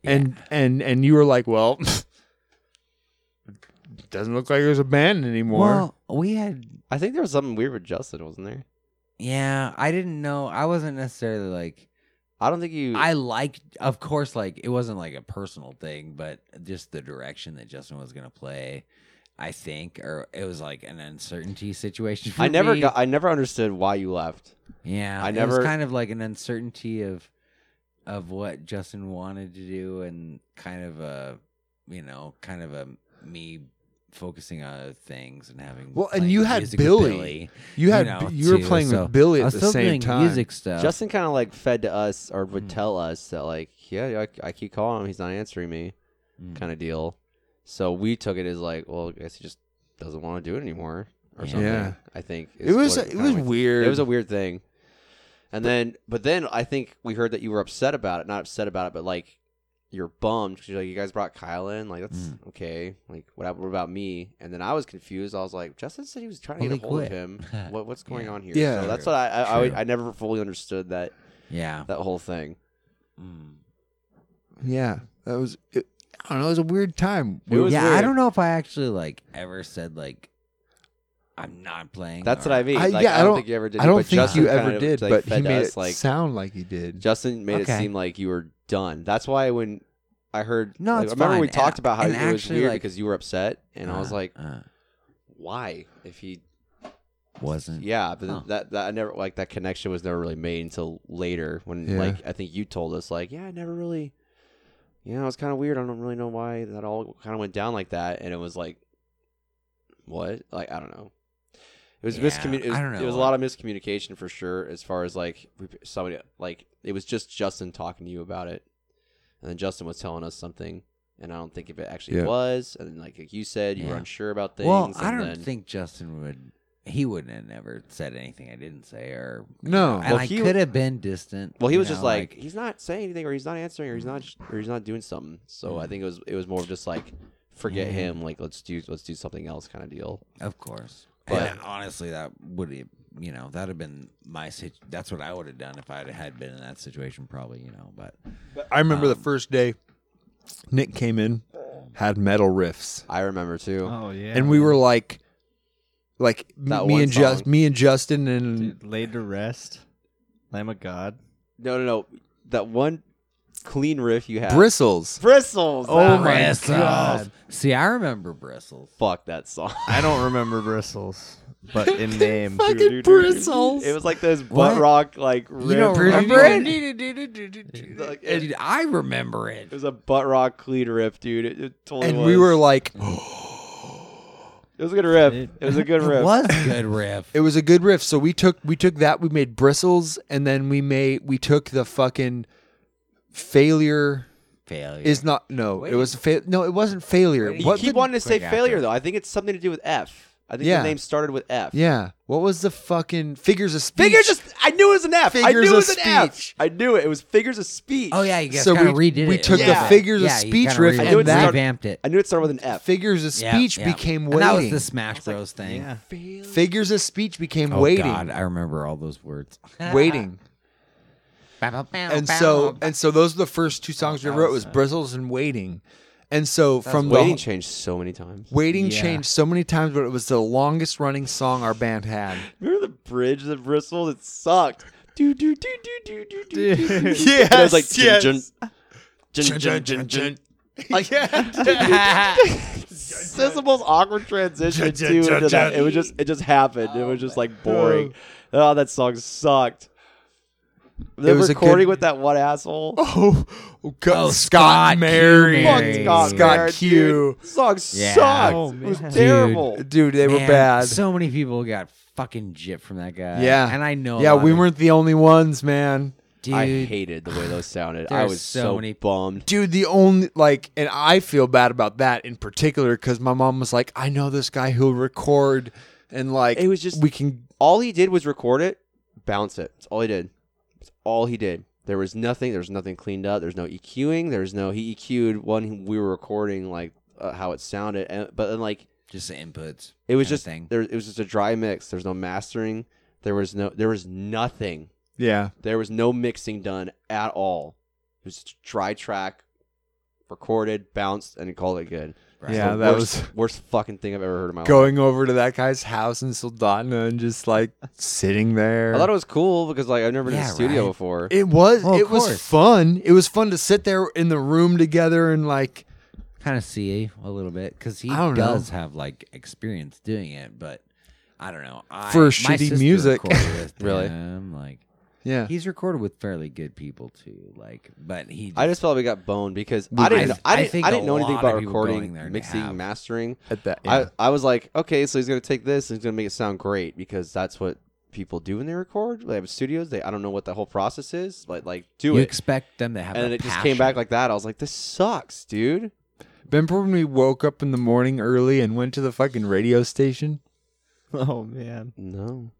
S1: and and and you were like, well, [laughs] doesn't look like there's a band anymore.
S2: Well, we had.
S10: I think there was something weird with Justin, wasn't there?
S2: Yeah, I didn't know. I wasn't necessarily like.
S10: I don't think you.
S2: I liked, of course, like it wasn't like a personal thing, but just the direction that Justin was gonna play. I think, or it was like an uncertainty situation. For
S10: I never
S2: me.
S10: got. I never understood why you left.
S2: Yeah,
S10: I
S2: It
S10: never.
S2: was kind of like an uncertainty of of what Justin wanted to do, and kind of a you know, kind of a me focusing on other things and having
S1: Well, and
S2: playing
S1: you had
S2: music with
S1: Billy. You had- you were playing with Billy at
S2: I was
S1: the
S2: still
S1: same
S2: doing
S1: time.
S2: Music stuff.
S10: Justin kind of like fed to us or
S1: Hmm.
S10: would tell us that like, yeah, I, I keep calling him, he's not answering me,
S1: Hmm.
S10: kind of deal. So we took it as like, well, I guess he just doesn't want to do it anymore or
S1: Yeah.
S10: something.
S1: Yeah.
S10: I think
S1: It
S10: is
S1: was-
S10: what
S1: it
S10: kinda
S1: was
S10: went-
S1: weird.
S10: It was a weird thing. And then, but then I think we heard that you were upset about it. Not upset about it, but like you're bummed because like, you guys brought Kyle in. Like that's
S1: Mm.
S10: okay. Like what, what about me? And then I was confused. I was like, Justin said he was trying to
S2: Well,
S10: get
S2: he
S10: a hold of
S2: quit.
S1: [laughs]
S10: him. what, what's going on here?
S1: Yeah.
S10: so that's what I I, I,
S2: True.
S10: I never fully understood that.
S2: Yeah.
S10: that whole thing.
S1: Mm. yeah, that was. It, I don't know. It was a weird time.
S2: yeah, I don't know if I actually like ever said like I'm not playing.
S10: That's
S2: or-
S10: what I mean. like, I, don't, think you ever did.
S1: Uh, I don't
S10: but
S1: think
S10: Justin
S1: you
S10: kind
S1: ever
S10: of,
S1: did,
S10: like,
S1: but he
S10: fed to
S1: made
S10: us,
S1: it
S10: like,
S1: sound like he did.
S10: Justin made it
S2: Okay.
S10: seem like you were done. That's why when I heard,
S2: No,
S10: like,
S2: it's
S10: I remember we
S2: fine. And-
S10: talked about how
S2: and
S10: it was
S2: actually,
S10: weird
S2: like-
S10: because you were upset, and I was
S2: Uh,
S10: like,
S2: uh,
S10: why? If he,
S2: wasn't.
S10: yeah, but then
S2: Huh.
S10: that that I never like that connection was never really made until later when
S1: Yeah.
S10: like I think you told us like, yeah, I never really, you know, it's kind of weird. I don't really know why that all kind of went down like that, and it was like, what? Like I don't know. It was
S2: Yeah,
S10: miscommunication. It, was-
S2: I don't
S10: it was a
S2: know.
S10: lot of miscommunication for sure, as far as like we- somebody like it was just Justin talking to you about it, and then Justin was telling us something, and I don't think if it actually
S2: Yeah.
S10: was, and then like, like you said, you were
S2: Yeah.
S10: unsure about things.
S2: Well, I
S10: and
S2: don't
S10: then-
S2: think Justin would. He wouldn't have never said anything I didn't say, or
S1: No.
S2: and
S10: Well,
S2: I
S10: he-
S2: could have been distant.
S10: Well, he
S2: you
S10: was just
S2: know,
S10: like, he's not saying anything, or he's not answering, or he's not, or he's not doing something. So I think it was it was more of just like forget
S2: Yeah.
S10: him, like let's do let's do something else kind of deal.
S2: of course.
S10: But-
S2: and honestly, that would have, you know that'd have been my sit. That's what I would have done if I had been in that situation, probably. You know, but
S1: I remember the
S2: um,
S1: first day Nick came in, had metal riffs.
S10: I remember too.
S11: Oh, yeah.
S1: And we were like like m-
S11: That
S1: me
S11: one
S1: and Just
S11: song.
S1: me and Justin and
S11: Laid to rest. Lamb of God.
S10: No, no, no. That one clean riff you had.
S1: Bristles.
S10: Bristles.
S1: Oh my
S2: bristles. See, I remember bristles.
S10: Fuck that song.
S11: I don't remember bristles. but in
S14: [laughs]
S11: name.
S10: [laughs] Fucking
S13: bristles.
S10: It was like those butt rock like
S11: You don't
S10: riff-
S11: remember it?
S10: Like, it-
S14: I remember it.
S10: It was a butt rock cleat riff, dude. It, it totally
S1: and
S10: was.
S1: we were like,
S10: it was a good riff. It, was a good riff.
S1: Uh,
S14: riff.
S1: It was a good riff. So we took we took that. We made bristles, and then we made we took the fucking failure.
S14: Failure
S1: is not no. It was fa- no. It wasn't failure.
S10: You
S1: What
S10: keep
S1: the-
S10: wanting to say failure though. I think it's something to do with F. I think
S1: Yeah.
S10: the name started with F.
S1: Yeah. What was the fucking figures of speech?
S10: Figures just I knew it was an F. I
S1: Figures
S10: knew
S1: of
S10: it was an
S1: speech.
S10: F. I knew it. It was figures of speech.
S1: Oh, yeah, you guys So kinda we- redid we it. took the Yeah. figures of Yeah, you speech kinda riff
S10: I
S1: redid
S10: knew
S1: it.
S10: it started-
S1: Revamped
S14: it.
S10: I knew it started with an F.
S1: Figures of
S14: Yeah,
S1: speech
S14: yeah.
S1: became
S14: And
S1: waiting.
S14: that was the Smash Bros thing.
S1: Figures of speech became
S14: Oh,
S1: waiting.
S14: God, I remember all those words.
S10: Uh,
S1: Waiting. and so and so those are the first two songs we wrote was bristles and waiting and so from the
S10: waiting changed so many times.
S1: waiting changed so many times but it was the longest running song our band had
S10: Remember the bridge that bristled? It sucked. Do do do do do do
S1: [laughs]
S10: do. do.
S1: Yes,
S10: And it was like
S1: yes.
S10: jun, jun, jun, jun, jun. [laughs] Like [laughs] This is the most awkward transition too. into that. It was just it just happened. it was just like boring. Oh, that song sucked. The
S1: It was a good-
S10: recording with that one asshole.
S1: Oh,
S10: God,
S1: Scott Mary.
S10: Fuck Scott,
S1: Scott
S10: Mary,
S1: Q.
S10: dude. This Song
S14: Yeah.
S10: sucked.
S1: Oh,
S10: it was terrible.
S1: Dude, they were
S14: Man,
S1: bad.
S14: So many people got fucking gypped from that guy.
S1: yeah
S14: and I know. a
S1: yeah
S14: lot
S1: we
S14: of-
S1: weren't the only ones man
S14: Dude,
S10: I hated the way those sounded. I
S1: There's
S10: was
S1: so
S10: so,
S1: many-
S10: bummed.
S1: dude the only like and i feel bad about that in particular because my mom was like i know this guy who'll record and like
S10: It was just
S1: we can
S10: all he did was record it, bounce it. That's all he did. That's all he did. There was nothing. There was nothing cleaned up. There's no EQing. There's no he EQ'd when we were recording like uh, how it sounded, and but then like
S14: just the inputs.
S10: it was
S14: kinda
S10: just there. It was just a dry mix. There's no mastering. There was no. There was nothing.
S1: Yeah.
S10: There was no mixing done at all. It was just a dry track, recorded, bounced, and called it good. It's
S1: Yeah,
S10: the
S1: that
S10: worst,
S1: was-
S10: worst fucking thing I've ever heard in my life.
S1: going over to that guy's house in Soldotna and just like sitting there.
S10: I thought it was cool because like I've never been in
S1: Yeah,
S10: the studio
S1: right.
S10: before.
S1: It was
S10: Well, of
S1: it was
S10: course.
S1: fun. It was fun to sit there in the room together and like
S14: kind of see a little bit because he
S1: I don't know.
S14: does have like experience doing it, but I don't know. I,
S1: For
S14: my
S1: shitty
S14: sister
S1: music.
S14: recorded
S1: [laughs]
S14: with
S1: Really?
S14: him, like
S1: Yeah.
S14: he's recorded with fairly good people too. Like, but he,
S10: I just felt we got boned because
S14: We
S10: I didn't.
S14: did.
S10: I,
S14: I
S10: didn't.
S14: think
S10: I
S14: a
S10: didn't know anything
S14: lot of
S10: about
S14: people going
S10: recording,
S14: there to
S10: mixing,
S14: have-
S10: mastering.
S1: At that, yeah.
S10: I, I was like, okay, so he's gonna take this and he's gonna make it sound great because that's what people do when they record. They have studios. They I don't know what the whole process is, but like do
S14: you
S10: it.
S14: expect them to have,
S10: and
S14: a
S10: it just came
S14: passion.
S10: back like that. I was like, this sucks, dude.
S1: Remember when we woke up in the morning early and went to the fucking radio station?
S11: Oh man.
S10: No.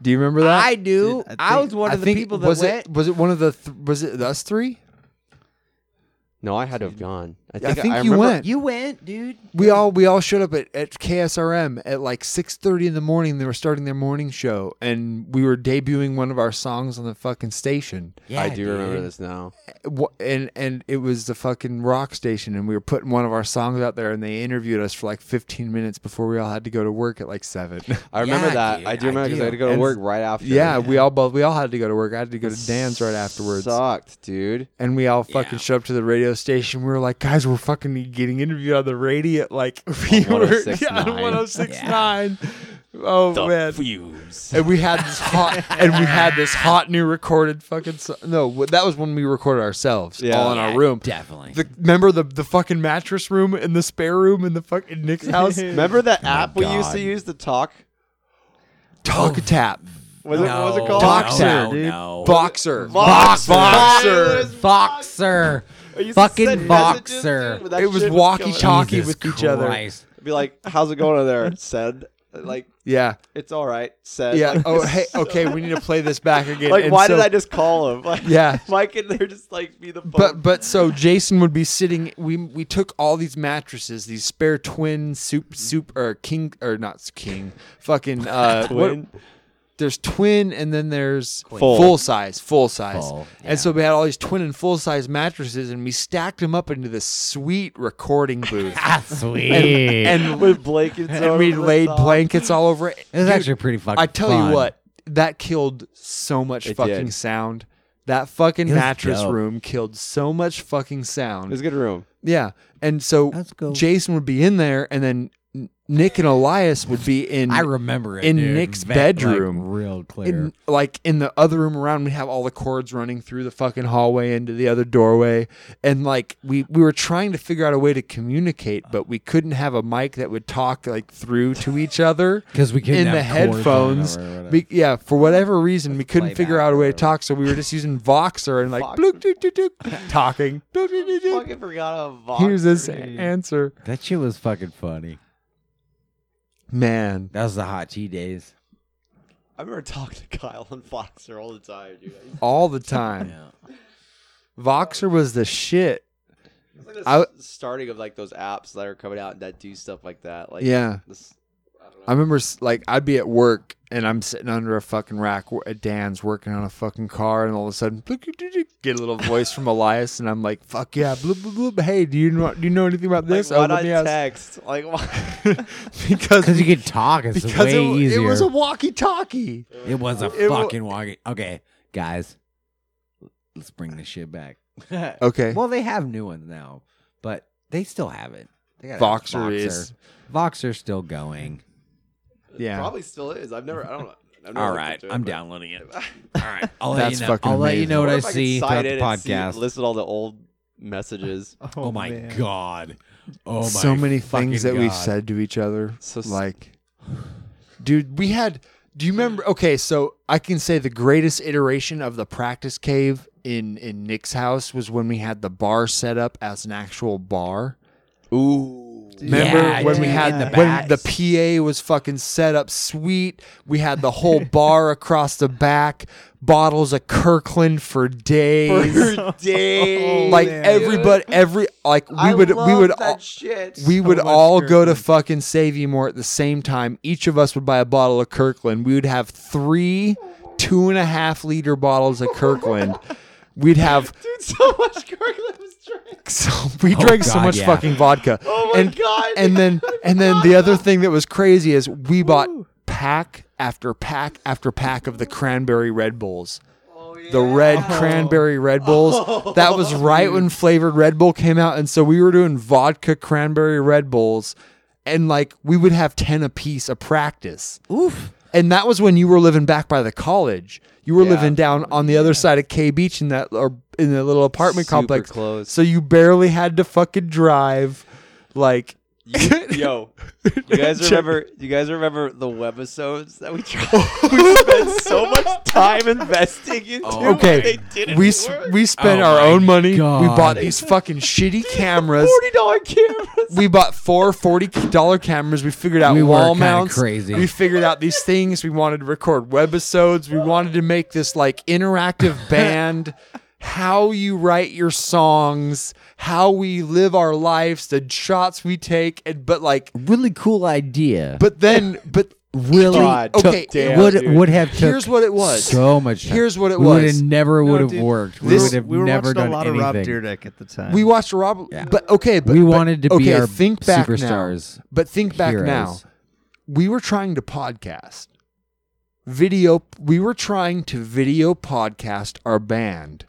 S1: Do you remember that?
S14: I do.
S11: Dude,
S14: I,
S11: I
S14: was one
S1: I
S14: of the
S1: think-
S14: people that
S1: was
S14: went.
S1: It, was it one of the th- was it us three?
S10: No, I had to have gone. I
S1: Yeah, I
S10: think,
S1: think you
S10: remember-
S1: went.
S14: You went, dude.
S1: We all we all showed up at, at KSRM at like six thirty in the morning. They were starting their morning show, and we were debuting one of our songs on the fucking station.
S10: I do remember this now.
S1: wha- and and it was the fucking rock station and we were putting one of our songs out there and they interviewed us for like 15 minutes before we all had to go to work at like 7 [laughs]
S10: I remember that. I do remember because I had to go to
S1: And-
S10: work right after.
S1: yeah, we all both we all had to go to work i had to go to dan's right afterwards
S14: [laughs]
S10: sucked, dude.
S1: and we all fucking showed up to the radio station we were like guys we're fucking getting interviewed on the radio like [laughs] we
S10: On
S1: were
S10: 106.9.
S1: yeah, on 1069 oh man and we had this hot and we had this hot new recorded fucking so- no wh- that was when we recorded ourselves
S10: Yeah.
S1: all in our
S14: Yeah,
S1: room
S14: definitely.
S1: the, remember the the fucking mattress room and the spare room in the fucking Nick's house
S10: Remember
S14: Oh
S10: that app we
S1: God.
S10: used to use to talk?
S1: talk tap
S10: Was it, what was it
S14: No,
S10: called?
S1: boxer
S14: no,
S1: dude.
S14: no.
S1: boxer
S10: Oh, Boxer.
S1: boxer
S14: Boxer,
S10: used to
S14: fucking
S10: send messages,
S14: boxer.
S10: dude, when that
S1: It was
S10: shit
S1: walkie
S10: going
S1: talkie
S14: Jesus
S1: with each other
S14: Christ.
S10: Be like, how's it going over there? Send. Like,
S1: yeah
S10: it's all right.
S1: [laughs]
S10: Send.
S1: yeah
S10: Like,
S1: oh hey okay we need to play this back again
S10: Like,
S1: And
S10: why
S1: so-
S10: did I just
S11: [laughs]
S10: call him? Like,
S1: [laughs]
S10: [laughs]
S1: Yeah.
S10: Why could there just, like, be the phone?
S1: But but so Jason would be sitting. We we took all these mattresses, these spare twin soup soup or king or not king, fucking uh,
S10: [laughs] Twin?
S1: what- there's twin and then there's
S10: Full.
S1: size, full size.
S14: Full,
S1: And so we had all these twin and full size mattresses, and we stacked them up into this sweet recording booth.
S14: Sweet.
S1: and,
S14: [laughs]
S1: and
S10: with blankets
S1: and we laid blankets all over it.
S14: It was
S1: Dude,
S14: actually pretty fucking
S1: I tell
S14: fun.
S1: you what, that killed so much
S10: It
S1: fucking
S10: did.
S1: sound. That fucking
S14: It was
S1: mattress
S14: dope.
S1: room killed so much fucking
S10: It
S1: sound.
S10: was a good room.
S1: Yeah, and so
S14: That's cool.
S1: Jason would be in there, and then N- Nick and Elias would be in.
S14: I remember it,
S1: in
S14: dude.
S1: Nick's
S14: Ve- like,
S1: bedroom,
S14: real clear.
S1: In, like in the other room around, we have all the cords running through the fucking hallway into the other doorway, and like we we were trying to figure out a way to communicate, but we couldn't have a mic that would talk like through to each other
S14: 'Cause we couldn't
S1: in the
S14: have cords on it or
S1: headphones. Be- yeah, for whatever reason, we couldn't figure out a way to talk, so we were just using Voxer and like bloop doop doop
S10: [laughs]
S1: doop talking.
S10: fucking forgot a Vox.
S1: Here's this answer.
S14: That shit was fucking funny.
S1: Man,
S14: that was the hot tea days.
S10: I remember talking to Kyle and Foxer all the time, dude.
S1: all
S10: [laughs]
S1: the time. Voxer was the shit.
S10: It's like the
S1: I-
S10: s- starting of like those apps that are coming out that do stuff like that. Like
S1: yeah.
S10: this,
S1: I remember s- like I'd be at work and I'm sitting under a fucking rack w- at Dan's working on a fucking car and all of a sudden [laughs] get a little voice from Elias and I'm like fuck yeah bloop, bloop, bloop. hey do you know do you know anything about this Oh,
S10: like, why
S1: let
S10: not
S1: me ask-
S10: text? Like
S14: [laughs]
S10: why?
S1: [laughs] because
S14: you could talk. It's
S1: because
S14: way
S1: it, w-
S14: easier.
S1: it was a walkie-talkie
S14: It was a
S1: It wa-
S14: fucking walking. Okay, guys, let's bring this shit
S1: [laughs]
S14: back.
S1: Okay.
S14: Well, they have new ones now, but they still have it. They got
S1: Voxer is-
S14: Voxer's still going.
S1: yeah
S10: probably still is. I've never. I don't. know. I've never
S14: All
S10: looked
S14: right,
S10: into it,
S14: I'm
S10: but-
S14: downloading
S1: [laughs]
S14: it. All right, I'll
S1: That's
S14: let you know.
S1: fucking
S14: I'll let you
S1: amazing.
S14: know what
S1: What
S14: I
S1: if I could
S14: see throughout
S10: Sign
S14: the
S10: in and see-
S14: podcast.
S10: listed all the old [laughs] messages.
S14: oh, my god! Oh my!
S1: so many things that
S14: fucking
S1: we've
S14: God.
S1: said to each other. like, dude, we had. Do you remember? Okay, so I can say the greatest iteration of the practice cave in in Nick's house was when we had the bar set up as an actual bar.
S10: Ooh.
S1: Remember
S14: Yeah,
S1: when we
S14: dude,
S1: had
S14: in the
S1: when
S14: back.
S1: the PA was fucking set up sweet. We had
S14: [laughs]
S1: the whole bar across the back, bottles of Kirkland for
S10: [laughs]
S1: days. like everybody, every like we
S10: I
S1: would we
S10: love
S1: would
S10: that
S1: all,
S10: shit
S1: [laughs] we
S10: so
S1: would
S10: much,
S1: all go to fucking Save More at the same time. Each of us would buy a bottle of Kirkland. We would have three two and a half liter bottles of
S10: [laughs]
S1: Kirkland. We'd have
S10: Dude, so much Kirkland was drank.
S1: so we
S10: Oh,
S1: drank so
S10: God,
S1: much
S10: yeah.
S1: fucking vodka.
S10: Oh my
S1: and,
S10: God.
S1: And then and then the other thing that was crazy is we bought pack after pack after pack of the cranberry Red Bulls. The red
S10: Oh.
S1: cranberry Red Bulls. That was right when flavored Red Bull came out, and so we were doing vodka cranberry Red Bulls, and like we would have ten apiece a practice.
S14: Oof.
S1: And that was when you were living back by the college. You were
S10: Yeah.
S1: living down on the other side of K Beach in that or in the little apartment
S10: Super
S1: complex.
S10: close.
S1: So you barely had to fucking drive. Like
S10: You- yo, you guys remember? You guys remember the webisodes that we tried? we spent so much time investing into. when
S1: okay,
S10: they didn't
S1: we s-
S10: work.
S1: we spent our own money. We bought these fucking
S10: [laughs]
S1: shitty cameras.
S10: forty dollar cameras.
S1: We bought four $40 cameras. We figured out
S14: We were
S1: wall
S14: kinda
S1: mounts.
S14: crazy.
S1: We figured out these things. We wanted to record webisodes. We wanted to make this like [laughs] interactive band. How you write your songs, how we live our lives, the shots we take, and but like
S14: really cool idea.
S1: But then, [laughs] but
S14: really,
S1: God
S14: okay,
S1: damn,
S14: would
S1: dude.
S14: would have. [laughs] Took
S1: Here's what it was.
S14: So much. time.
S1: Here's what it
S14: We would
S1: was.
S14: have never
S1: No,
S14: would have
S1: dude.
S14: worked.
S1: This-
S14: we would have
S1: we were
S14: never
S1: watching a
S14: done
S1: lot of
S14: anything.
S1: Rob
S11: Dyrdek at the time.
S1: We watched Rob, but okay, but
S14: We
S1: but-
S14: wanted to be
S1: okay,
S14: our
S1: think back now.
S14: superstars,
S1: but think back now.
S14: heroes.
S1: We were trying to podcast video. We were trying to video podcast our band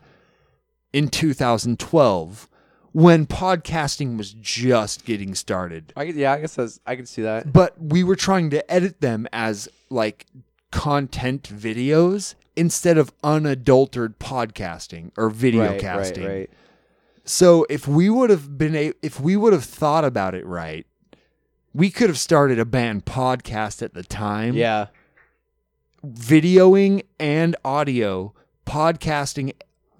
S1: in 2012 when podcasting was just getting started.
S10: I, yeah, I guess that's, I can see that.
S1: But we were trying to edit them as like content videos instead of unadulterated podcasting or video
S10: Right,
S1: casting.
S10: right, right.
S1: So if we would have been a, if we would have thought about it right, we could have started a band podcast at the time.
S10: Yeah.
S1: Videoing and audio, podcasting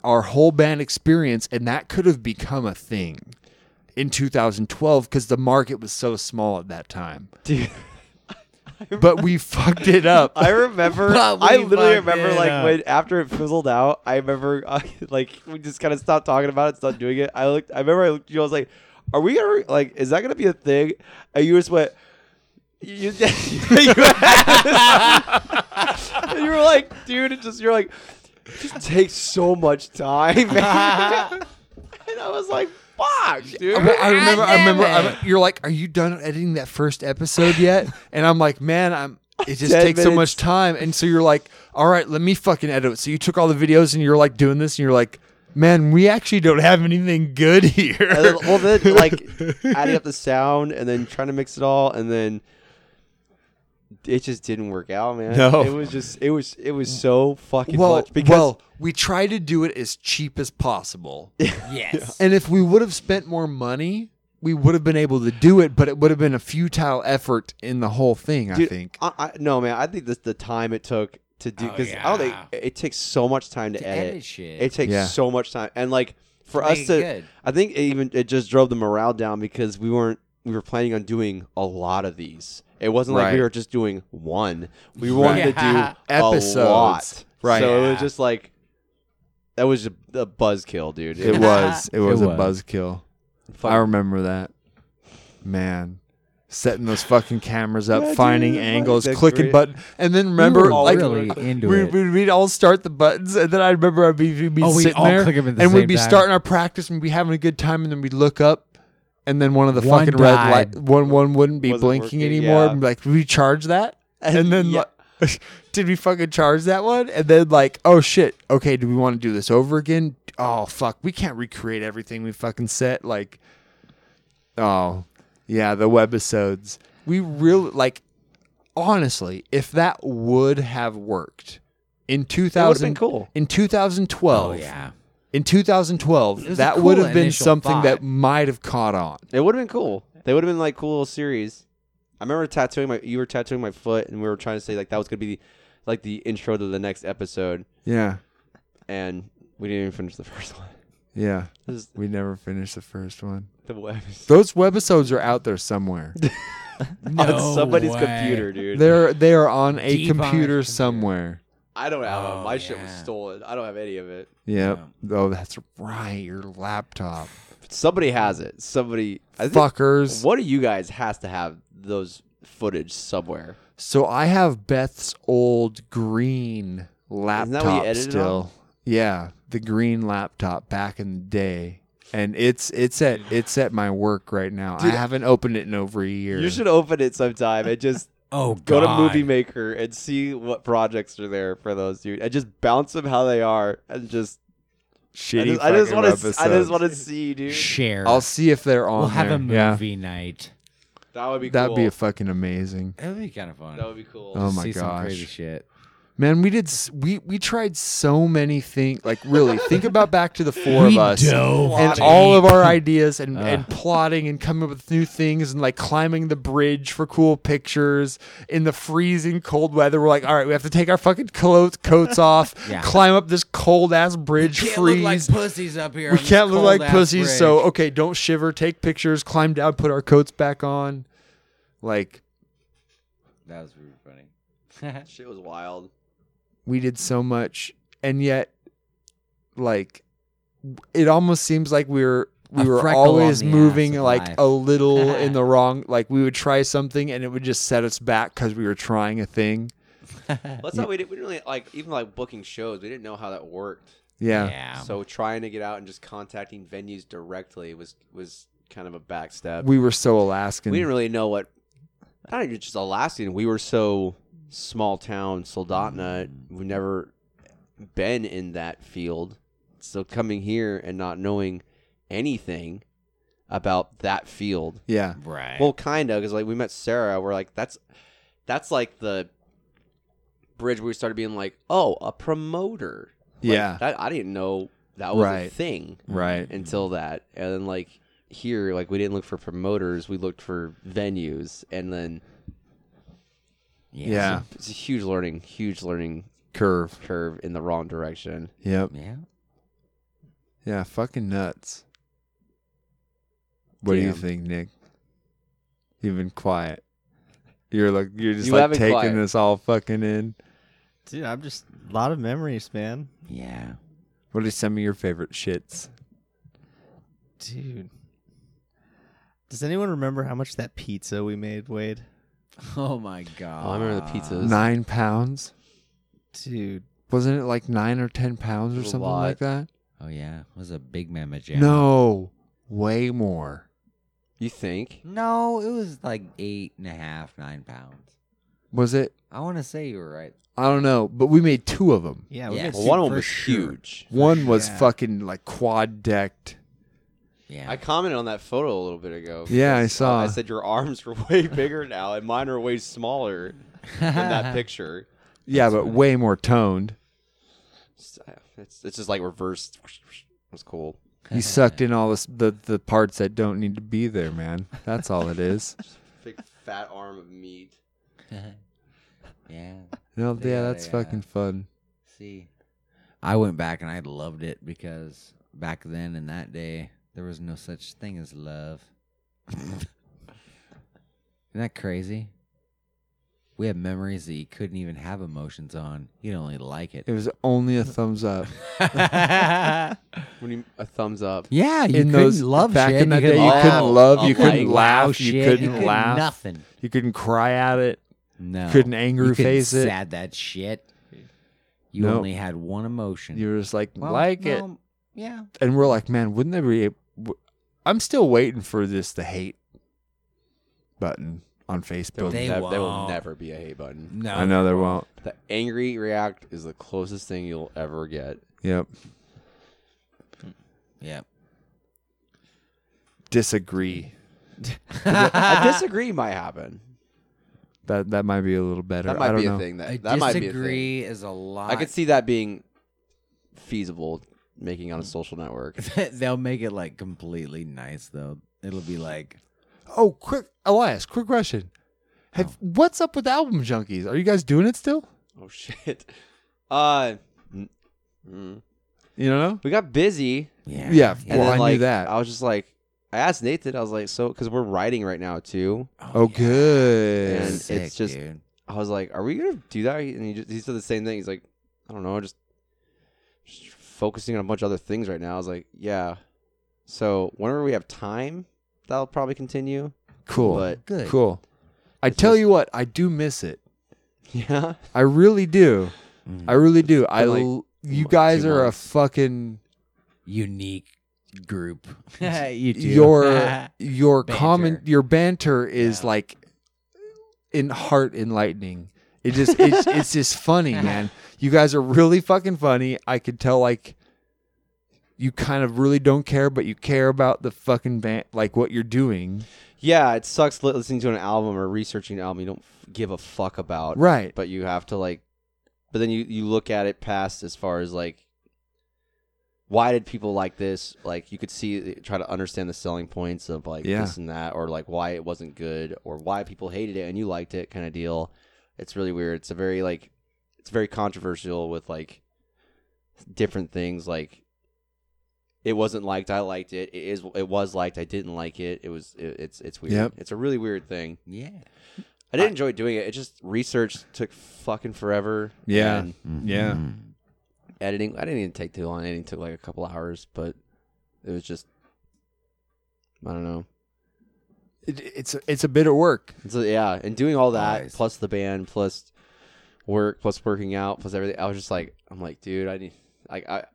S1: our whole band experience and that could have become a thing in 2012 cuz the market was so small at that time. but we fucked it up.
S10: [laughs] I remember.
S11: [laughs]
S1: But we
S10: I literally
S1: fucked
S10: remember
S1: it
S10: like
S1: up.
S10: when after it fizzled out, I remember uh, [laughs] like we just kind of stopped talking about it, stopped doing it. I looked. I remember I looked. at You I was like, "Are we gonna like? Is that gonna be a thing?" And you just went. You, [laughs] you, and you were like, dude, it just you're like, "It just takes so much time. [laughs] man." and I was like, fuck, dude.
S1: Well, I remember. I remember. I'm- you're like, are you done editing that first episode
S10: [laughs]
S1: yet? And I'm like, man, I'm. It just
S10: Ten
S1: takes so much
S10: minutes.
S1: time. And so you're like, all right, let me fucking edit. it. So you took all the videos and you're like doing this, and you're like, man, we actually don't have anything good here.
S10: And
S1: [laughs]
S10: then, well, then like adding up the sound and then trying to mix it all, and then it just didn't work out, man.
S1: No.
S10: it was just it was it was so fucking
S1: well,
S10: much because
S1: well, we try to do it as cheap as possible.
S10: [laughs]
S14: Yes.
S1: And if we would have spent more money, we would have been able to do it, but it would have been a futile effort in the whole thing, I
S10: Dude,
S1: think.
S10: I, I, no, man. I think this the time it took to do because I don't think it takes so much time to, edit.
S2: Oh, edit shit.
S10: It takes
S1: Yeah.
S10: so much time, and like for
S2: To make
S10: us
S2: it
S10: to,
S2: good.
S10: I think it even it just drove the morale down because we weren't we were planning on doing a lot of these. It wasn't like we
S1: Right.
S10: were just doing one. We
S1: Right.
S2: [laughs]
S10: wanted
S1: Yeah.
S10: to do
S1: Episodes.
S10: a lot,
S1: Right.
S10: So it was
S1: Yeah.
S10: just like that was a, a buzzkill, dude. [laughs]
S1: It was. It was a buzzkill.
S10: Fuck.
S1: I remember that. Man. Setting those fucking cameras up,
S10: Yeah,
S1: finding
S10: dude, like
S1: angles,
S10: the
S1: clicking
S10: gri-
S1: button, and then
S10: We
S1: remember,
S10: were all
S1: like,
S10: really into
S1: we,
S10: it.
S1: We'd, we'd all start the buttons, and then I remember I'd be, we'd be
S14: Oh, we'd
S1: sitting
S14: all
S1: there,
S14: click 'em at the
S1: and
S14: same
S1: we'd be
S14: time.
S1: starting our practice, and we'd be having a good time, and then we'd look up, and then one of the
S14: One
S1: fucking red
S14: died.
S1: light, one one wouldn't be
S14: Wasn't
S1: blinking
S14: working,
S1: anymore.
S14: yeah.
S1: and be like, did we charge that? And then,
S14: Yeah.
S1: like, [laughs] did we fucking charge that one? And then, like, oh shit, okay, do we want to do this over again? Oh fuck, we can't recreate everything we fucking set. Like, oh yeah, the webisodes. We really like. Honestly, if that would have worked in 2000,
S10: been cool.
S1: in 2012,
S10: Oh, yeah.
S1: in 2012,
S10: It was a
S1: that
S10: cool
S1: would have been
S10: initial
S1: something
S10: thought.
S1: that might have caught on.
S10: It would have been cool. They would have been like cool little series. I remember tattooing my. You were tattooing my foot, and we were trying to say like that was gonna be, like the intro to the next episode.
S1: Yeah.
S10: And we didn't even finish the [laughs] first one.
S1: Yeah,
S10: This is-
S1: we never finished the first one.
S10: The webis-
S1: Those webisodes are out
S14: [laughs]
S1: there somewhere.
S10: on somebody's computer, dude.
S1: They're they are on a
S10: Deep on his
S1: computer somewhere.
S10: I don't have them. My shit was stolen. I don't have any of it.
S1: Yep. Oh, that's right. Your laptop.
S10: Somebody has it. Somebody. I think
S1: Fuckers.
S10: One of you guys has to have those footage somewhere.
S1: So I have Beth's old green
S10: what you
S1: laptop
S10: edited
S1: still.
S10: on?
S1: Yeah, the green laptop back in the day. And it's it's at it's at my work right now. I
S10: Dude,
S1: haven't opened it in over a year.
S10: You should open it sometime
S1: [laughs]
S10: and just
S14: oh
S10: go to
S1: God.
S10: Movie Maker and see what projects are there for those dude, and just bounce them how they are, and just
S1: Shitty
S10: I just,
S1: fucking
S10: I just want to. I
S1: webisodes.
S10: just want to see, dude.
S14: Share.
S1: I'll see if they're on
S14: We'll have a
S1: there. Yeah.
S14: movie night.
S10: That would be.
S1: That'd
S10: cool.
S1: be fucking amazing.
S14: That would be kind of fun.
S10: That would be cool.
S1: Oh my
S14: see some
S1: gosh.
S14: crazy shit.
S1: Man, we did s- we we tried so many things. Like really, think about back to the four
S14: We
S1: of us
S14: dove
S1: and
S14: deep.
S1: all of our ideas and, and
S14: Ugh.
S1: plotting and coming up with new things and like climbing the bridge for cool pictures in the freezing cold weather. We're like, all right, we have to take our fucking clothes coats off,
S14: [laughs] Yeah.
S1: climb up this cold ass bridge,
S14: Can't
S1: freeze.
S14: look like pussies up here. on
S1: we
S14: this
S1: can't look
S14: cold
S1: like
S14: ass
S1: pussies,
S14: bridge.
S1: so okay, don't shiver. Take pictures, climb down, put our coats back on. Like
S14: that was really funny.
S10: shit was wild.
S1: we did so much and yet like it almost seems like we were we
S14: A
S1: were
S14: freckle on
S1: always
S14: the ass
S1: moving
S14: of
S1: like
S14: life.
S1: a little in the wrong like we would try something and it would just set us back because we were trying a thing
S10: That's how we did. We didn't really like even like booking shows. We didn't know how that worked.
S1: Yeah. Yeah.
S10: So trying to get out and just contacting venues directly was was kind of a backstep.
S1: we were so alaskan
S10: We didn't really know what. I don't even just Alaskan. We were so small town, Soldotna.
S1: Mm.
S10: We've never been in that field, so coming here and not knowing anything about that field.
S1: Yeah.
S14: Right.
S10: Well, kind of, because like we met Sarah, we're like, that's that's like the bridge where we started being like, oh, a promoter. Like,
S1: Yeah.
S10: that, I didn't know that was a
S1: Right.
S10: thing.
S1: Right.
S10: Until that, and then like here, like we didn't look for promoters, we looked for venues, and then
S1: Yeah. Yeah.
S10: it's a, it's a huge learning, huge learning
S1: curve,
S10: curve in the wrong direction.
S1: yep
S14: yeah
S1: yeah fucking nuts what do you
S10: Damn.
S1: think nick you've been quiet you're like you're just
S11: You
S1: like
S11: haven't
S1: taking
S11: quiet.
S1: this all fucking in
S11: Dude, I'm just a lot of memories, man.
S2: [laughs]
S14: Yeah.
S1: what are some of your favorite shits
S11: Dude. Does anyone remember how much that pizza we made weighed?
S14: Oh my god.
S1: Nine pounds,
S11: dude.
S1: Wasn't it like nine or ten pounds or
S14: A
S1: something
S14: lot.
S1: like that?
S14: Oh yeah, it was a big mama jam.
S1: No, way more.
S10: You think?
S14: No, it was like eight and a half, nine pounds.
S1: Was it?
S2: I want to say you were right.
S1: I don't know, but we made two of them.
S2: Yeah, we Yes. made two One of 'em for was sure. huge.
S1: One was
S10: Yeah.
S1: fucking like quad decked.
S2: Yeah.
S10: I commented on that photo a little bit ago.
S1: Yeah, I
S10: because, uh,
S1: saw.
S10: I said your arms were [laughs] way bigger now, and mine are way smaller than that picture.
S1: Yeah, but way more
S2: [laughs]
S1: toned.
S10: It's, uh, it's, it's just like reversed. It's cool.
S1: You sucked in all this, the the parts that don't need to be there, man. That's all it
S2: [laughs]
S1: is.
S10: Big fat arm of meat.
S2: yeah.
S1: No,
S2: They
S1: yeah,
S2: gotta,
S1: that's
S2: uh,
S1: fucking fun.
S2: See, I went back and I loved it because back then in that day there was no such thing as love. [laughs] Isn't that crazy? We have memories that you couldn't even have emotions on. You'd only like it.
S1: It was only a thumbs up.
S10: When you, a thumbs up.
S2: Yeah, [laughs] you
S1: in
S2: couldn't
S1: those
S2: love
S1: back
S2: shit,
S1: in the
S2: you
S1: day,
S2: couldn't
S1: you
S2: laugh.
S1: couldn't love, you
S2: Okay.
S1: couldn't
S2: Wow
S1: laugh,
S2: shit,
S1: you
S2: you
S1: couldn't
S2: couldn't
S1: laugh,
S2: nothing.
S1: you couldn't cry at it,
S2: No,
S1: couldn't angry
S2: you couldn't
S1: face it,
S2: Sad that shit. You
S1: Nope.
S2: only had one emotion.
S1: You were just like
S2: Well,
S1: like it,
S2: well, yeah.
S1: And we're like, man, wouldn't they be? ab- w- I'm still waiting for this the hate button on
S10: There will,
S1: Facebook.
S10: nev- there will never be a hate button.
S1: No. I know there won't.
S10: The angry react is the closest thing you'll ever
S2: [laughs]
S10: get.
S1: Yep.
S2: Yep.
S1: Disagree.
S10: a disagree might happen.
S1: That that might be a little better.
S10: That
S1: I
S10: might
S1: don't
S10: be
S1: know.
S10: a thing. That,
S2: A
S10: that might be a
S2: disagree
S10: thing.
S2: is a
S10: I
S2: lot.
S10: could see that being feasible, making on a social network.
S2: [laughs] They'll make it like completely nice though. It'll be like
S1: Oh, quick, Elias, quick question. Have what's up with the album junkies? Are you guys doing it still?
S10: Oh [laughs] shit. Uh, mm, mm.
S1: You know,
S10: we got busy.
S2: Yeah.
S1: Yeah,
S10: And
S1: well,
S10: then,
S1: I knew
S10: like,
S1: that.
S10: I was just like, I asked Nathan. I was like, so because we're writing right now too.
S1: Oh, good.
S10: and it's just I was like, "Are we gonna do that?" And he, just, he said the same thing. He's like, "I don't know, just just focusing on a bunch of other things right now." I was like, "Yeah." So whenever we have time, that'll probably continue.
S1: Cool.
S10: But
S1: Good. Cool. I tell you what, I do miss it.
S10: Yeah.
S1: I really do. I really do. I
S2: like,
S1: l- you
S2: mo-
S1: guys
S2: two
S1: are
S2: months.
S1: a fucking
S2: unique group. [laughs] you
S1: [laughs]
S2: do.
S1: your your
S2: Banter.
S1: comment your banter is like in heart enlightening. It just [laughs] it's, it's just funny, man. You guys are really fucking funny. I could tell like you kind of really don't care, but you care about the fucking band, like what you're doing.
S10: Yeah, it sucks li- listening to an album or researching an album you don't f- give a fuck about.
S1: Right.
S10: But you have to like, but then you you look at it past as far as like, why did people like this? Like you could see try to understand the selling points of like
S1: Yeah.
S10: this and that, or like why it wasn't good, or why people hated it and you liked it, kind of deal. It's really weird. It's a very like, it's very controversial with like different things like it wasn't liked. I liked it. It is. It was liked. I didn't like it. It was. It, it's. It's weird.
S1: Yep.
S10: It's a really weird thing.
S2: Yeah.
S10: I did enjoy doing it. It just research took fucking forever.
S1: Yeah. Mm-hmm.
S10: and
S1: Yeah.
S10: Editing. I didn't even take too long. Editing took like a couple hours, but it was just. I don't know.
S1: It, it's a, it's a bit of work.
S10: So yeah, and doing all that plus the band plus work plus working out plus everything. I was just like, I'm like, dude, I need like I.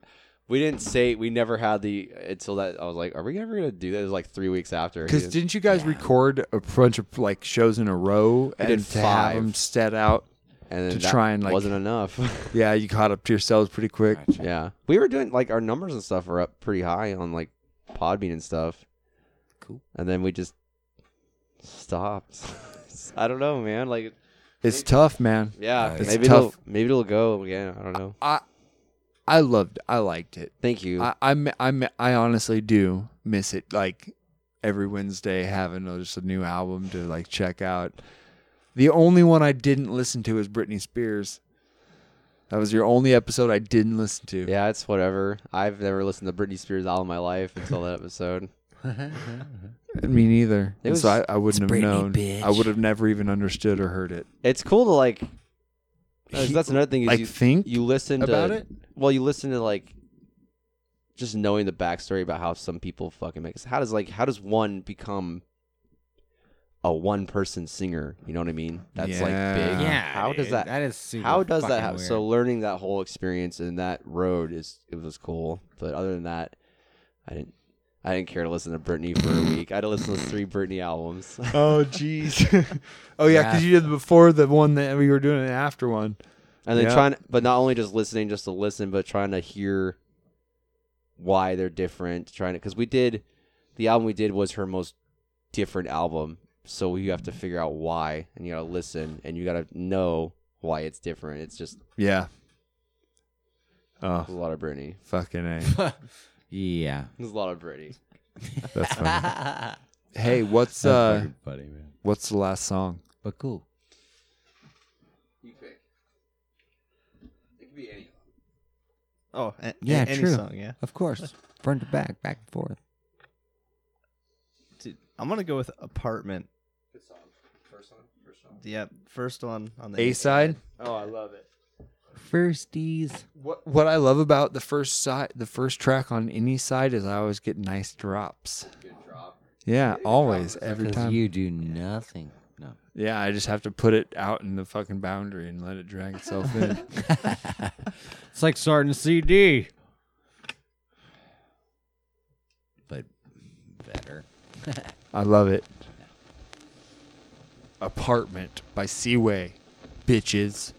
S10: We didn't say we never had the until that I was like, are we ever gonna do that? It was like three weeks after.
S1: Because
S10: He-
S1: didn't you guys record a bunch of like shows in a row
S10: We
S1: and
S10: did
S1: to have
S10: five.
S1: them set out
S10: and
S1: to
S10: that
S1: try and like
S10: wasn't enough. [laughs]
S1: yeah, you caught up to yourselves pretty quick.
S10: yeah, we were doing like our numbers and stuff were up pretty high on like Podbean and stuff.
S2: Cool.
S10: And then we just stopped. [laughs] I don't know, man. Like,
S1: It's tough, man.
S10: yeah,
S1: it's
S10: maybe
S1: tough.
S10: it'll maybe it'll go again. I don't know.
S1: I I loved. I liked it.
S10: Thank you.
S1: I I mi- I, mi- I honestly do miss it. Like every Wednesday, having a- just a new album to like check out. The only one I didn't listen to is Britney Spears. That was your only episode I didn't listen to.
S10: Yeah, it's whatever. I've never listened to Britney Spears all my life until that episode.
S1: Me neither.
S10: It
S1: And
S10: was-
S1: so I, I wouldn't
S10: It's
S1: have
S10: Britney,
S1: known. I
S10: bitch.
S1: would have never even understood or heard it.
S10: It's cool to like. that's- that's another thing. Is
S1: like,
S10: you
S1: think
S10: you listen to,
S1: about it?
S10: Well, you listen to like just knowing the backstory about how some people fucking make. How does like how does one become a one person singer? You know what I mean? That's like big.
S2: Yeah,
S10: How does
S2: dude,
S10: that?
S2: that is super
S10: How does that
S2: fucking
S10: happen? So learning that whole experience and that road is it was cool. But other than that, I didn't. I I didn't care to listen to Britney for a week. I had to listen to three Britney albums.
S1: [laughs]
S10: [laughs]
S1: Oh jeez. [laughs] oh yeah, because you did the before the one that we were doing and after one.
S10: and then
S1: Yeah.
S10: trying, but not only just listening just to listen, but trying to hear why they're different. Trying to because we did the album we did was her most different album, so you have to figure out why, and you gotta listen, and you gotta know why it's different. It's just
S1: Yeah. Oh,
S10: a lot of Britney.
S1: Fucking a.
S13: yeah.
S10: There's a lot of Britney.
S1: [laughs] That's funny. hey, what's
S13: That's
S1: uh?
S13: fucking funny, man.
S1: What's the last song?
S13: But cool.
S11: Oh, a- a-
S13: Yeah,
S11: any
S13: true.
S11: song, yeah.
S13: Of course. Front to back, back and forth.
S11: Dude, I'm gonna go with apartment.
S10: First one, first one.
S11: Yep, first one on the
S1: A side.
S10: Oh, I love it.
S13: Firsties.
S1: What what I love about the first side, the first track on any side is I always get nice drops. Good drop. Yeah, always every
S13: Because
S1: time.
S13: you do nothing. No.
S1: Yeah, I just have to put it out in the fucking boundary and let it drag itself in.
S15: [laughs] It's like starting CD.
S13: But better.
S1: I love it. Apartment by Seaway, bitches.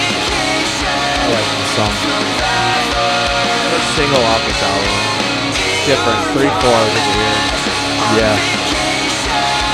S10: I like this song. First single off this album. Different. Three four is weird. Yeah.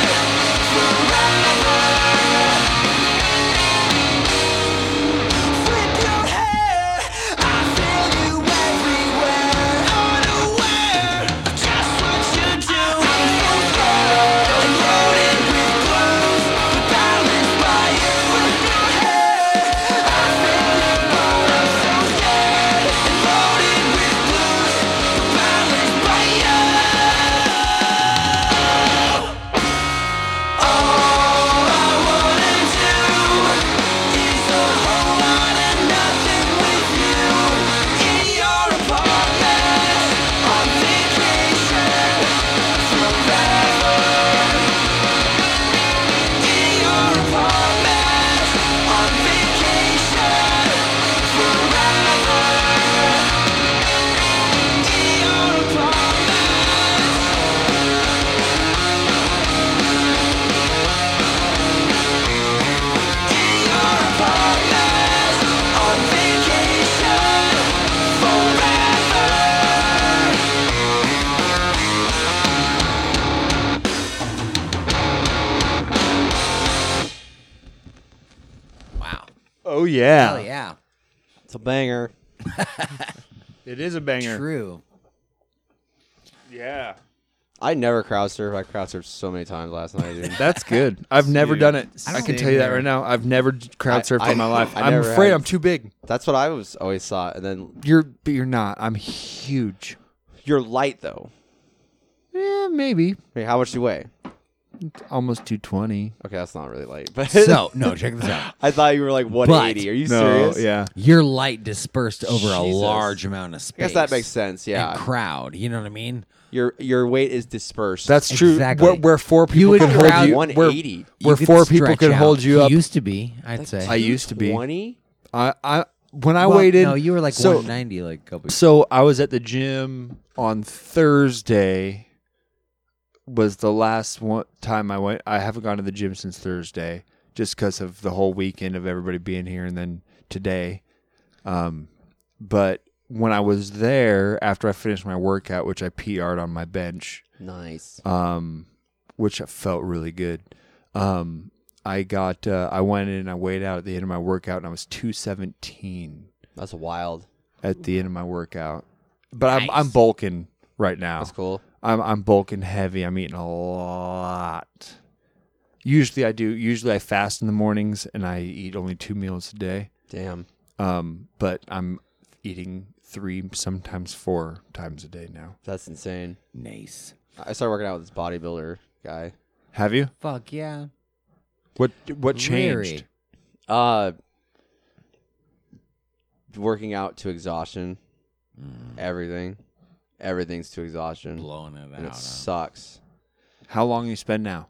S13: Wow.
S1: Oh yeah.
S13: Hell yeah.
S10: It's a banger.
S1: It is a banger.
S10: [laughs]
S13: True.
S1: Yeah.
S10: I never crowd surf. I crowd surfed so many times last night. Dude.
S1: That's good. I've never
S10: Dude.
S1: done it.
S10: I
S1: I,
S10: don't
S1: can tell you that
S10: either.
S1: right now. I've never j- crowd surfed
S10: I-
S1: in my life.
S10: I
S1: I'm
S10: never
S1: afraid
S10: had.
S1: I'm too big.
S10: That's what I was always thought. And then
S1: You're, but you're not. I'm huge.
S10: you're light though.
S1: Yeah, maybe.
S10: I mean, how much do you weigh?
S1: almost 220.
S10: Okay, that's not really light. [laughs] But
S2: So, no, check this out.
S10: I thought you were like 180.
S2: But-
S10: Are you serious?
S2: Your light dispersed over a
S10: Jesus.
S2: large amount of
S10: I
S2: space.
S10: guess that makes sense. Yeah.
S2: And crowd. You know what I mean?
S10: Your your weight is dispersed.
S1: That's true. Where, where four people
S2: would
S1: could hold
S2: crowd
S1: you, where,
S10: 180. You
S1: where
S10: could
S1: four people
S10: stretch
S1: could
S10: out.
S1: hold you
S10: He
S1: up.
S10: used to be, I'd
S1: Like
S10: say.
S1: I used to be
S10: 220?
S1: I, I when I
S2: Well,
S1: waited.
S2: no, you were like
S1: so-
S2: 190 like a couple-
S1: So I was at the gym on Thursday. Was the last one time I went. I haven't gone to the gym since Thursday, just because of the whole weekend of everybody being here, and then today. Um, but when I was there after I finished my workout, which I PR'd on my bench,
S10: Nice.
S1: Um, which felt really good. Um, I got uh, I went in and I weighed out at the end of my workout, and I was two seventeen.
S10: That's wild.
S1: At the end of my workout, but I'm I'm bulking right now. That's
S10: cool.
S1: I'm I'm bulking heavy. I'm eating a lot. Usually I do. Usually I fast in the mornings and I eat only two meals a day.
S10: Damn.
S1: Um, but I'm eating three, sometimes four times a day now.
S10: That's insane.
S2: Nice.
S10: I started working out with this bodybuilder guy.
S1: Have you?
S2: Fuck yeah.
S1: What what
S2: Larry.
S1: changed?
S10: Uh, working out to exhaustion. Everything, everything's to exhaustion.
S2: Blowing it
S10: and
S2: out, huh?
S10: It sucks.
S1: How long you spend now?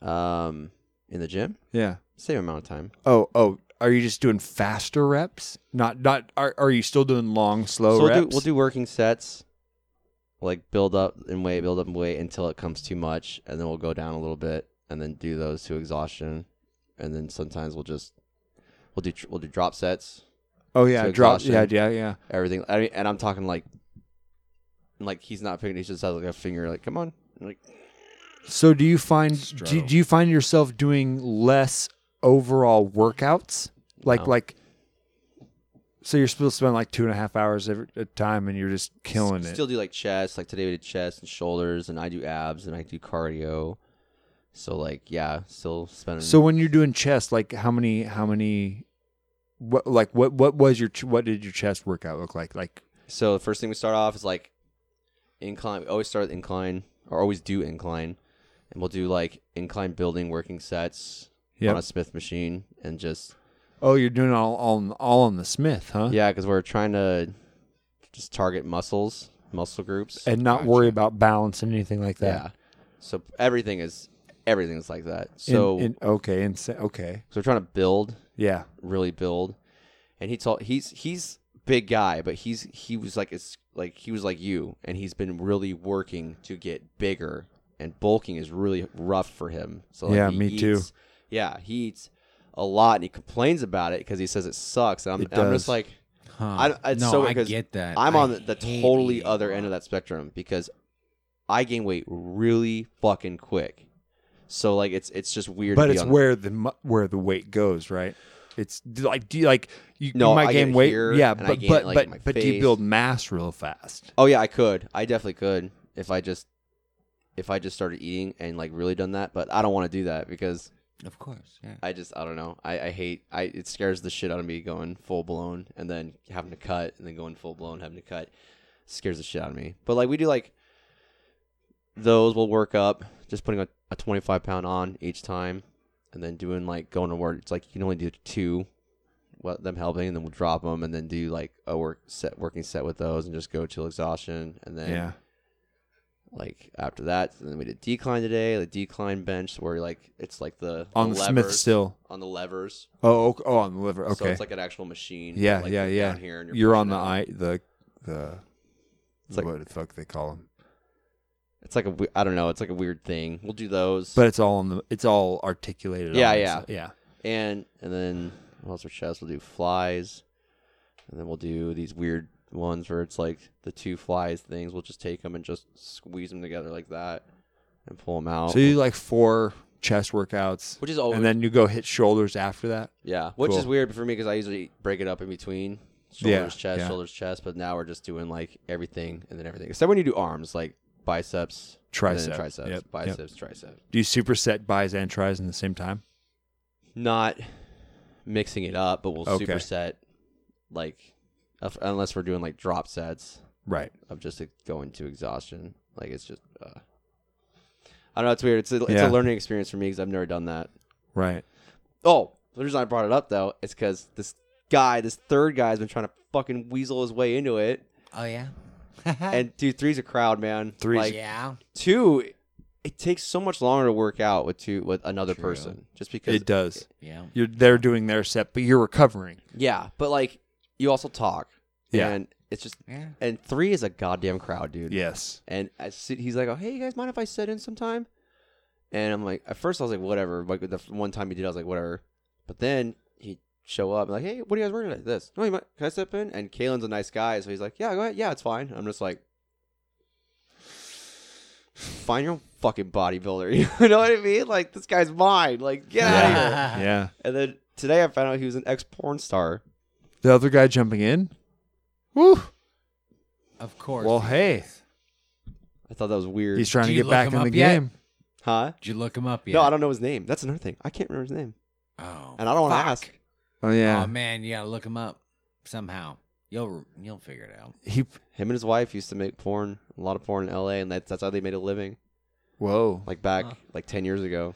S10: Um, in the gym.
S1: Yeah.
S10: Same amount of time.
S1: Oh oh, are you just doing faster reps? Not not are are you still doing long slow
S10: so we'll
S1: Oh, reps?
S10: do, we'll do working sets, like build up and wait, build up and wait until it comes too much, and then we'll go down a little bit, and then do those to exhaustion, and then sometimes we'll just we'll do tr- we'll do drop sets.
S1: Oh, yeah,
S10: to
S1: drop- yeah,
S10: exhaustion,
S1: yeah, yeah.
S10: Everything. I mean, and I'm talking like, like he's not picking. He just has like a finger. Like, come on. And, like,
S1: So do you find do, do you find yourself doing less overall workouts? Like
S10: No.
S1: like so you're supposed to spend like two and a half hours every a time and you're just killing
S10: s-
S1: it.
S10: Still do like chest. Like today we did chest and shoulders, and I do abs and I do cardio. So like, yeah, still spending.
S1: So when you're doing chest, like how many how many what like what what was your ch- what did your chest workout look like? Like
S10: So the first thing we start off is like incline. We always start with incline, or always do incline, and we'll do like incline building working sets
S1: Yep.
S10: on a Smith machine, and just
S1: oh you're doing all all all on the Smith, huh?
S10: yeah, because we're trying to just target muscles, muscle groups,
S1: And not worry about balance and anything like that.
S10: yeah. So everything is everything is like that. So
S1: in, in, okay, and sa- okay.
S10: So we're trying to build.
S1: Yeah.
S10: Really build. And he told he's he's big guy, but he's he was like it's like he was like you and he's been really working to get bigger and bulking is really rough for him. So like
S1: Yeah,
S10: he
S1: me too.
S10: eats- Yeah, he eats a lot and he complains about it because he says it sucks. And I'm,
S1: It
S10: and I'm
S1: does.
S10: just like,
S1: Huh.
S10: I, it's
S1: No,
S10: so
S1: I
S10: weird 'cause
S1: get that.
S10: I'm
S1: I
S10: on the, the totally other end of that spectrum because I gain weight really fucking quick. So like it's it's just weird. to
S1: But
S10: be
S1: it's
S10: on
S1: where the mu- where the weight goes, right? It's do- like do you like you,
S10: No,
S1: you might
S10: I get
S1: gain
S10: it
S1: weight,
S10: here,
S1: yeah,
S10: and I
S1: but
S10: gain it,
S1: but
S10: like, in my
S1: but, but do you
S10: face.
S1: build mass real fast?
S10: Oh yeah, I could. I definitely could if I just if I just started eating and like really done that. But I don't want to do that because
S2: of course, yeah.
S10: I just I don't know. I, I hate I it scares the shit out of me going full blown and then having to cut and then going full blown having to cut scares the shit out of me. But like we do like those will work up just putting a, a 25 pound on each time and then doing like going to work it's like you can only do two what them helping and then we'll drop them and then do like a work set working set with those and just go till exhaustion and then
S1: Yeah.
S10: like after that and then we did decline today the decline bench where like it's like the
S1: On
S10: the
S1: the Smith
S10: levers-
S1: still.
S10: on the levers
S1: Oh, ok- oh, on the liver. Okay,
S10: so it's like an actual machine
S1: Yeah,
S10: like,
S1: yeah,
S10: you're
S1: yeah.
S10: down here and you're,
S1: you're
S10: pushing
S1: on the
S10: out.
S1: eye, the the
S10: It's like-
S1: what the fuck they call them,
S10: it's like a we- I don't know it's like a weird thing we'll do those
S1: but it's all on the it's all articulated.
S10: yeah,
S1: on
S10: yeah,
S1: the- yeah.
S10: And and then what else for chest? We'll do flies, and then we'll do these weird ones where it's like the two flies things. We'll just take them and just squeeze them together like that, and pull them out.
S1: So you do like four chest workouts,
S10: Which is always-
S1: and then you go hit shoulders after that.
S10: yeah, which
S1: Cool.
S10: is weird for me because I usually break it up in between
S1: Yeah,
S10: shoulders, chest,
S1: yeah.
S10: shoulders, chest. But now we're just doing like everything and then everything except when you do arms, like biceps, and then
S1: tricep, Yep,
S10: triceps,
S1: yep.
S10: biceps, triceps.
S1: Do you superset buys and tries in the same time?
S10: not mixing it up, but we'll
S1: Okay.
S10: superset like if- unless we're doing like drop sets,
S1: Right.
S10: Of just like, going to exhaustion. Like it's just uh, I know it's weird. It's a, it's
S1: Yeah.
S10: a learning experience for me because I've never done that.
S1: Right.
S10: Oh, the reason I brought it up though is because this guy, this third guy, has been trying to fucking weasel his way into it.
S2: Oh yeah.
S10: and dude, three's a crowd, man.
S2: Three's-
S10: like,
S2: Yeah.
S10: Two, it takes so much longer to work out with two with another person, just because
S1: it does.
S2: Yeah.
S1: You're they're doing their set, but you're recovering.
S10: Yeah, but like you also talk.
S1: Yeah.
S10: And it's just
S2: Yeah.
S10: and three is a goddamn crowd, dude.
S1: Yes.
S10: And I sit, he's like, "Oh, hey, you guys mind if I sit in sometime?" And I'm like, at first I was like, "Whatever." Like the f- one time he did, I was like, "Whatever." But then he show up and like, "Hey, what are you guys working at? This? No, you might, can I step in?" And Kalen's a nice guy, so he's like, "Yeah, go ahead. Yeah, it's fine." I'm just like, "Find your own fucking bodybuilder." [laughs] you know what I mean? Like this guy's mine. Like get out
S1: Yeah.
S10: of here.
S1: Yeah.
S10: And then today I found out he was an ex porn star.
S1: The other guy jumping in. Woo.
S2: Of course.
S1: Well, hey,
S10: I thought that was weird.
S1: He's trying to get back in the game.
S10: Huh?
S2: Did you look him up yet?
S10: No, I don't know his name. That's another thing. I can't remember his name.
S2: Oh.
S10: And I don't want
S2: fuck.
S10: to ask.
S1: Oh yeah.
S2: Oh man, you gotta look him up somehow. You'll you'll figure it out.
S1: He, him
S10: and his wife used to make porn, a lot of porn in L.A., and that's that's how they made a living.
S1: Whoa!
S10: Like back like ten years ago.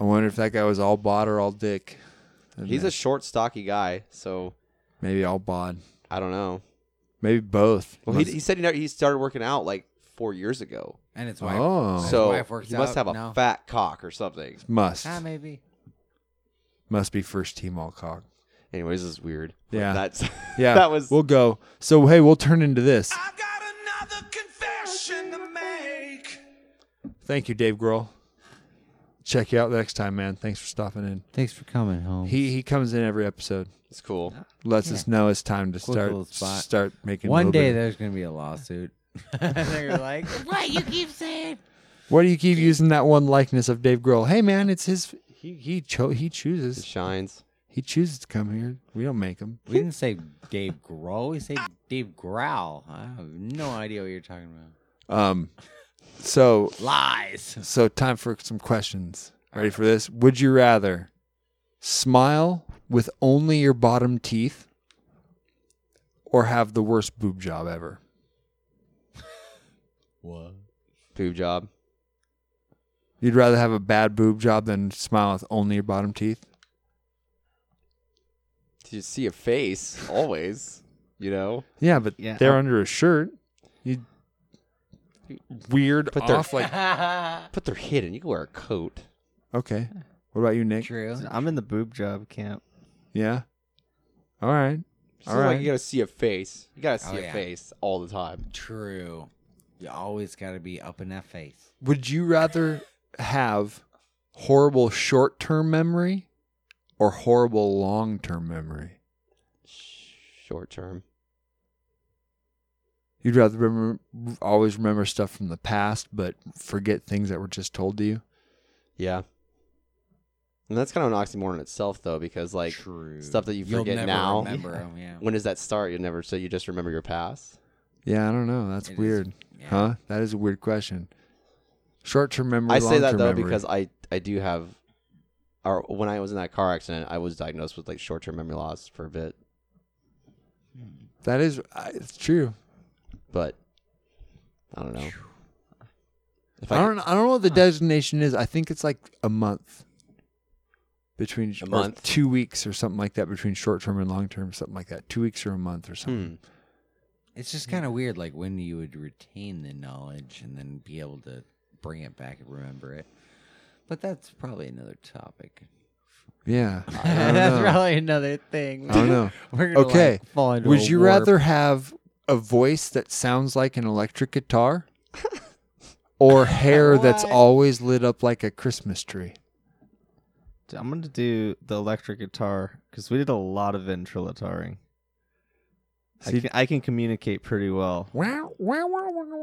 S1: I wonder if that guy was all bod or all dick.
S10: He's a short, stocky guy, so
S1: maybe all bod.
S10: I don't know.
S1: Maybe both.
S10: Well, he, he said he, never, he started working out like four years ago,
S2: And his
S1: wife- Oh. his
S10: so
S2: wife works
S10: he must
S2: out
S10: have a
S2: now.
S10: fat cock or something.
S1: must
S2: Ah, maybe.
S1: must be first team all cock.
S10: Anyways, this is weird. But
S1: Yeah,
S10: that's
S1: [laughs] yeah.
S10: [laughs] that was
S1: We'll go. So hey, we'll turn into this. Thank you, Dave Grohl. Check you out next time, man. Thanks for stopping in.
S2: Thanks for coming home.
S1: He he comes in every episode.
S10: It's cool.
S1: Lets us know it's time to
S2: Cool
S1: start
S2: little spot.
S1: start making. a
S2: One
S1: little
S2: day
S1: bit of-
S2: there's gonna be a lawsuit. They're like, what you keep saying?
S1: Why do you keep using that one likeness of Dave Grohl? Hey, man, it's his. He he cho- he chooses.
S10: shines.
S1: He chooses to come here. We don't make him.
S2: We didn't say Dave Grohl. We say Dave Growl. I have no idea what you're talking about.
S1: Um, so
S2: Lies.
S1: So time for some questions. Ready for this? Would you rather smile with only your bottom teeth, or have the worst boob job ever?
S2: What?
S10: boob job.
S1: You'd rather have a bad boob job than smile with only your bottom teeth?
S10: You see a face always, you know.
S1: Yeah, but
S10: Yeah,
S1: they're
S10: I'll-
S1: under a shirt. You weird
S10: But they're
S1: off
S10: [laughs]
S1: like
S10: but they're hidden. You can wear a coat.
S1: okay. What about you, Nick?
S2: True.
S11: I'm in the boob job camp.
S1: Yeah. All right.
S10: It's
S1: All
S10: not
S1: right.
S10: like you gotta see a face. You gotta see
S2: Oh,
S10: a
S2: yeah.
S10: face all the time.
S2: True. You always got to be up in that face.
S1: Would you rather have horrible short term memory or horrible long term memory?
S10: Short term.
S1: You'd rather remember, always remember stuff from the past, but forget things that were just told to you.
S10: Yeah. And that's kind of an oxymoron in itself, though, because like stuff that you
S2: You'll
S10: forget
S2: never
S10: now.
S2: remember 'em, yeah.
S10: When does that start? You never. So you just remember your past.
S1: Yeah, I don't know. That's weird, huh? That is a weird question. Short term memory.
S10: I say
S1: long-term
S10: that though
S1: memory.
S10: because I I do have, or when I was in that car accident, I was diagnosed with like short term memory loss for a bit.
S1: that is I- it's true.
S10: But I don't know. If
S1: I,
S10: I
S1: don't. I don't know what the designation is. I think it's like a month between a
S10: month?
S1: two weeks, or something like that, between short term and long term, something like that. Two weeks or a month or something.
S2: It's just kind of weird, like when you would retain the knowledge and then be able to bring it back and remember it. But that's probably another topic. [laughs]
S1: Yeah, I
S11: [laughs]
S1: don't
S2: Hmm. that's
S1: know.
S2: probably another thing.
S1: I don't
S2: [laughs]
S1: know.
S2: We're gonna,
S1: okay,
S2: Like, fall into
S1: would
S2: a
S1: you
S2: warp.
S1: rather have a voice that sounds like an electric
S2: [laughs]
S1: guitar, or hair that's always lit up like a Christmas tree?
S11: I'm gonna do the electric guitar because we did a lot of ventriloquizing. I
S1: See-
S11: can, I can communicate pretty well with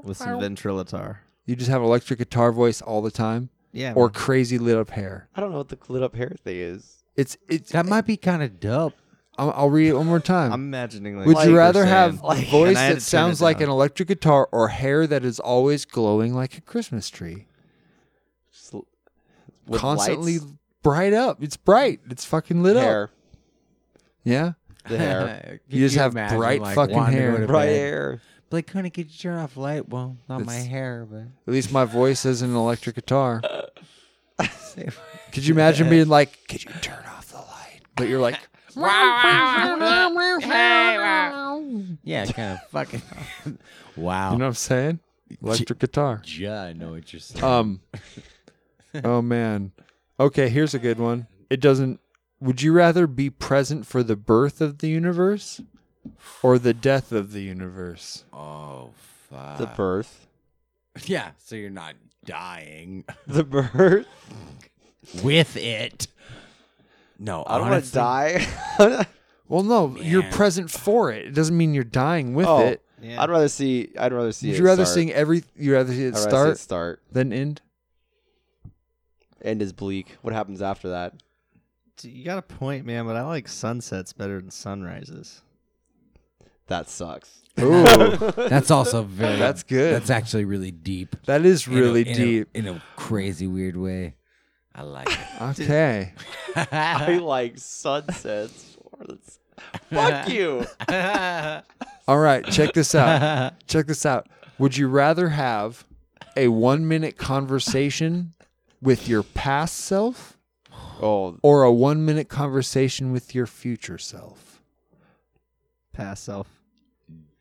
S1: With
S11: some ventriloquizing.
S1: You just have electric guitar voice all the time.
S11: Yeah,
S1: Or
S11: man.
S1: crazy lit up hair.
S10: I don't know what the lit up hair thing is.
S1: It's it's
S2: that might be kind of dope.
S1: I'll, I'll read it one more time.
S11: I'm imagining. Like,
S1: Would you
S11: 8%.
S1: rather have a
S11: Like-
S1: voice
S11: And I had
S1: that
S11: to turn
S1: sounds
S11: it
S1: like an
S11: down.
S1: electric guitar or hair that is always glowing like a Christmas tree?
S10: Just l- with
S1: Constantly
S10: lights,
S1: bright up. It's bright. It's fucking lit up.
S10: hair,
S1: Yeah.
S10: the hair,
S1: You just have
S2: imagine,
S1: bright
S2: like,
S1: fucking
S2: wandering
S1: hair.
S2: into
S10: bright
S2: bed?
S10: hair.
S2: Blake Koenig, get your shirt off light. Well, not my
S1: It's-
S2: hair, but
S1: At least my voice isn't an electric guitar.
S11: [laughs]
S1: Could you imagine being like, could you turn off the light? But you're
S11: [laughs]
S1: like,
S2: yeah,
S10: [laughs]
S2: kind of fucking. [laughs] wow.
S1: You know what I'm saying? Electric guitar.
S2: Yeah, I know what you're saying.
S1: Um. oh man. Okay, here's a good one. It doesn't. Would you rather be present for the birth of the universe or the death of the universe?
S2: Oh fuck.
S1: The birth.
S2: [laughs] Yeah, so you're not dying.
S10: [laughs] The birth.
S2: With it. No,
S10: I don't want to
S2: Uh, honestly-
S10: die.
S1: well, no, you're
S10: Man.
S1: present for it. It doesn't mean you're dying with
S10: oh,
S1: it.
S10: I'd rather see. I'd rather see.
S1: Would
S10: it
S1: you rather
S10: start.
S1: sing every? You rather see it
S10: I'd rather see
S1: start,
S10: it start.
S1: than end?
S10: End is bleak. What happens after that?
S11: You got a point, man, but I like sunsets better than sunrises.
S10: That sucks. [laughs]
S1: Ooh.
S2: That's also very.
S1: That's good.
S2: That's actually really deep.
S1: [laughs] That is
S2: In a-
S1: really
S2: in a-
S1: deep.
S2: in a crazy weird way. I like
S10: [laughs]
S2: it.
S1: Okay.
S10: I like [laughs] sunsets. Fuck [laughs] you.
S1: All right, check this
S10: [laughs]
S1: out. check this out. Would you rather have a one minute conversation with your past self
S10: oh.
S1: or a one minute conversation with your future self?
S11: Past self.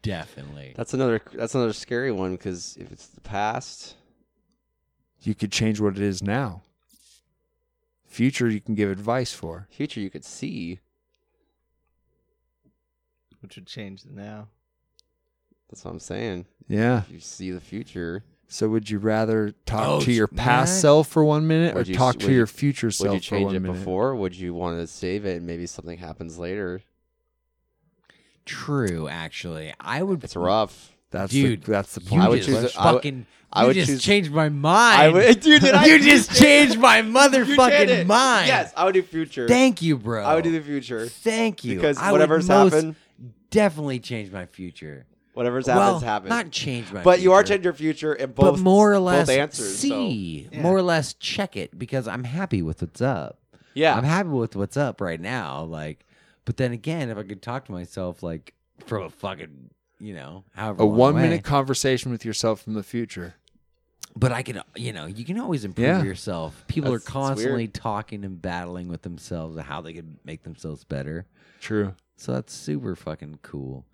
S2: Definitely.
S10: That's another. That's another scary one because if it's the past,
S1: You could change what it is now. Future, you can give advice for.
S10: future you could see.
S11: Which would change the now.
S10: That's what I'm saying.
S1: Yeah.
S10: You see the future.
S1: So, would you rather talk
S10: Oh,
S1: to your past
S10: what?
S1: self for one minute or
S10: Would you-
S1: talk to
S10: would
S1: your
S10: you-
S1: future
S10: would
S1: self
S10: you
S1: for
S10: change
S1: one
S10: it
S1: minute?
S10: before? Would you want to save it and maybe something happens later?
S2: True, actually. I would.
S10: It's rough.
S1: That's
S2: Dude,
S1: the, that's the
S2: You
S1: point.
S2: just fucking.
S10: I
S2: you
S10: would
S2: just
S10: choose-
S2: changed my mind.
S10: I would- [laughs] dude, did I-
S2: you just changed my
S10: [laughs] You did
S2: motherfucking
S10: it.
S2: mind.
S10: Yes, I would do future.
S2: Thank you, bro.
S10: I would do the future.
S2: Thank you.
S10: Because
S2: I would
S10: whatever's
S2: most
S10: happened,
S2: Definitely changed my future.
S10: whatever's
S2: well,
S10: happens, happens.
S2: Not changed my
S10: But you are
S2: future.
S10: changing your future in
S2: but
S10: both.
S2: more or less
S10: both answers. so-
S2: see, more or less check it because I'm happy with what's up.
S10: Yeah.
S2: I'm happy with what's up right now. Like, but then again, if I could talk to myself, like from a fucking, you know, however
S1: A
S2: long
S1: one
S2: away,
S1: minute conversation with yourself from the future.
S2: But I can, you know, you can always improve
S1: Yeah.
S2: yourself. People
S1: That's-
S2: are
S1: it's
S2: constantly
S1: weird.
S2: talking and battling with themselves and how they can make themselves better.
S1: True.
S2: So that's super fucking cool.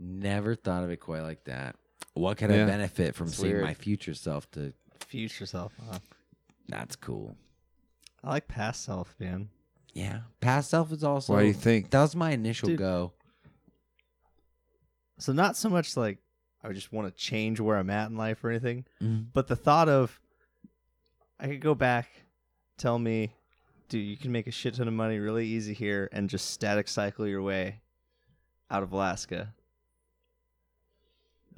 S2: Never thought of it quite like that. What can I
S11: Yeah.
S2: benefit from
S11: It's
S2: seeing
S11: weird.
S2: my future self to?
S11: Future self. huh?
S2: That's cool.
S11: I like past self, man.
S2: Yeah. Past self is also.
S1: Why do you think?
S2: That was my initial
S11: Dude.
S2: go.
S11: So not so much like I just want to change where I'm at in life or anything,
S2: Mhm.
S11: but the thought of I could go back, tell me, dude, you can make a shit ton of money really easy here and just static cycle your way out of Alaska.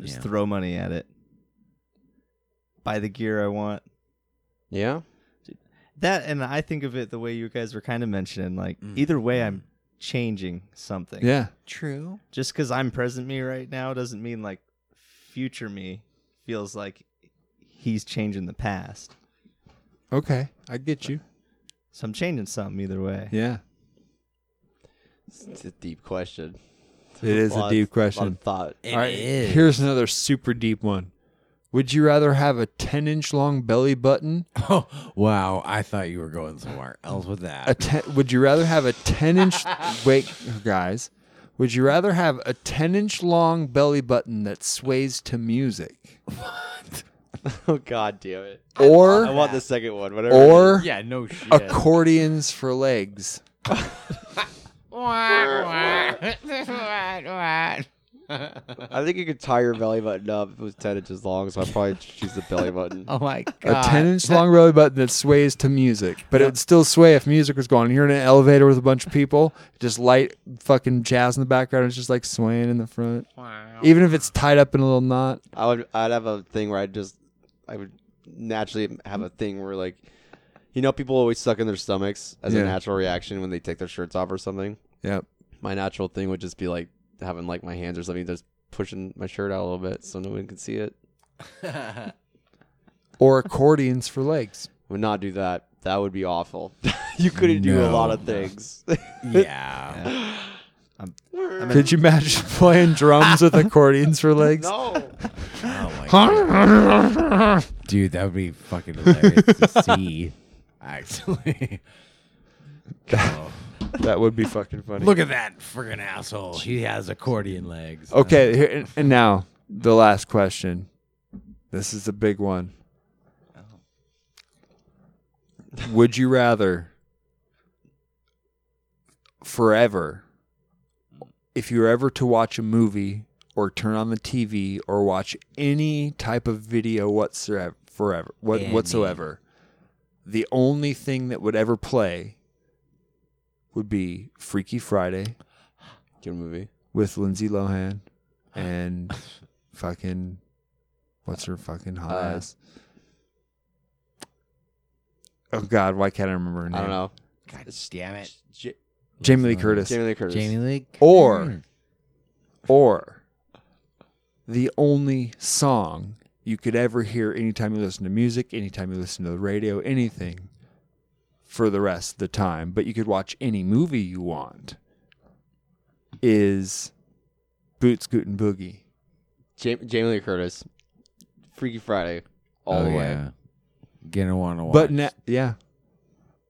S11: Just
S2: Yeah.
S11: throw money at it. Buy the gear I want.
S10: Yeah.
S11: That and I think of it the way you guys were kind of mentioning like either way I'm changing something.
S1: Yeah.
S2: True.
S11: Just because I'm present me right now doesn't mean like future me feels like he's changing the past.
S1: Okay, I get you.
S11: So I'm changing something either way.
S1: Yeah.
S10: It's a deep question.
S1: It is a
S10: lot-
S1: deep
S10: lot
S1: question.
S10: of thought.
S2: It is.
S1: Here's another super deep one. Would you rather have a 10 inch long belly button?
S2: [laughs] Oh, wow. I thought you were going somewhere else with that.
S1: A ten, would you rather have a 10
S2: [laughs]
S1: inch. wait, guys. Would you rather have a 10 inch long belly button that sways to music?
S10: [laughs] Oh god damn it.
S1: Or.
S10: I want the second one. Whatever. it
S1: Or.
S10: is.
S1: Accordions for legs.
S10: I think you could tie your belly button up if it was ten inches long, so I'd probably choose the
S11: [laughs]
S10: belly button.
S2: oh my
S1: A 10 inch long belly button that sways to music, but it would still sway if music was going. You're in an elevator with a bunch of people, just light fucking jazz in the background, it's just like swaying in the front. Even if it's tied up in a little knot.
S10: I would I'd have a thing where I just I would naturally have a thing where like you know people always suck in their stomachs as
S1: Yeah.
S10: a natural reaction when they take their shirts off or something.
S1: Yep.
S10: My natural thing would just be like having like my hands or something just pushing my shirt out a little bit so no one can see it.
S1: Or accordions for legs.
S10: Would not do that. [laughs] That would be awful. you couldn't [laughs] do a lot
S2: No. [laughs]
S10: of things.
S2: yeah.
S11: I'm, I'm
S1: Could you imagine [laughs] playing drums with accordions for legs?
S11: No.
S2: Oh my God. Dude, that would be fucking hilarious to [laughs] see. Actually. [laughs] Oh.
S1: That would be fucking funny.
S2: Look at that friggin' asshole. He has accordion
S1: [laughs]
S2: legs.
S1: Okay, here, and- and now the last question. This is a big one. Would you rather forever, if you were ever to watch a movie or turn on the TV or watch any type of video whatsoever, forever, what,
S2: Any.
S1: whatsoever, the only thing that would ever play would be Freaky Friday.
S10: Good movie.
S1: With Lindsay
S10: [laughs]
S1: Lohan and fucking what's her fucking hot
S10: Uh,
S1: ass? Oh god, why can't I remember her name?
S10: I don't know.
S2: God damn it.
S10: J-
S1: Jamie Lee Curtis.
S10: Jamie Lee Curtis. Hmm.
S2: Jamie Lee
S1: Or or the only song you could ever hear anytime you listen to music, anytime you listen to the radio, anything for the rest of the time, but you could watch any movie you want is Boots Gootin' Boogie.
S10: Jamie, Jamie Lee Curtis, Freaky Friday, all
S1: Oh,
S10: the way.
S1: yeah.
S2: Gonna want to watch.
S1: But na- yeah.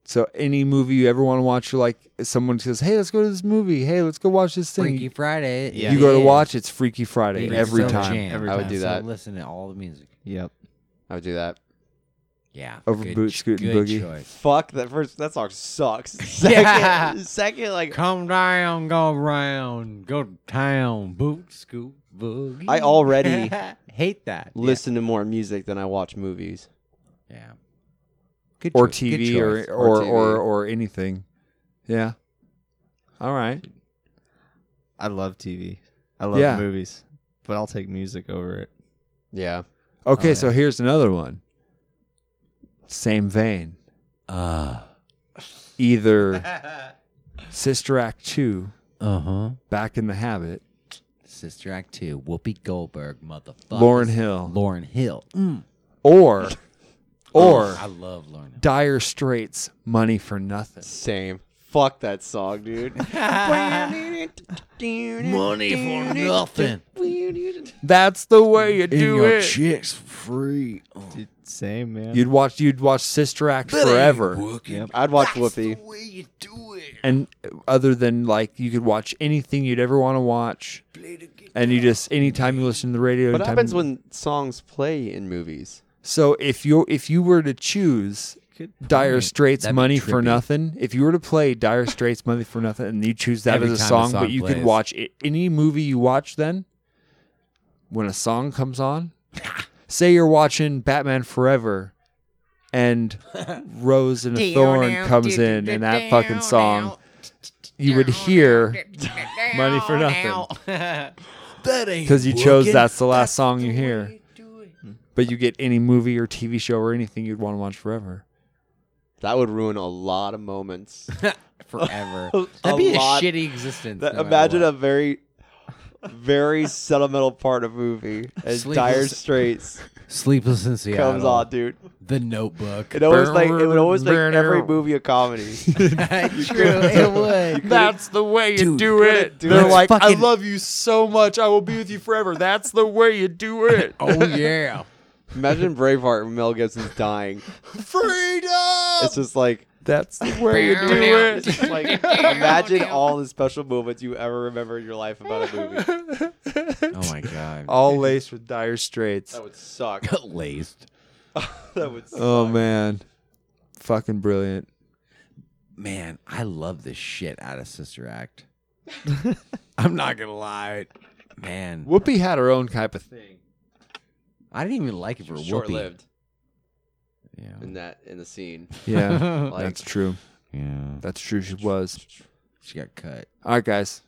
S1: So any movie you ever want to watch, you're like someone says, "Hey, let's go to this movie. Hey, let's go watch this thing."
S2: Freaky Friday.
S1: You go to watch, it's Freaky Friday
S2: Even
S1: every
S2: so
S1: time.
S2: jam.
S1: Every
S10: I would
S1: time.
S10: do
S2: So
S10: that.
S2: Listen to all the music.
S11: Yep.
S10: I would do that.
S2: Yeah.
S1: Over
S2: good
S1: Boots
S2: ch-
S1: Scootin'
S2: good
S1: Boogie.
S2: choice.
S1: [laughs]
S10: Fuck that first. That song sucks. [laughs]
S2: [laughs]
S10: Second,
S2: Yeah.
S10: second, like
S2: Come down, go round, go to town, boot, scoop, boogie.
S10: I [laughs] already
S2: hate that.
S10: listen to more music than I watch movies.
S2: Yeah.
S1: or
S2: choice.
S1: TV
S2: Good
S1: or
S2: choice.
S1: or,
S10: Or TV.
S1: or or anything. Yeah. All right.
S11: I love TV. I love
S1: Yeah.
S11: movies, but I'll take music over it.
S10: Yeah.
S1: Okay, so here's another one. Same vein.
S2: Uh
S1: Either Sister Act 2,
S2: huh.
S1: Back in the Habit,
S2: Sister Act Two, Whoopi Goldberg, motherfucker.
S1: Lauren Hill.
S2: Lauren Hill. Mm.
S1: or or
S2: I love Lauren. Hill.
S1: Dire Straits, Money for Nothing.
S10: Same. Fuck that song,
S11: [laughs]
S10: dude.
S2: Money for nothing.
S1: That's the way you do it.
S2: chicks free.
S11: Dude, same man.
S1: You'd watch you'd watch Sister Act forever.
S10: I'd watch Whoopi.
S1: And other than like you could watch anything you'd ever want to watch. And you just anytime you listen to the radio.
S10: What
S1: anytime-
S10: happens when songs play in movies?
S1: So if you if you were to choose Dire Straits
S2: That'd be
S1: Money for
S2: trippy.
S1: Nothing, if you were to play Dire Straits Money for Nothing and you choose that
S2: Every
S1: as a
S2: time a
S1: song,
S2: song
S1: but you could
S2: plays.
S1: watch it, any movie you watch then when a song comes
S2: [laughs]
S1: on, say you're watching Batman Forever
S2: [laughs]
S1: and Rose and a Thorn comes in and that fucking song you would hear [laughs] Money for Nothing
S2: That ain't
S1: because you chose
S2: working.
S1: that's the last song you hear. But you get any movie or TV show or anything you'd want to watch forever.
S10: That would ruin a lot of [laughs] moments.
S2: forever. [laughs]
S10: A
S2: That'd be a
S10: lot.
S2: shitty existence.
S10: That-
S2: no matter
S10: imagine
S2: what.
S10: a very, [laughs] very sentimental part of movie as Dire
S2: Sleepless-
S10: Straits
S2: Sleepless in Seattle.
S10: comes on, dude.
S2: The Notebook.
S10: It always like it would always make every movie
S2: [laughs]
S10: a comedy. [laughs]
S2: True, [laughs] it [laughs] would.
S1: That's the way you do it.
S10: do
S1: They're
S10: it.
S1: like,
S2: Fucking-
S1: I love you so much. I will be with you forever. That's the way you do it.
S2: [laughs] Oh yeah.
S10: [laughs] Imagine Braveheart when Mel Gibson's dying.
S1: Freedom.
S10: It's just like
S1: That's the way you do
S10: it's
S1: it.
S10: just like
S2: [laughs]
S10: imagine all the special moments you ever remember in your life about a movie.
S2: Oh my god. [laughs]
S1: All laced with dire straits.
S10: That would suck.
S2: Laced.
S10: That would suck.
S1: Oh man. Fucking brilliant.
S2: Man, I love this shit out of Sister [laughs] Act. I'm not gonna lie, man.
S1: Whoopi had her own type of [laughs] thing.
S2: I didn't even like it for
S10: Short
S2: Whoopi.
S10: lived
S2: Yeah.
S10: in that in the scene.
S1: Yeah.
S10: Like-
S1: that's true.
S2: Yeah.
S1: That's true. She was.
S2: She got cut.
S1: All right, guys.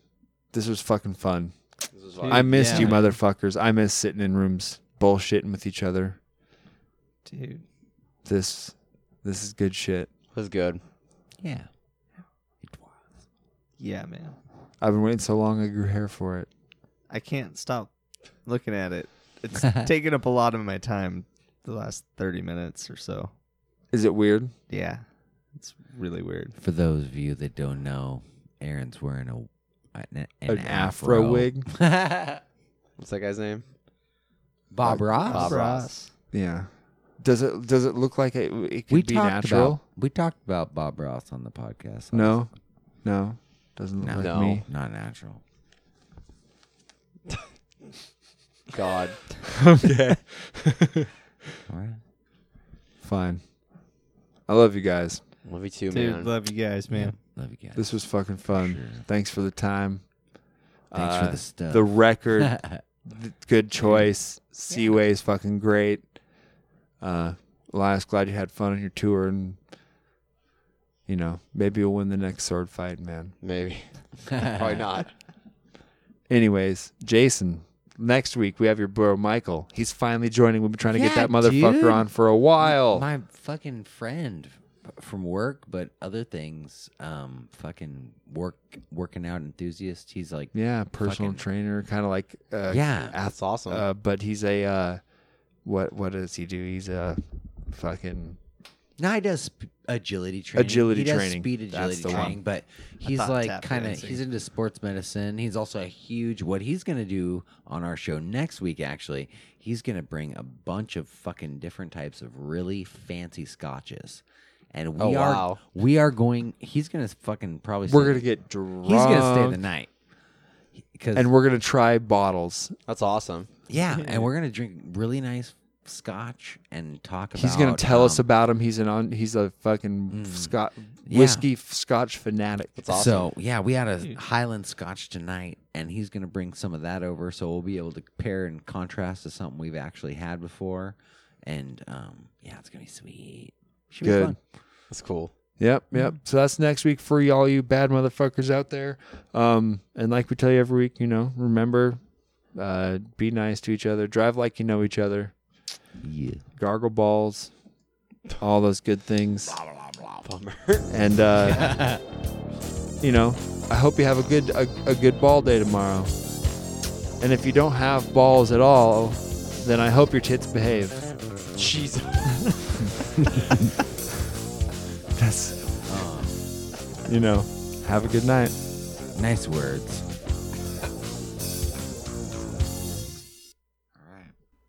S1: This was fucking fun.
S10: This is
S1: I missed
S11: yeah.
S1: you, motherfuckers. I miss sitting in rooms bullshitting with each other.
S11: Dude.
S1: This this is good shit.
S10: was good.
S2: Yeah.
S11: Yeah, man.
S1: I've been waiting so long I grew hair for it.
S11: I can't stop looking at it. It's [laughs] taken up a lot of my time the last 30 minutes or so.
S1: Is it weird?
S11: Yeah. It's really weird.
S2: For those of you that don't know, Aaron's wearing a an,
S1: an afro, wig.
S10: What's that guy's name?
S2: Bob Ross.
S1: Bob Ross. Yeah. Does it does it look like it, it could be
S2: talked
S1: natural?
S2: About, we talked about Bob Ross on the podcast.
S1: No. No. Doesn't look
S2: No,
S1: like me.
S2: not natural.
S10: God.
S1: okay.
S2: All right.
S1: Fine. I love you guys.
S10: Love you too,
S11: Dude, love you guys, man.
S2: Love you guys.
S1: This was fucking fun. Thanks for the time. Uh,
S2: Thanks for the stuff.
S1: The
S2: [laughs]
S1: record, th- good choice. Seaway is fucking great. Uh, Elias, glad you had fun on your tour, and you know maybe you'll win the next sword fight, man.
S10: Maybe. Probably not.
S1: Anyways, Jason, next week we have your bro Michael. He's finally joining. We've been trying to get
S2: Yeah,
S1: that motherfucker
S2: dude.
S1: on for a while.
S2: My fucking friend f- from work, but other things. Um, fucking work, working out enthusiast. He's like,
S1: Yeah, personal
S2: fucking-
S1: trainer, kind of like uh,
S2: Yeah.
S1: that's
S10: awesome.
S1: Uh, but he's a uh, what? What does he do? He's a fucking
S2: No, he does sp- agility training.
S1: Agility
S2: he does
S1: training.
S2: Speed
S1: That's
S2: agility
S1: the one.
S2: training, but he's
S11: thought
S2: like
S11: tap
S2: kind of
S11: dancing.
S2: he's into sports medicine. He's also a huge. What he's gonna do on our show next week, actually, he's gonna bring a bunch of fucking different types of really fancy scotches, and we
S10: Oh,
S2: are
S10: wow.
S2: we are going. He's gonna fucking probably.
S1: We're
S2: stay-
S1: gonna get drunk.
S2: He's gonna stay the night. Because
S1: and we're gonna try bottles.
S10: That's awesome.
S2: yeah,
S1: [laughs]
S2: and we're gonna drink really nice scotch and talk about.
S1: He's gonna tell us
S2: um,
S1: about him. He's an on. He's a fucking Scot-
S2: Yeah.
S1: whiskey f- Scotch fanatic. That's
S2: So yeah, we had a Highland Scotch tonight, and he's gonna bring some of that over, so we'll be able to compare and contrast to something we've actually had before, and um, yeah, it's gonna be sweet. Should
S1: Good.
S2: be fun.
S10: That's cool.
S1: Yep, yep. So that's next week for y'all you bad motherfuckers out there. Um, and like we tell you every week, you know, remember, uh, be nice to each other. Drive like you know each other.
S2: Yeah.
S1: Gargle balls. All those good things. And uh, you know, I hope you have a good a, a good ball day tomorrow. And if you don't have balls at all, then I hope your tits behave.
S10: Jesus.
S1: That's you know, have a good night.
S2: Nice words.